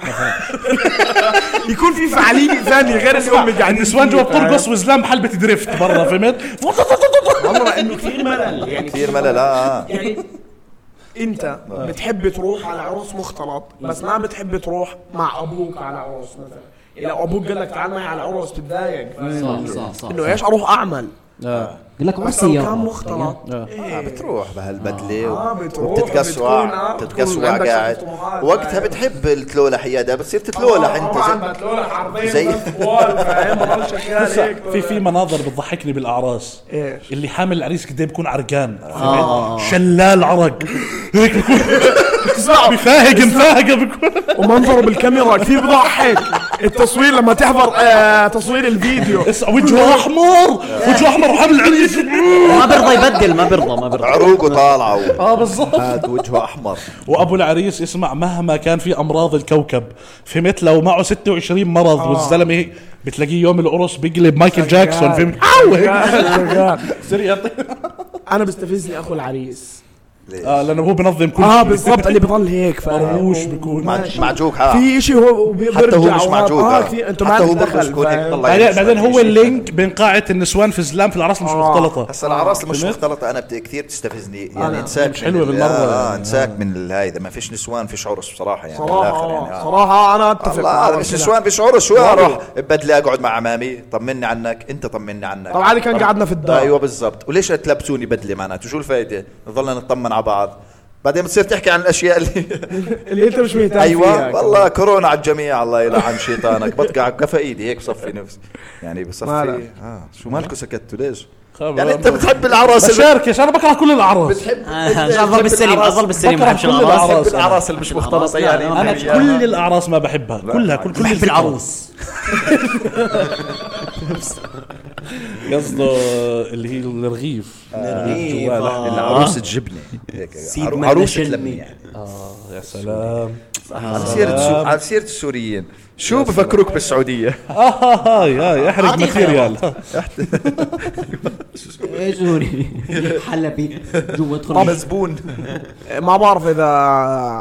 [SPEAKER 4] يكون في فعاليه ثانيه غير اللي هم
[SPEAKER 1] يعني
[SPEAKER 4] قاعدين
[SPEAKER 1] النسوان جوا
[SPEAKER 4] فيه،
[SPEAKER 1] بترقص وزلام حلبه دريفت برا فهمت؟
[SPEAKER 4] فاهم؟ والله انه كثير ملل يعني
[SPEAKER 3] كثير ملل آه، اه
[SPEAKER 4] يعني انت بتحب تروح على عروس مختلط بس ما بتحب تروح مع ابوك على عروس مثلا يعني لو ابوك قال لك تعال معي على عروس بتضايق
[SPEAKER 1] آه.
[SPEAKER 5] صح صح صح
[SPEAKER 4] انه ايش اروح اعمل
[SPEAKER 5] قال لك
[SPEAKER 4] بس لو
[SPEAKER 5] عرسي
[SPEAKER 4] كان مختلط إيه.
[SPEAKER 3] آه، بتروح بهالبدلة
[SPEAKER 4] آه،
[SPEAKER 3] و-
[SPEAKER 4] بتروح، بتكون،
[SPEAKER 3] وبتتكسوع
[SPEAKER 4] آه،
[SPEAKER 3] بتتكسوع
[SPEAKER 4] عندك
[SPEAKER 3] قاعد
[SPEAKER 4] طموحات،
[SPEAKER 3] وقتها
[SPEAKER 4] فاهم.
[SPEAKER 3] بتحب التلولح حيادة بتصير تتلولح انت زي-
[SPEAKER 4] طبعا بتلولح عرضين
[SPEAKER 3] زي-
[SPEAKER 4] زي فوال فاهم بضل شغال هيك
[SPEAKER 1] في في مناظر بتضحكني بالاعراس
[SPEAKER 4] إيش؟ آه.
[SPEAKER 1] اللي حامل العريس قد ايه بكون عرقان فهمت؟ شلال عرق هيك بكون مفاهق مفاهقه بكون
[SPEAKER 4] ومنظره بالكاميرا كثير بضحك التصوير لما تحضر آه تصوير الفيديو
[SPEAKER 1] اسمع، وجهه احمر
[SPEAKER 4] آه.
[SPEAKER 1] وجهه احمر وحامل العريس
[SPEAKER 2] ما برضى يبدل ما برضى ما برضى
[SPEAKER 3] عروقه طالعة
[SPEAKER 4] آه.
[SPEAKER 1] اه بالضبط
[SPEAKER 3] هاد وجهه أحمر
[SPEAKER 1] وابو العريس اسمع مهما كان في امراض الكوكب فهمت لو معه 26 مرض
[SPEAKER 4] آه.
[SPEAKER 1] والزلمه هيك بتلاقيه يوم القرص بيقلب مايكل جاكسون فهمت حاول
[SPEAKER 4] انا بستفزني اخو العريس
[SPEAKER 1] اه لانه هو بنظم كل
[SPEAKER 4] اه
[SPEAKER 1] شيء
[SPEAKER 4] بالضبط اللي بضل هيك
[SPEAKER 1] مروش
[SPEAKER 4] فاهم
[SPEAKER 1] بيكون
[SPEAKER 3] مع- معجوك ها
[SPEAKER 4] في شيء هو بيرجع
[SPEAKER 3] حتى هو مش
[SPEAKER 4] وهذا-
[SPEAKER 3] معجوك
[SPEAKER 4] اه
[SPEAKER 3] آه.
[SPEAKER 4] كثير انت ما
[SPEAKER 3] حتى هو
[SPEAKER 4] عندك
[SPEAKER 3] برضه
[SPEAKER 4] دخل
[SPEAKER 3] بيكون هيك
[SPEAKER 4] فاهم؟
[SPEAKER 3] طلع
[SPEAKER 1] بعدين
[SPEAKER 3] يمشي
[SPEAKER 1] بعدين هو
[SPEAKER 3] شوي.
[SPEAKER 1] اللينك بين قاعه النسوان في زلام في العراس اللي مش مختلطه
[SPEAKER 3] هسا الاعراس
[SPEAKER 4] آه،
[SPEAKER 3] اللي مش
[SPEAKER 1] فهمت؟
[SPEAKER 3] مختلطه انا بت- كثير بتستفزني يعني انساك
[SPEAKER 1] مش
[SPEAKER 3] من
[SPEAKER 1] حلوة
[SPEAKER 3] ال-
[SPEAKER 1] بالمرة
[SPEAKER 3] اه آه،
[SPEAKER 1] يعني.
[SPEAKER 3] انساك من ال- هاي اذا ما فيش نسوان فيش عرس بصراحه يعني بالاخر يعني
[SPEAKER 4] صراحه
[SPEAKER 3] آه.
[SPEAKER 4] صراحه انا اتفق
[SPEAKER 3] الله هذا
[SPEAKER 4] معه
[SPEAKER 3] مش
[SPEAKER 4] بصراحة.
[SPEAKER 3] نسوان فيش عرس شو اروح بدلي اقعد مع عمامي طمني عنك انت طمني عنك
[SPEAKER 4] طب عادي كان قعدنا في الدار
[SPEAKER 3] ايوه بالضبط وليش تلبسوني بدله معناته شو الفائده نضلنا نطمن على بعض بعدين بتصير تحكي عن الاشياء اللي
[SPEAKER 4] اللي انت مش مهتم يعني. فيها
[SPEAKER 3] ايوه والله كورونا على الجميع الله يلعن شيطانك بطقع على قفا ايدي هيك بصفي نفسي يعني بصفي
[SPEAKER 4] مالك.
[SPEAKER 3] اه شو مالكم سكتوا ليش؟
[SPEAKER 1] خبر
[SPEAKER 3] يعني انت بتحب العرس اللي-
[SPEAKER 1] بشاركش انا بكره كل الاعراس
[SPEAKER 3] بتحب
[SPEAKER 2] آه، اظل بالسلم اظل بالسلم ما
[SPEAKER 1] بكره
[SPEAKER 2] بحبش
[SPEAKER 1] كل
[SPEAKER 2] العراس
[SPEAKER 1] الأعراس.
[SPEAKER 3] بتحب العراس اللي مش مختلطه
[SPEAKER 2] لا،
[SPEAKER 3] يعني
[SPEAKER 2] لا،
[SPEAKER 1] انا
[SPEAKER 2] بحب
[SPEAKER 1] كل الاعراس ما بحبها كلها كل كل
[SPEAKER 2] بحب
[SPEAKER 1] الفكرة.
[SPEAKER 2] العروس
[SPEAKER 1] قصده اللي هي الرغيف
[SPEAKER 2] إيه،
[SPEAKER 3] العروس تجبني آه. هيك
[SPEAKER 2] سيد
[SPEAKER 3] عرو-
[SPEAKER 2] من
[SPEAKER 3] عروس
[SPEAKER 2] نشلني.
[SPEAKER 3] تلمني يعني آه.
[SPEAKER 1] يا سلام
[SPEAKER 3] على سيرة سو- على سيرة السوريين شو بفكروك بالسعودية؟
[SPEAKER 1] اه هاي هاي احرق
[SPEAKER 2] أعطيه
[SPEAKER 1] ماتيريال
[SPEAKER 2] إيه،
[SPEAKER 5] ايش هوني حلبي جوا
[SPEAKER 3] آه.
[SPEAKER 5] ادخل
[SPEAKER 3] مزبون
[SPEAKER 4] ما بعرف اذا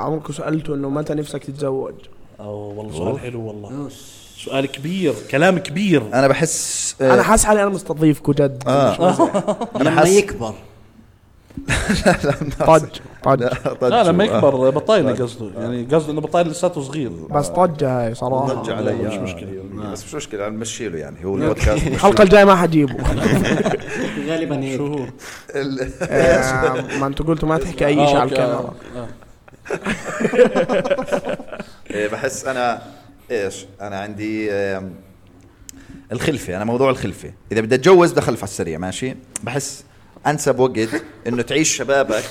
[SPEAKER 4] عمركم سالته انه متى نفسك تتزوج
[SPEAKER 1] والله سؤال حلو والله سؤال كبير كلام كبير
[SPEAKER 3] انا بحس آه،
[SPEAKER 4] انا حاسس حالي انا مستضيفكم جد
[SPEAKER 1] آه،
[SPEAKER 3] انا
[SPEAKER 2] لما يكبر
[SPEAKER 4] طج طج
[SPEAKER 1] لا لما يكبر بطاينه قصده يعني قصده انه بطاينه لساته صغير
[SPEAKER 4] بس طجه هاي صراحه
[SPEAKER 3] رجع آه، علي آه، مش مشكلة بس مش مشكلة انا بمشي له يعني هو البودكاست مش-
[SPEAKER 4] الحلقه الجايه ما حجيبه
[SPEAKER 5] غالبا
[SPEAKER 2] إيه.
[SPEAKER 5] هيك
[SPEAKER 3] ال-
[SPEAKER 4] آه، ما انتوا قلتوا ما تحكي
[SPEAKER 1] آه،
[SPEAKER 4] اي شيء على الكاميرا
[SPEAKER 3] إيه، بحس انا ايش انا عندي آم، الخلفه انا موضوع الخلفه اذا بدي اتجوز بدي اخلف على السريع ماشي بحس انسب وقت انه تعيش شبابك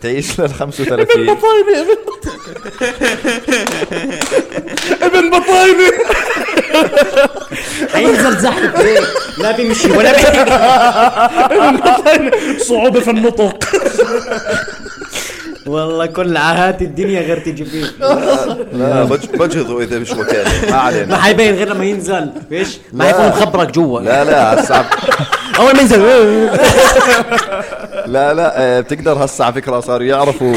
[SPEAKER 3] تعيش لل 35
[SPEAKER 1] طيب. بطاينه ابن بطاينه
[SPEAKER 5] حينزل زحف إيه، لا بيمشي ولا بيحكي
[SPEAKER 1] صعوبة في النطق
[SPEAKER 5] والله كل عاهات الدنيا غير تجي فيه
[SPEAKER 3] لا بج- بجهضوا اذا مش مكانه ما
[SPEAKER 2] ما
[SPEAKER 3] علينا
[SPEAKER 2] حيبين غير لما ينزل ايش ما
[SPEAKER 3] لا.
[SPEAKER 2] حيكون مخبرك جوا
[SPEAKER 3] لا لا هسا عم-
[SPEAKER 2] اول ما ينزل
[SPEAKER 3] لا لا آه، بتقدر هسا على فكره صاروا يعرفوا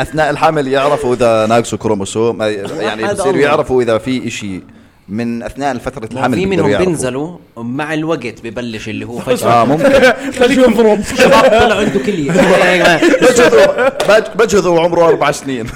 [SPEAKER 3] اثناء الحمل يعرفوا اذا ناقصه كروموسوم آه، يعني
[SPEAKER 2] وحد
[SPEAKER 3] بصيروا
[SPEAKER 2] الله.
[SPEAKER 3] يعرفوا اذا في إشي من اثناء فتره الحمل
[SPEAKER 2] في
[SPEAKER 3] بيقدروا
[SPEAKER 2] منهم
[SPEAKER 3] يعرفوا.
[SPEAKER 2] بينزلوا مع الوقت ببلش اللي هو فجأة
[SPEAKER 3] اه ممكن
[SPEAKER 1] خليكم فروم
[SPEAKER 2] شباب طلع عنده كلية
[SPEAKER 3] بجهضوا بج- بجهضوا عمره اربع سنين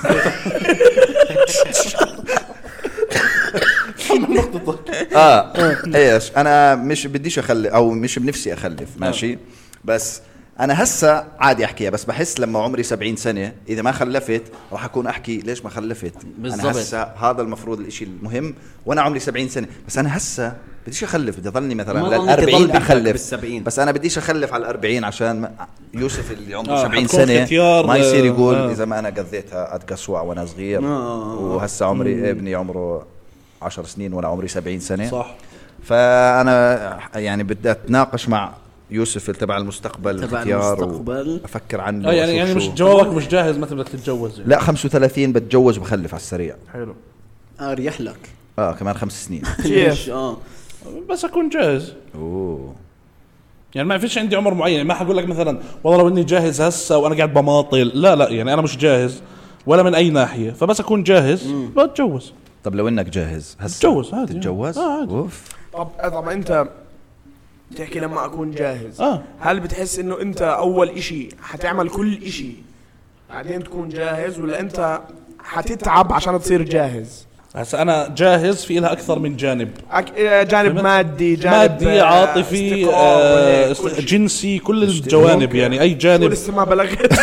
[SPEAKER 3] اه ايش انا مش بديش اخلف او مش بنفسي اخلف
[SPEAKER 2] آه.
[SPEAKER 3] ماشي بس انا هسا عادي احكيها بس بحس لما عمري 70 سنه اذا ما خلفت راح اكون احكي ليش ما خلفت
[SPEAKER 2] بالضبط.
[SPEAKER 3] انا هسا هذا المفروض الاشي المهم وانا عمري 70 سنه بس انا هسا بديش اخلف بدي اضلني مثلا
[SPEAKER 2] ما
[SPEAKER 3] لل
[SPEAKER 2] ظنك تضل
[SPEAKER 3] 40
[SPEAKER 2] بدك
[SPEAKER 3] اخلف
[SPEAKER 2] بالسبعين.
[SPEAKER 3] بس انا بديش اخلف على 40 عشان ما يوسف اللي عمره
[SPEAKER 1] آه،
[SPEAKER 3] 70
[SPEAKER 1] حتكون
[SPEAKER 3] سنه
[SPEAKER 1] ختيار،
[SPEAKER 3] ما يصير يقول
[SPEAKER 1] آه.
[SPEAKER 3] اذا ما انا قضيتها قد كسوع وانا صغير وهسا عمري ابني عمره 10 سنين وانا عمري 70 سنه
[SPEAKER 1] صح
[SPEAKER 3] فانا يعني بدي اتناقش مع يوسف تبع المستقبل
[SPEAKER 2] تبع
[SPEAKER 3] اختيار
[SPEAKER 2] المستقبل.
[SPEAKER 3] افكر عنه
[SPEAKER 1] آه، يعني يعني مش
[SPEAKER 3] وأشوف شو.
[SPEAKER 1] جوابك مش جاهز متى بدك تتجوز يعني.
[SPEAKER 3] لا 35 بتجوز بخلف على السريع
[SPEAKER 1] حلو
[SPEAKER 2] اريح لك
[SPEAKER 3] اه كمان خمس سنين
[SPEAKER 2] ليش اه
[SPEAKER 1] بس اكون جاهز
[SPEAKER 3] اوه
[SPEAKER 1] يعني ما فيش عندي عمر معين يعني ما حقول لك مثلا والله لو اني جاهز هسه وانا قاعد بماطل لا لا يعني انا مش جاهز ولا من اي ناحيه فبس اكون جاهز بتجوز
[SPEAKER 3] طب لو انك جاهز هسا
[SPEAKER 1] تتجوز عادي.
[SPEAKER 3] تتجوز
[SPEAKER 1] آه، عادي.
[SPEAKER 3] اوف
[SPEAKER 4] طب طب انت بتحكي لما اكون جاهز
[SPEAKER 1] اه
[SPEAKER 4] هل بتحس انه انت اول اشي حتعمل كل اشي بعدين تكون جاهز ولا انت حتتعب عشان تصير جاهز
[SPEAKER 1] هسا انا جاهز في لها اكثر من جانب
[SPEAKER 4] أك- آه، جانب
[SPEAKER 1] فهمت؟
[SPEAKER 4] مادي جانب
[SPEAKER 1] مادي
[SPEAKER 4] آه،
[SPEAKER 1] عاطفي
[SPEAKER 4] استقرار،
[SPEAKER 1] آه،
[SPEAKER 4] آه،
[SPEAKER 1] است-
[SPEAKER 4] كل شيء.
[SPEAKER 1] جنسي كل الجوانب يعني اي جانب
[SPEAKER 4] ولسه ما بلغت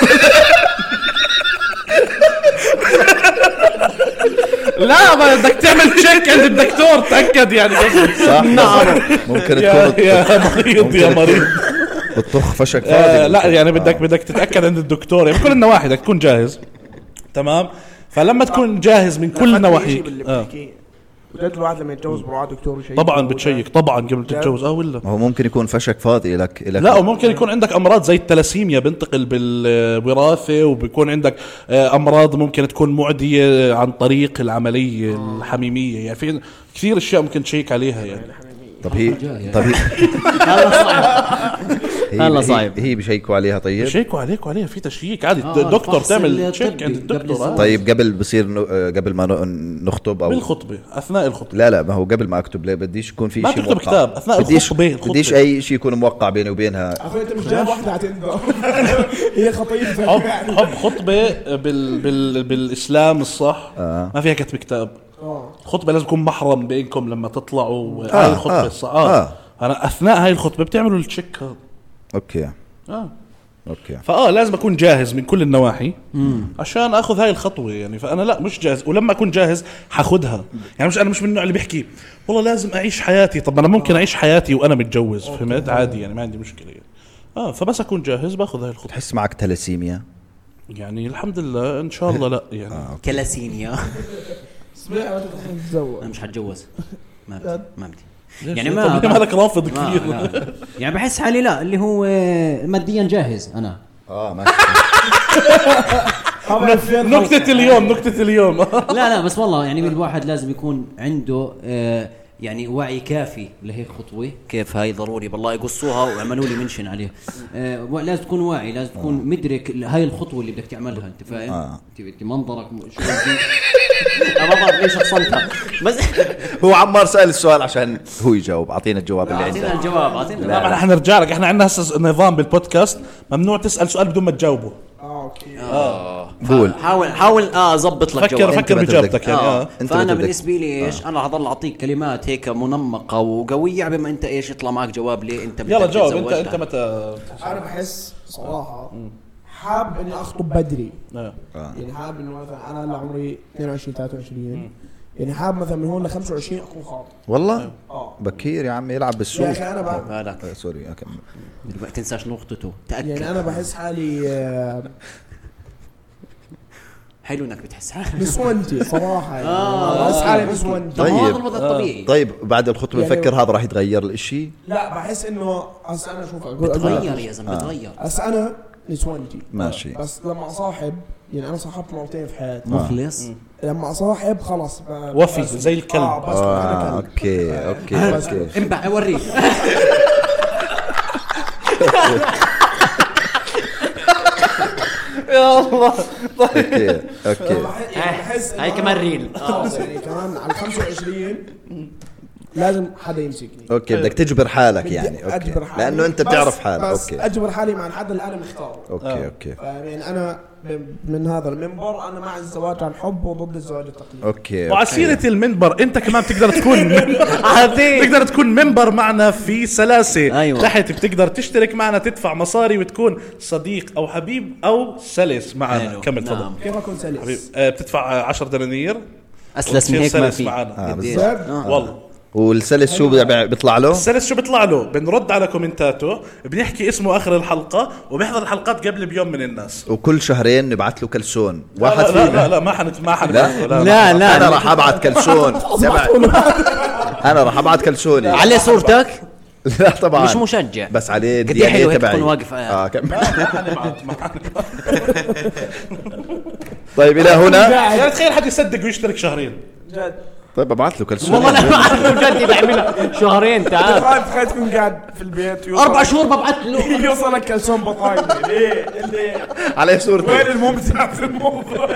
[SPEAKER 1] لا ما بدك تعمل تشيك عند الدكتور تاكد يعني
[SPEAKER 3] صح نعم ممكن
[SPEAKER 1] يا
[SPEAKER 3] تكون
[SPEAKER 1] يا مريض يا
[SPEAKER 3] ممكن
[SPEAKER 1] مريض
[SPEAKER 3] بتطخ فشك
[SPEAKER 1] آه
[SPEAKER 3] فاضي
[SPEAKER 1] لا
[SPEAKER 3] ممكن.
[SPEAKER 1] يعني
[SPEAKER 3] آه.
[SPEAKER 1] بدك بدك تتاكد عند الدكتور يعني بكل النواحي بدك تكون جاهز تمام فلما تكون جاهز من كل نواحيك آه.
[SPEAKER 4] بدأت الواحد لما يتجوز بروح دكتور يشيك
[SPEAKER 1] طبعا بتشيك طبعا قبل تتجوز اه ولا
[SPEAKER 3] ما هو ممكن يكون فشك فاضي لك لك
[SPEAKER 1] لا وممكن يكون عندك امراض زي التلاسيميا بنتقل بالوراثه وبيكون عندك آه، امراض ممكن تكون معديه عن طريق العمليه الحميميه يعني في كثير اشياء ممكن تشيك عليها يعني
[SPEAKER 3] طب هي
[SPEAKER 5] جاي.
[SPEAKER 3] طب هي
[SPEAKER 2] هلا صعب
[SPEAKER 3] هي-
[SPEAKER 2] هلا
[SPEAKER 3] هي-
[SPEAKER 2] صعب.
[SPEAKER 3] هي بشيكوا عليها طيب
[SPEAKER 1] شيكوا عليك وعليها في تشييك عادي
[SPEAKER 5] آه،
[SPEAKER 1] الدكتور
[SPEAKER 5] الفحص
[SPEAKER 1] تعمل
[SPEAKER 5] الطبي
[SPEAKER 1] تشيك عند
[SPEAKER 5] قبل
[SPEAKER 1] الدكتور آه.
[SPEAKER 5] الزواج.
[SPEAKER 3] طيب قبل بصير ن- آه، قبل ما ن- نخطب او
[SPEAKER 1] بالخطبه اثناء الخطبه
[SPEAKER 3] لا لا ما هو قبل ما اكتب ليه بديش يكون في
[SPEAKER 1] ما
[SPEAKER 3] شيء
[SPEAKER 1] تكتب كتاب، أثناء
[SPEAKER 3] بديش
[SPEAKER 1] الخطبة، الخطبة.
[SPEAKER 3] بديش اي شيء يكون موقع بيني وبينها
[SPEAKER 8] اخوي انت مش جايب واحده على تندر هي خطيبتك
[SPEAKER 1] حب
[SPEAKER 8] يعني.
[SPEAKER 1] حب خطبه بال بال بالاسلام الصح
[SPEAKER 3] آه.
[SPEAKER 1] ما فيها كتب كتاب
[SPEAKER 8] آه.
[SPEAKER 1] الخطبه لازم تكون محرم بينكم لما تطلعوا
[SPEAKER 3] آه،
[SPEAKER 1] هاي الخطبه
[SPEAKER 3] آه،
[SPEAKER 1] الصح آه.
[SPEAKER 3] آه.
[SPEAKER 1] انا اثناء هاي الخطبه بتعملوا التشيك هذا
[SPEAKER 3] اوكي
[SPEAKER 1] اه
[SPEAKER 3] اوكي
[SPEAKER 1] فاه لازم اكون جاهز من كل النواحي عشان اخذ هاي الخطوه يعني فانا لا مش جاهز ولما اكون جاهز حاخدها يعني مش انا مش من النوع اللي بيحكي والله لازم اعيش حياتي طب انا ممكن اعيش حياتي وانا متجوز فهمت عادي يعني ما عندي مشكله يعني. اه فبس اكون جاهز باخذ هاي الخطوه
[SPEAKER 3] تحس معك تلاسيميا
[SPEAKER 1] يعني الحمد لله ان شاء الله لا
[SPEAKER 3] آه.
[SPEAKER 1] يعني
[SPEAKER 2] كلاسينيا
[SPEAKER 8] سمع وأنت تحب تتزوج
[SPEAKER 2] انا آه. مش حتجوز ما بدي ما بدي
[SPEAKER 1] ليش؟
[SPEAKER 2] يعني ما-
[SPEAKER 1] طب مالك رافض
[SPEAKER 2] ما-
[SPEAKER 1] كثير
[SPEAKER 2] لا. يعني بحس حالي لا اللي هو آه، ماديا جاهز انا
[SPEAKER 3] اه ماشي
[SPEAKER 8] طبعا فين
[SPEAKER 1] نكتة اليوم نكتة اليوم
[SPEAKER 2] لا لا بس والله يعني الواحد لازم يكون عنده آه، يعني وعي كافي لهيك خطوه كيف هاي ضروري بالله يقصوها ويعملوا لي منشن عليها آه، و- لازم تكون واعي لازم تكون مدرك ال- هاي الخطوه اللي بدك تعملها انت فاهم
[SPEAKER 3] آه.
[SPEAKER 2] انت بدك منظرك م- شو بدي- انا ما بعرف ليش اخصمتها بس
[SPEAKER 3] هو عمار سال السؤال عشان هو يجاوب اعطينا الجواب اللي
[SPEAKER 2] اعطينا
[SPEAKER 3] عنده
[SPEAKER 2] الجواب اعطينا
[SPEAKER 1] طبعا
[SPEAKER 2] الجواب
[SPEAKER 1] احنا نرجع لك احنا عندنا هسه نظام بالبودكاست ممنوع تسال سؤال بدون ما تجاوبه
[SPEAKER 8] اه اوكي
[SPEAKER 3] قول
[SPEAKER 2] حاول حاول اه ظبط لك
[SPEAKER 1] فكر
[SPEAKER 2] جواب
[SPEAKER 1] فكر
[SPEAKER 3] بدك-
[SPEAKER 1] باجابتك يعني
[SPEAKER 2] آه.
[SPEAKER 1] اه
[SPEAKER 3] أنت
[SPEAKER 2] فانا
[SPEAKER 3] بدك- آه.
[SPEAKER 2] بالنسبه لي ايش انا هضل اعطيك كلمات هيك منمقه وقويه بما انت ايش يطلع معك جواب ليه انت بدك
[SPEAKER 1] يلا جاوب انت
[SPEAKER 2] تتزوجها.
[SPEAKER 1] انت متى
[SPEAKER 8] انا بحس صراحه حاب اني اخطب بدري
[SPEAKER 1] آه.
[SPEAKER 8] يعني حاب انه مثلا انا هلا عمري 22 23 يعني حاب مثلا من هون ل 25 اكون خاطب
[SPEAKER 3] والله
[SPEAKER 8] اه
[SPEAKER 3] بكير يا عم يلعب بالسوق
[SPEAKER 8] يا اخي انا بقى
[SPEAKER 2] هذاك
[SPEAKER 3] آه، سوري أكمل.
[SPEAKER 2] ما
[SPEAKER 4] يعني
[SPEAKER 2] تنساش نقطته تاكد
[SPEAKER 8] يعني انا بحس حالي آه،
[SPEAKER 2] هاي لونك بتحس حالك
[SPEAKER 4] طيب. نسوانتي صراحه يعني آه بحس حالي نسوانتي
[SPEAKER 2] طب ما هذا
[SPEAKER 3] طيب.
[SPEAKER 2] الوضع
[SPEAKER 1] آه.
[SPEAKER 2] الطبيعي
[SPEAKER 3] طيب بعد الخطبه
[SPEAKER 4] يعني-
[SPEAKER 3] بفكر هذا راح يتغير الاشي
[SPEAKER 4] لا بحس انه هسا انا شوف اقول اقول
[SPEAKER 2] بتغير يا
[SPEAKER 3] آه.
[SPEAKER 2] زلمه بتغير
[SPEAKER 4] هسا انا نسوانتي
[SPEAKER 3] ماشي.
[SPEAKER 4] بس لما اصاحب يعني انا صاحبت مرتين في حياتي
[SPEAKER 2] مخلص
[SPEAKER 4] لما اصاحب خلص ب-
[SPEAKER 1] وفي،
[SPEAKER 4] بس-
[SPEAKER 1] زي الكلب.
[SPEAKER 4] اه بس
[SPEAKER 3] اه
[SPEAKER 4] انا كلب
[SPEAKER 3] اوكي اوكي اوكي
[SPEAKER 2] انبع اوريك
[SPEAKER 1] يا الله
[SPEAKER 3] اوكي اوكي
[SPEAKER 4] بح- يعني بحس إنه
[SPEAKER 2] آه، هاي
[SPEAKER 4] أنا-
[SPEAKER 2] كمان ريل.
[SPEAKER 1] آه.
[SPEAKER 4] اه يعني كمان على 25 لازم حدا يمسكني
[SPEAKER 3] اوكي بدك تجبر حالك يعني
[SPEAKER 4] بدي
[SPEAKER 3] اوكي
[SPEAKER 4] اجبر حالي
[SPEAKER 3] لانه انت
[SPEAKER 4] بس-
[SPEAKER 3] بتعرف حالك
[SPEAKER 4] بس
[SPEAKER 3] اوكي
[SPEAKER 4] اجبر حالي مع الحد اللي انا مختاره
[SPEAKER 3] اوكي اوكي
[SPEAKER 4] يعني انا من- من هذا المنبر انا مع الزواج عن حب وضد الزواج التقليدي
[SPEAKER 3] اوكي
[SPEAKER 1] وعلى سيرة المنبر انت كمان بتقدر تكون تقدر تكون منبر معنا في سلاسة
[SPEAKER 2] أيوة.
[SPEAKER 1] تحت بتقدر تشترك معنا تدفع مصاري وتكون صديق او حبيب او سلس معنا
[SPEAKER 2] حلو.
[SPEAKER 1] كمل تفضل
[SPEAKER 2] نعم.
[SPEAKER 4] كيف اكون
[SPEAKER 1] حبيب
[SPEAKER 4] سلس؟
[SPEAKER 1] آه، بتدفع 10 دنانير
[SPEAKER 2] اسلس من
[SPEAKER 1] وتصير
[SPEAKER 2] هيك ما
[SPEAKER 1] سلس
[SPEAKER 2] في
[SPEAKER 1] معنا.
[SPEAKER 3] آه،
[SPEAKER 2] قديش؟
[SPEAKER 4] بالظبط.
[SPEAKER 2] آه.
[SPEAKER 1] والله
[SPEAKER 3] والسلس شو بيع- بيطلع له؟
[SPEAKER 1] السلس شو بيطلع له بنرد على كومنتاته بنحكي اسمه اخر الحلقة وبيحضر الحلقات قبل بيوم من الناس
[SPEAKER 3] وكل شهرين نبعث له كلسون واحد
[SPEAKER 1] لا لا, لا
[SPEAKER 3] فينا
[SPEAKER 1] لا ما حنت ما حنت
[SPEAKER 3] لا؟
[SPEAKER 2] لا لا
[SPEAKER 3] انا
[SPEAKER 2] لا.
[SPEAKER 3] راح ابعت كلسون تبع انا راح ابعت كلسوني
[SPEAKER 2] عليه صورتك
[SPEAKER 3] لا طبعا
[SPEAKER 2] مش مشجع.
[SPEAKER 3] بس عليه
[SPEAKER 2] قد إيه
[SPEAKER 3] الدي إن إيه
[SPEAKER 2] حلو هيك
[SPEAKER 3] تبعي.
[SPEAKER 2] تكون واقف، آه.
[SPEAKER 3] اه كمل طيب الى هنا
[SPEAKER 1] يعني تخيل حد يصدق ويشترك شهرين
[SPEAKER 3] طيب ابعث له كلسون
[SPEAKER 2] والله انا ما اعرف بجد بعملها شهرين تعال
[SPEAKER 4] خايف خايف تكون قاعد في البيت ويوصل-
[SPEAKER 2] اربع شهور ببعث له
[SPEAKER 4] يوصلك كلسون بطاينه ليه؟ ليه؟
[SPEAKER 3] عليه صورتي
[SPEAKER 4] الممتع في الموضوع؟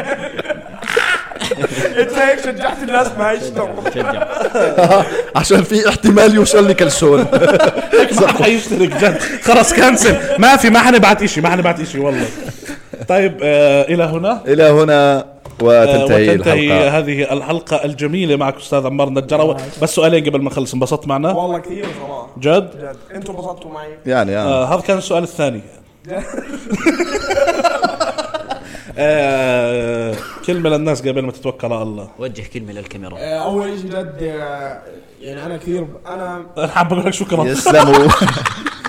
[SPEAKER 4] انت هيك شجعت الناس ما يشتغلوا
[SPEAKER 3] عشان في احتمال يوصل لي كلسون
[SPEAKER 1] ما حد حيشترك جد خلص كنسل ما في ما حنبعت اشي ما حنبعت اشي والله طيب آه الى هنا
[SPEAKER 3] الى هنا
[SPEAKER 1] آه،
[SPEAKER 3] وتنتهي
[SPEAKER 1] وتنتهي
[SPEAKER 3] الحلقه
[SPEAKER 1] هذه الحلقة الجميلة معك أستاذ عمار نجار بس سؤالين قبل ما نخلص انبسطت معنا
[SPEAKER 4] والله كثير صراحه
[SPEAKER 1] جد
[SPEAKER 4] جد انتوا انبسطتوا معي
[SPEAKER 3] يعني
[SPEAKER 1] آه،
[SPEAKER 3] آه.
[SPEAKER 1] هذا كان السؤال الثاني آه، كلمة للناس قبل ما تتوكل على الله
[SPEAKER 2] وجه كلمه للكاميرا
[SPEAKER 4] آه، اول شيء جد آه، يعني انا كثير انا
[SPEAKER 1] أنا حاب أقول لك شكرا
[SPEAKER 3] يسلموا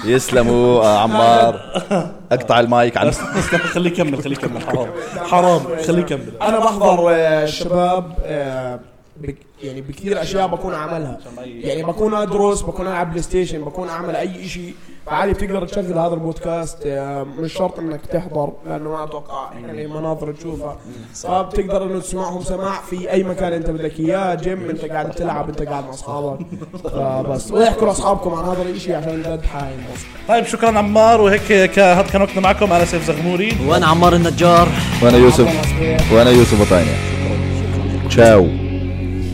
[SPEAKER 3] يسلموا آه عمار اقطع المايك عن
[SPEAKER 1] استنى، خليه يكمل خليه يكمل حرام حرام خليه يكمل
[SPEAKER 4] انا بحضر آه، الشباب آه، بك- يعني بكثير اشياء بكون عاملها يعني بكون ادرس بكون العب بلاي ستيشن بكون اعمل اي شيء فعادي بتقدر تشغل هذا البودكاست آه، مش شرط انك تحضر لانه ما اتوقع يعني مناظر تشوفها فبتقدر انه تسمعهم سماع في اي مكان انت بدك اياه جيم انت قاعد تلعب انت قاعد مع اصحابك فبس واحكوا لاصحابكم عن هذا الشيء عشان جد حاينبسطوا
[SPEAKER 1] طيب شكرا عمار وهيك كا- هاد كان وقتنا معكم أنا سيف زغموري
[SPEAKER 2] وانا عمار النجار
[SPEAKER 3] وانا يوسف وانا يوسف بطانية تشاو